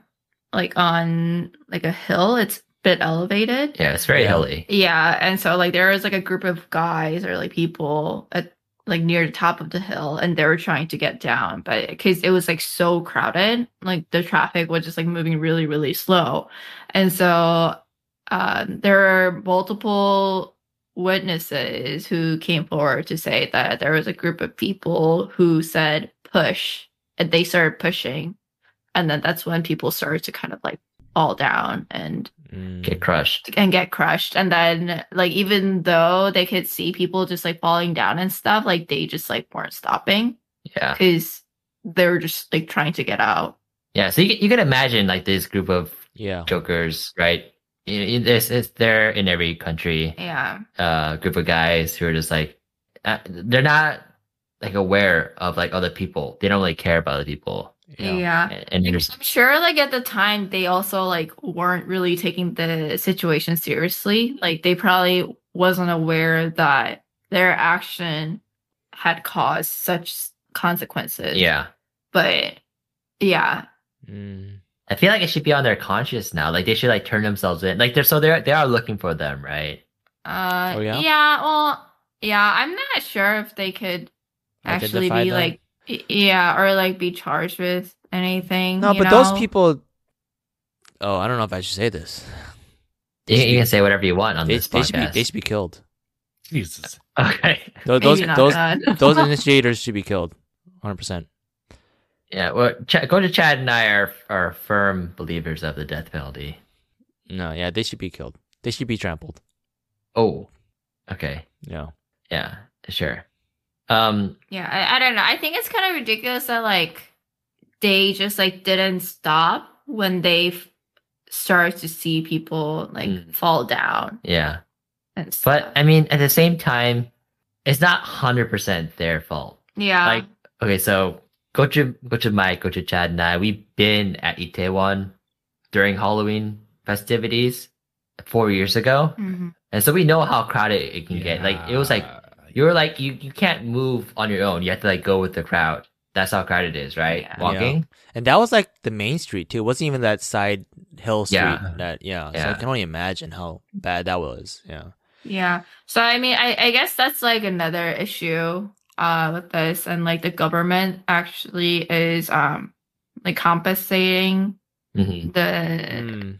A: like on like a hill. It's a bit elevated.
C: Yeah, it's very
E: Yeah.
C: hilly.
A: Yeah, and so like there was like a group of guys or like people at like near the top of the hill, and they were trying to get down, but because it was like so crowded, like the traffic was just like moving really, really slow, and so um, there are multiple witnesses who came forward to say that there was a group of people who said push, and they started pushing, and then that's when people started to kind of like fall down and
D: Mm.
C: Get crushed.
A: and get crushed and then like even though they could see people just like falling down and stuff like they just like weren't stopping
C: Yeah.
A: because they were just like trying to get out
C: Yeah. So you, can- you can imagine like this group of
D: Yeah.
C: jokers, right? You- you- It's, it's they're in every country.
A: yeah
C: uh, group of guys who are just like uh, they're not like aware of like other people. They don't really care about other people.
A: yeah,
C: And, and
A: i'm sure like at the time they also like weren't really taking the situation seriously like they probably wasn't aware that their action had caused such consequences
C: yeah,
A: but yeah
D: Mm.
C: I feel like it should be on their conscience now. Like they should like turn themselves in. Like they're so they're they are looking for them, right?
A: Uh,
D: Oh, yeah?
A: yeah. Well, yeah. I'm not sure if they could actually
D: Identify
A: be
D: them?
A: like, y- yeah, or like be charged with anything.
D: No,
A: you
D: but those
A: know?
D: people. Oh, I don't know if I should say this.
C: You, you can say whatever you want on
D: They,
C: this
D: they should be.
C: podcast.
D: They should be killed.
E: Jesus.
C: okay.
D: Those
A: Maybe
D: those
A: not
D: those,
A: that.
D: those initiators should be killed. Hundred percent.
C: Yeah. Well, Ch- go to Chad and I are are firm believers of the death penalty.
D: No, yeah, they should be killed. They should be trampled.
C: Oh. Okay.
D: Yeah.
C: Yeah. Sure. Um.
A: yeah, I, I don't know. I think it's kind of ridiculous that like they just like didn't stop when they f- started to see people like
C: Mm.
A: fall down
C: Yeah.
A: and
C: But
A: stuff.
C: I mean, at the same time, it's not hundred percent their fault.
A: yeah,
C: Like, okay, so go to go to Mike, go to Chad, and I. We've been at Itaewon during Halloween festivities four years ago,
A: Mhm.
C: and so we know how crowded it can get. Like, it was like
E: Yeah.
C: oh, you were like you you can't move on your own. You have to like go with the crowd. That's how crowded it is, right?
A: Yeah.
C: Walking.
F: And that was like the main street too. It wasn't even that side hill street.
C: Yeah.
F: That yeah. So I
C: Yeah.
F: can only imagine how bad that was. Yeah.
A: Yeah. So I mean, I, I guess that's like another issue uh with this and like the government actually is um like compensating
C: hmm
A: the
F: Mm.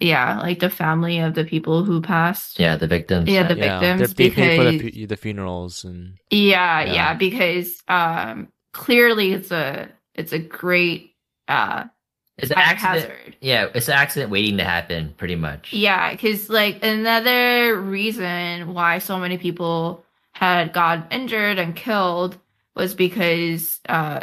A: yeah, like the family of the people who passed.
C: Yeah, the victims.
A: Yeah, the
F: yeah.
A: victims
F: They, they paid for the,
A: because-
F: fu- the funerals and
A: Yeah,
F: Yeah.
A: yeah, because um clearly it's a it's a great uh
C: it's an
A: fire
C: accident.
A: hazard.
C: Yeah, it's an accident waiting to happen, pretty much.
A: Yeah, because like another reason why so many people had got injured and killed was because uh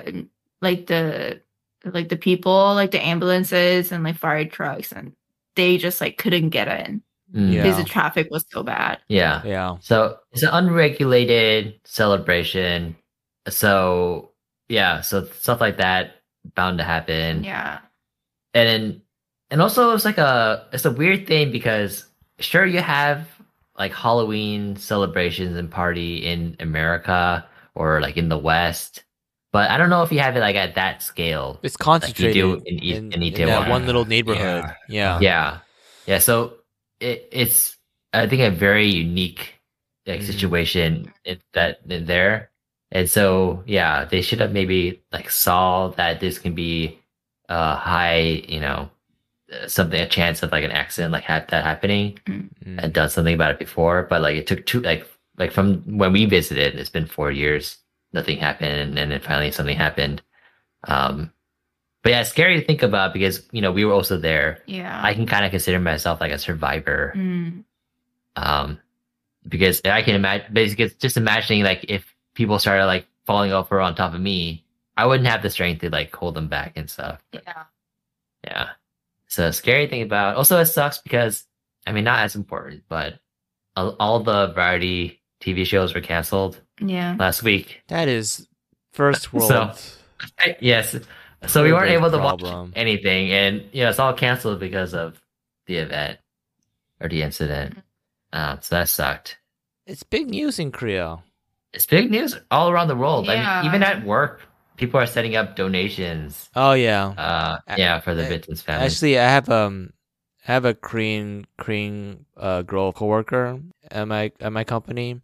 A: like the like the people like the ambulances and like fire trucks and they just like couldn't get in
C: Mm.
F: Yeah.
A: because the traffic was so bad.
C: yeah.
F: yeah.
C: So it's an unregulated celebration. So yeah, so stuff like that bound to happen.
A: Yeah.
C: And then, and also it's like a it's a weird thing because sure you have like Halloween celebrations and party in America or like in the West, but I don't know if you have it like at that scale.
F: It's
C: Like you
F: concentrated
C: do in, E- in,
F: in that
C: Itaewon.
F: one little neighborhood. Yeah.
C: yeah yeah so it, it's i think a very unique like
F: Mhm.
C: situation it, that in there and so yeah they should have maybe like saw that this can be a high you know uh, something a chance of like an accident like had that happening
F: Mm.
C: and done something about it before but like it took two like like from when we visited it's been four years nothing happened and then finally something happened um but yeah it's scary to think about because you know we were also there
A: Yeah.
C: I can kind of consider myself like a survivor.
A: Mm.
C: Um, because I can imagine basically it's just imagining like if people started like falling over on top of me, I wouldn't have the strength to like hold them back and stuff.
A: Yeah.
C: Yeah. So scary thing about also it sucks because I mean not as important, but all, all the variety TV shows were canceled
A: Yeah.
C: last week.
F: That is first world.
C: yes. So we weren't
F: Big
C: able to
F: problem.
C: watch anything, and you know it's all canceled because of the event or the incident. Um, so that sucked.
F: It's big news in Korea.
C: It's big news all around the world. I
A: Yeah.
C: mean, even at work, people are setting up donations.
F: Oh yeah.
C: Uh,
F: A-
C: yeah, for the
F: a-
C: victims' family.
F: Actually, I have um, I have a Korean Korean uh, girl coworker at my at my company,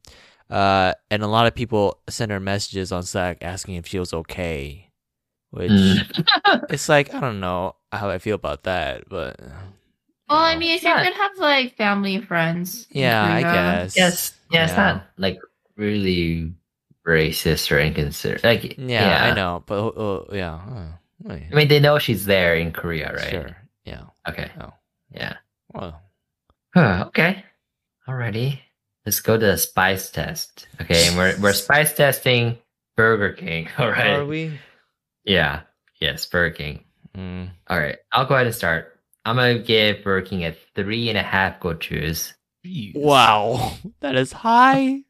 F: uh, and a lot of people send her messages on Slack asking if she was okay, which it's like I don't know how I feel about that, but
A: Well, I mean, if you
C: Yeah.
A: could have like family and friends. in
F: yeah, I
A: Korea.
F: guess
C: yes, yeah, it's
F: Yeah.
C: not like really racist or inconsiderate. Like,
F: yeah, I know, but uh, uh, yeah, uh, wait.
C: I mean, they know she's there in Korea, right?
F: sure, yeah,
C: Okay.
F: Oh.
C: Yeah.
F: well,
C: Huh, okay. Alrighty. Let's go to the spice test. Okay, and we're we're spice testing Burger King. All right.
F: are we?
C: Yeah. Yes, Burger King.
F: Mm.
C: All right. I'll go ahead and start. I'm gonna give Burger King a three and a half gochus.
D: Wow, that is high.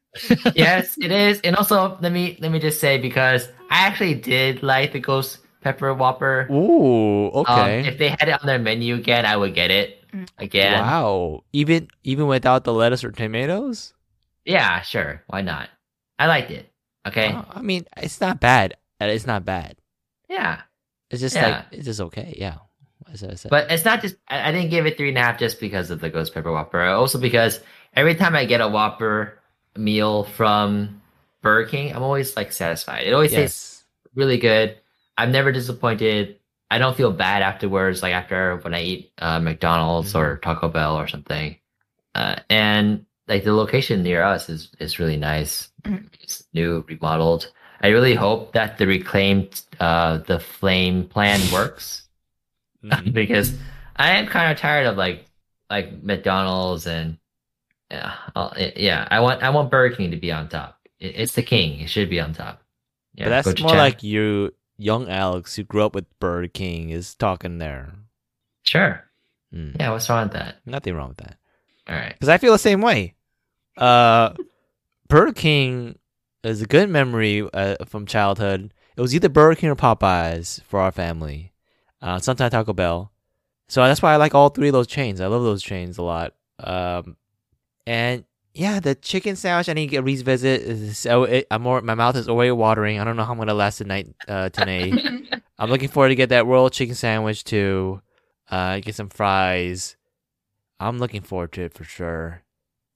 C: yes, it is. And also, let me let me just say because I actually did like the ghost pepper whopper.
F: Ooh,
C: Um,
F: okay.
C: if they had it on their menu again, I would get it
A: Mm.
C: again.
F: Wow, even even without the lettuce or tomatoes.
C: Yeah, sure. Why not? I liked it. Okay.
F: Uh, I mean, it's not bad. Uh, It's not bad.
C: Yeah.
F: It's just
C: Yeah.
F: like it's just okay. Yeah. As I said.
C: But it's not just I, I didn't give it three and a half just because of the ghost pepper whopper. Also because every time I get a whopper meal from Burger King, I'm always like satisfied. It always tastes
F: yes.
C: really good. I'm never disappointed. I don't feel bad afterwards, like after when I eat uh, McDonald's
F: Mm-hmm.
C: or Taco Bell or something. Uh, and like the location near us is is really nice.
A: Mhm.
F: Mm-hmm.
C: It's new, remodeled. I really hope that the reclaimed uh, the flame plan works because I am kind of tired of like like McDonald's and yeah, I'll- eh, yeah. I want I want Burger King to be on top. It, it's the king. It should be on top. Yeah,
F: But
C: go
F: that's
C: to
F: more
C: China.
F: like you, young Alex, who grew up with Burger King, is talking there.
C: Sure.
F: Mm.
C: Yeah, what's wrong with that?
F: Nothing wrong with that.
C: All right.
F: Because I feel the same way. Uh, Burger King is a good memory uh, from childhood. It was either Burger King or Popeyes for our family. Uh, sometimes Taco Bell. So that's why I like all three of those chains. I love those chains a lot. Um, and
D: yeah, the chicken sandwich. I need to get revisit. is- oh, it- I'm more, my mouth is already watering. I don't know how I'm gonna last the night uh, tonight. I'm looking forward to get that royal chicken sandwich too. Uh, get some fries. I'm looking forward to it for sure.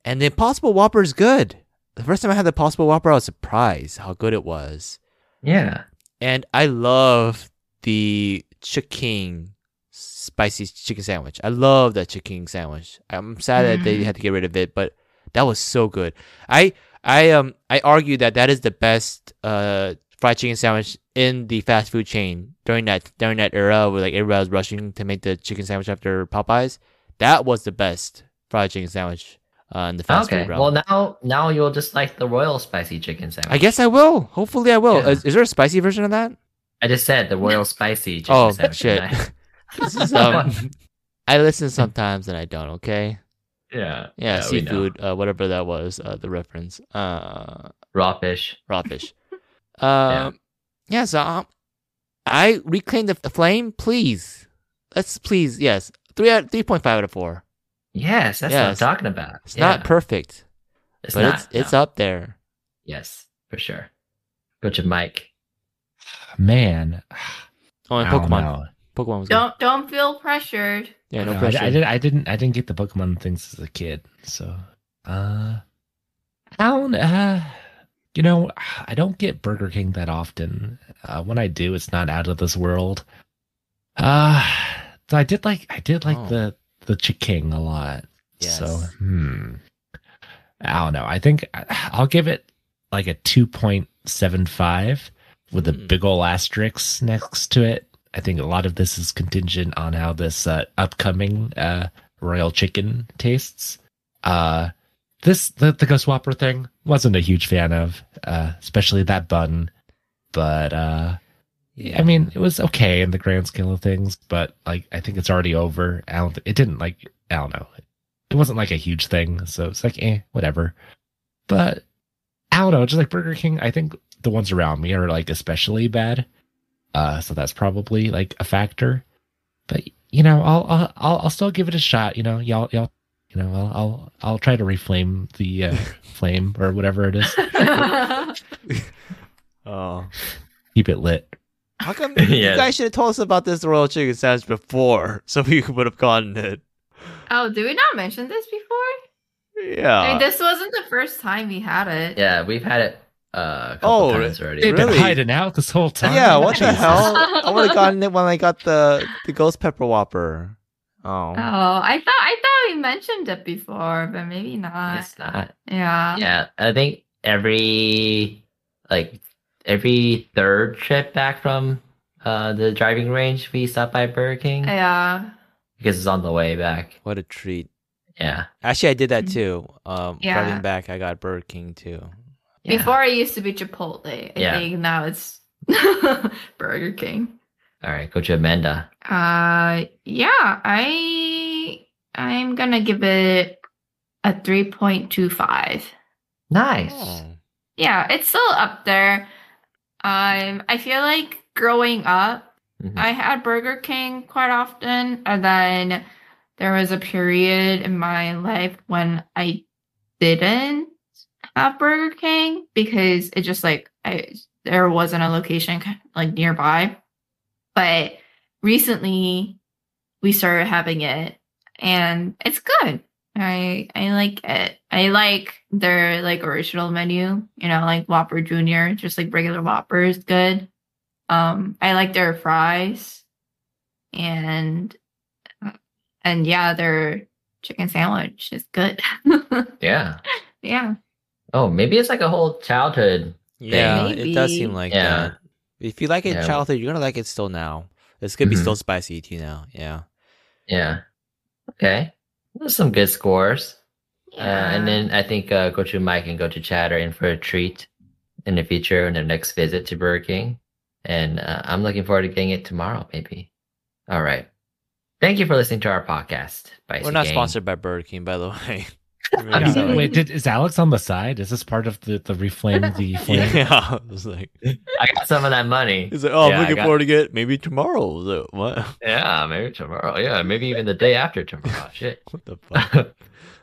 D: And the Impossible Whopper is good. The first time I had the Impossible Whopper, I was surprised how good it was.
C: Yeah.
D: And I love the chicken spicy chicken sandwich. I love that chicken sandwich. I'm sad that they
C: Mm-hmm.
A: Mhm.
D: had to get rid of it, but that was so good. I I um I argue that that is the best uh fried chicken sandwich in the fast food chain during that during that era where like everybody was rushing to make the chicken sandwich after Popeyes. That was the best fried chicken sandwich uh, in the fast
C: okay.
D: food realm.
C: Well, now now you'll just like the royal spicy chicken sandwich.
D: I guess I will. Hopefully, I will.
C: Yeah.
D: Is, is there a spicy version of that?
C: I just said the royal spicy chicken
D: Oh,
C: sandwich.
D: shit.
C: didn't I?
D: This is, um, I listen sometimes and I don't. Okay.
C: yeah.
D: Yeah,
C: we know.
D: seafood, uh, whatever that was, uh, the reference, uh,
C: Raw fish.
D: raw fish. Um, yeah. so um, I reclaim the the flame, please. Let's please, yes, three out, three point five out of four.
C: Yes, that's
D: Yes.
C: what I'm talking about.
D: It's
C: Yeah.
D: not perfect,
C: It's
D: but
C: not.
D: it's it's
C: no.
D: up there.
C: Yes, for sure. Go to Mike.
E: Man,
D: Oh, and
E: I don't
D: Pokemon,
E: know.
D: Pokemon was good.
A: Don't don't feel pressured.
D: Yeah, no
E: No, I,
D: pressure.
E: I did. I didn't. I didn't get the Pokemon things as a kid. So, uh, I don't. Uh, you know, I don't get Burger King that often. Uh, when I do, it's not out of this world. Uh, so I did like. I did like
D: Oh.
E: the the Chiking a lot.
D: Yes.
E: So, hmm. I don't know. I think I- I'll give it like a two point seven five with a
D: Hmm.
E: big ol' asterisk next to it. I think a lot of this is contingent on how this uh, upcoming uh, royal chicken tastes. Uh, this the, the Ghost Whopper thing wasn't a huge fan of, uh, especially that bun. But uh, I mean, it was okay in the grand scale of things. But like, I think it's already over. I don't. It didn't like. I don't know. It wasn't like a huge thing, so it's like eh, whatever. But I don't know. Just like Burger King, I think the ones around me are like especially bad. Uh, so that's probably like a factor. But you know, I'll I'll I'll, I'll still give it a shot. You know, y'all y'all. You know, I'll I'll, I'll try to reflame the uh, flame or whatever it is.
D: oh,
E: Keep it lit.
D: how come you
C: Yeah.
D: guys should have told us about this royal chicken sandwich before, so we would have gotten it?
A: oh, did we not mention this before? I mean,
D: Yeah.
A: this wasn't the first time we had it.
C: Uh, Yeah, we've had it uh, a couple
D: Oh,
C: times already.
E: They've
D: Really?
E: been hiding out this whole time.
D: Yeah, what the
E: Jesus.
D: hell? I would have gotten it when I got the the ghost pepper whopper. Oh.
A: Oh, I thought I thought we mentioned it before, but maybe not.
C: It's not.
A: Yeah.
C: Yeah, I think every like every third trip back from uh, the driving range, we stop by Burger King
A: Yeah.
C: because it's on the way back.
D: What a treat.
C: Yeah.
D: Actually, I did that
C: Mm.
A: Mhm.
D: too. Um,
A: Yeah.
D: Driving back, I got Burger King too.
C: yeah.
A: Before it used to be Chipotle. I
C: Yeah.
A: think now it's Burger King.
C: All right, go to Amanda.
A: Uh yeah, I I'm gonna give it a 3.25.
C: Nice.
A: Oh. Yeah, it's still up there. Um I feel like growing up
C: Mhm.
A: I had Burger King quite often, and then there was a period in my life when I didn't have Burger King because it just like I there wasn't a location ki- like nearby. But recently, we started having it, and it's good. I I like it. I like their like original menu, you know, like Whopper Junior, just like regular Whopper is good. Um, I like their fries, and uh, and yeah, their chicken sandwich is good.
C: Yeah.
A: yeah,
C: Oh, maybe it's like a whole childhood.
D: Yeah, Uh, it does
A: Maybe.
D: seem like
C: Yeah.
D: that. If you like it in
C: Yeah.
D: childhood, you're gonna like it still now. It's gonna be
C: Mhm.
D: still spicy to you now. Yeah.
C: Yeah. Okay. Those some good scores. Uh,
A: yeah.
C: and then I think uh, go to Mike and go to Chad are in for a treat in the future in their next visit to Burger King. And uh, I'm looking forward to getting it tomorrow, maybe. All right. Thank you for listening to our podcast. Spicy
D: We're not
C: Gang.
D: sponsored by Burger King, by the way. Really
E: Yeah,
D: sorry.
E: Wait, did, is Alex on the side? Is this part of the the reflame the flame?
F: Yeah, I was like,
C: I got some of that money.
F: he's like, oh,
C: Yeah, I
F: I'm looking
C: got-
F: forward to get maybe tomorrow. I was like, what?
C: Yeah, maybe tomorrow. Yeah, maybe even the day after tomorrow. Shit.
F: What the fuck?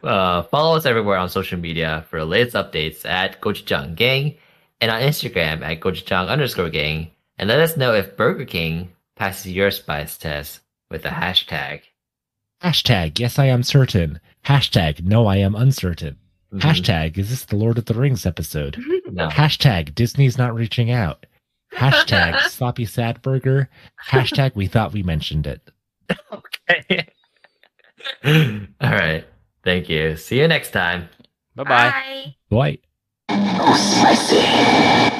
C: uh, follow us everywhere on social media for the latest updates at Gochujang Gang and on Instagram at Gochujang underscore gang. And let us know if Burger King passes your spice test with the hashtag.
E: Hashtag yes, I am certain. Hashtag no, I am uncertain.
C: Mhm.
D: Mm-hmm.
E: Hashtag is this the Lord of the Rings episode?
C: No.
E: Hashtag Disney's not reaching out. Hashtag sloppy sad burger. Hashtag we thought we mentioned it.
C: Okay. All right. Thank you. See you next time.
D: Bye bye.
E: Boy.
B: Oh, spicy.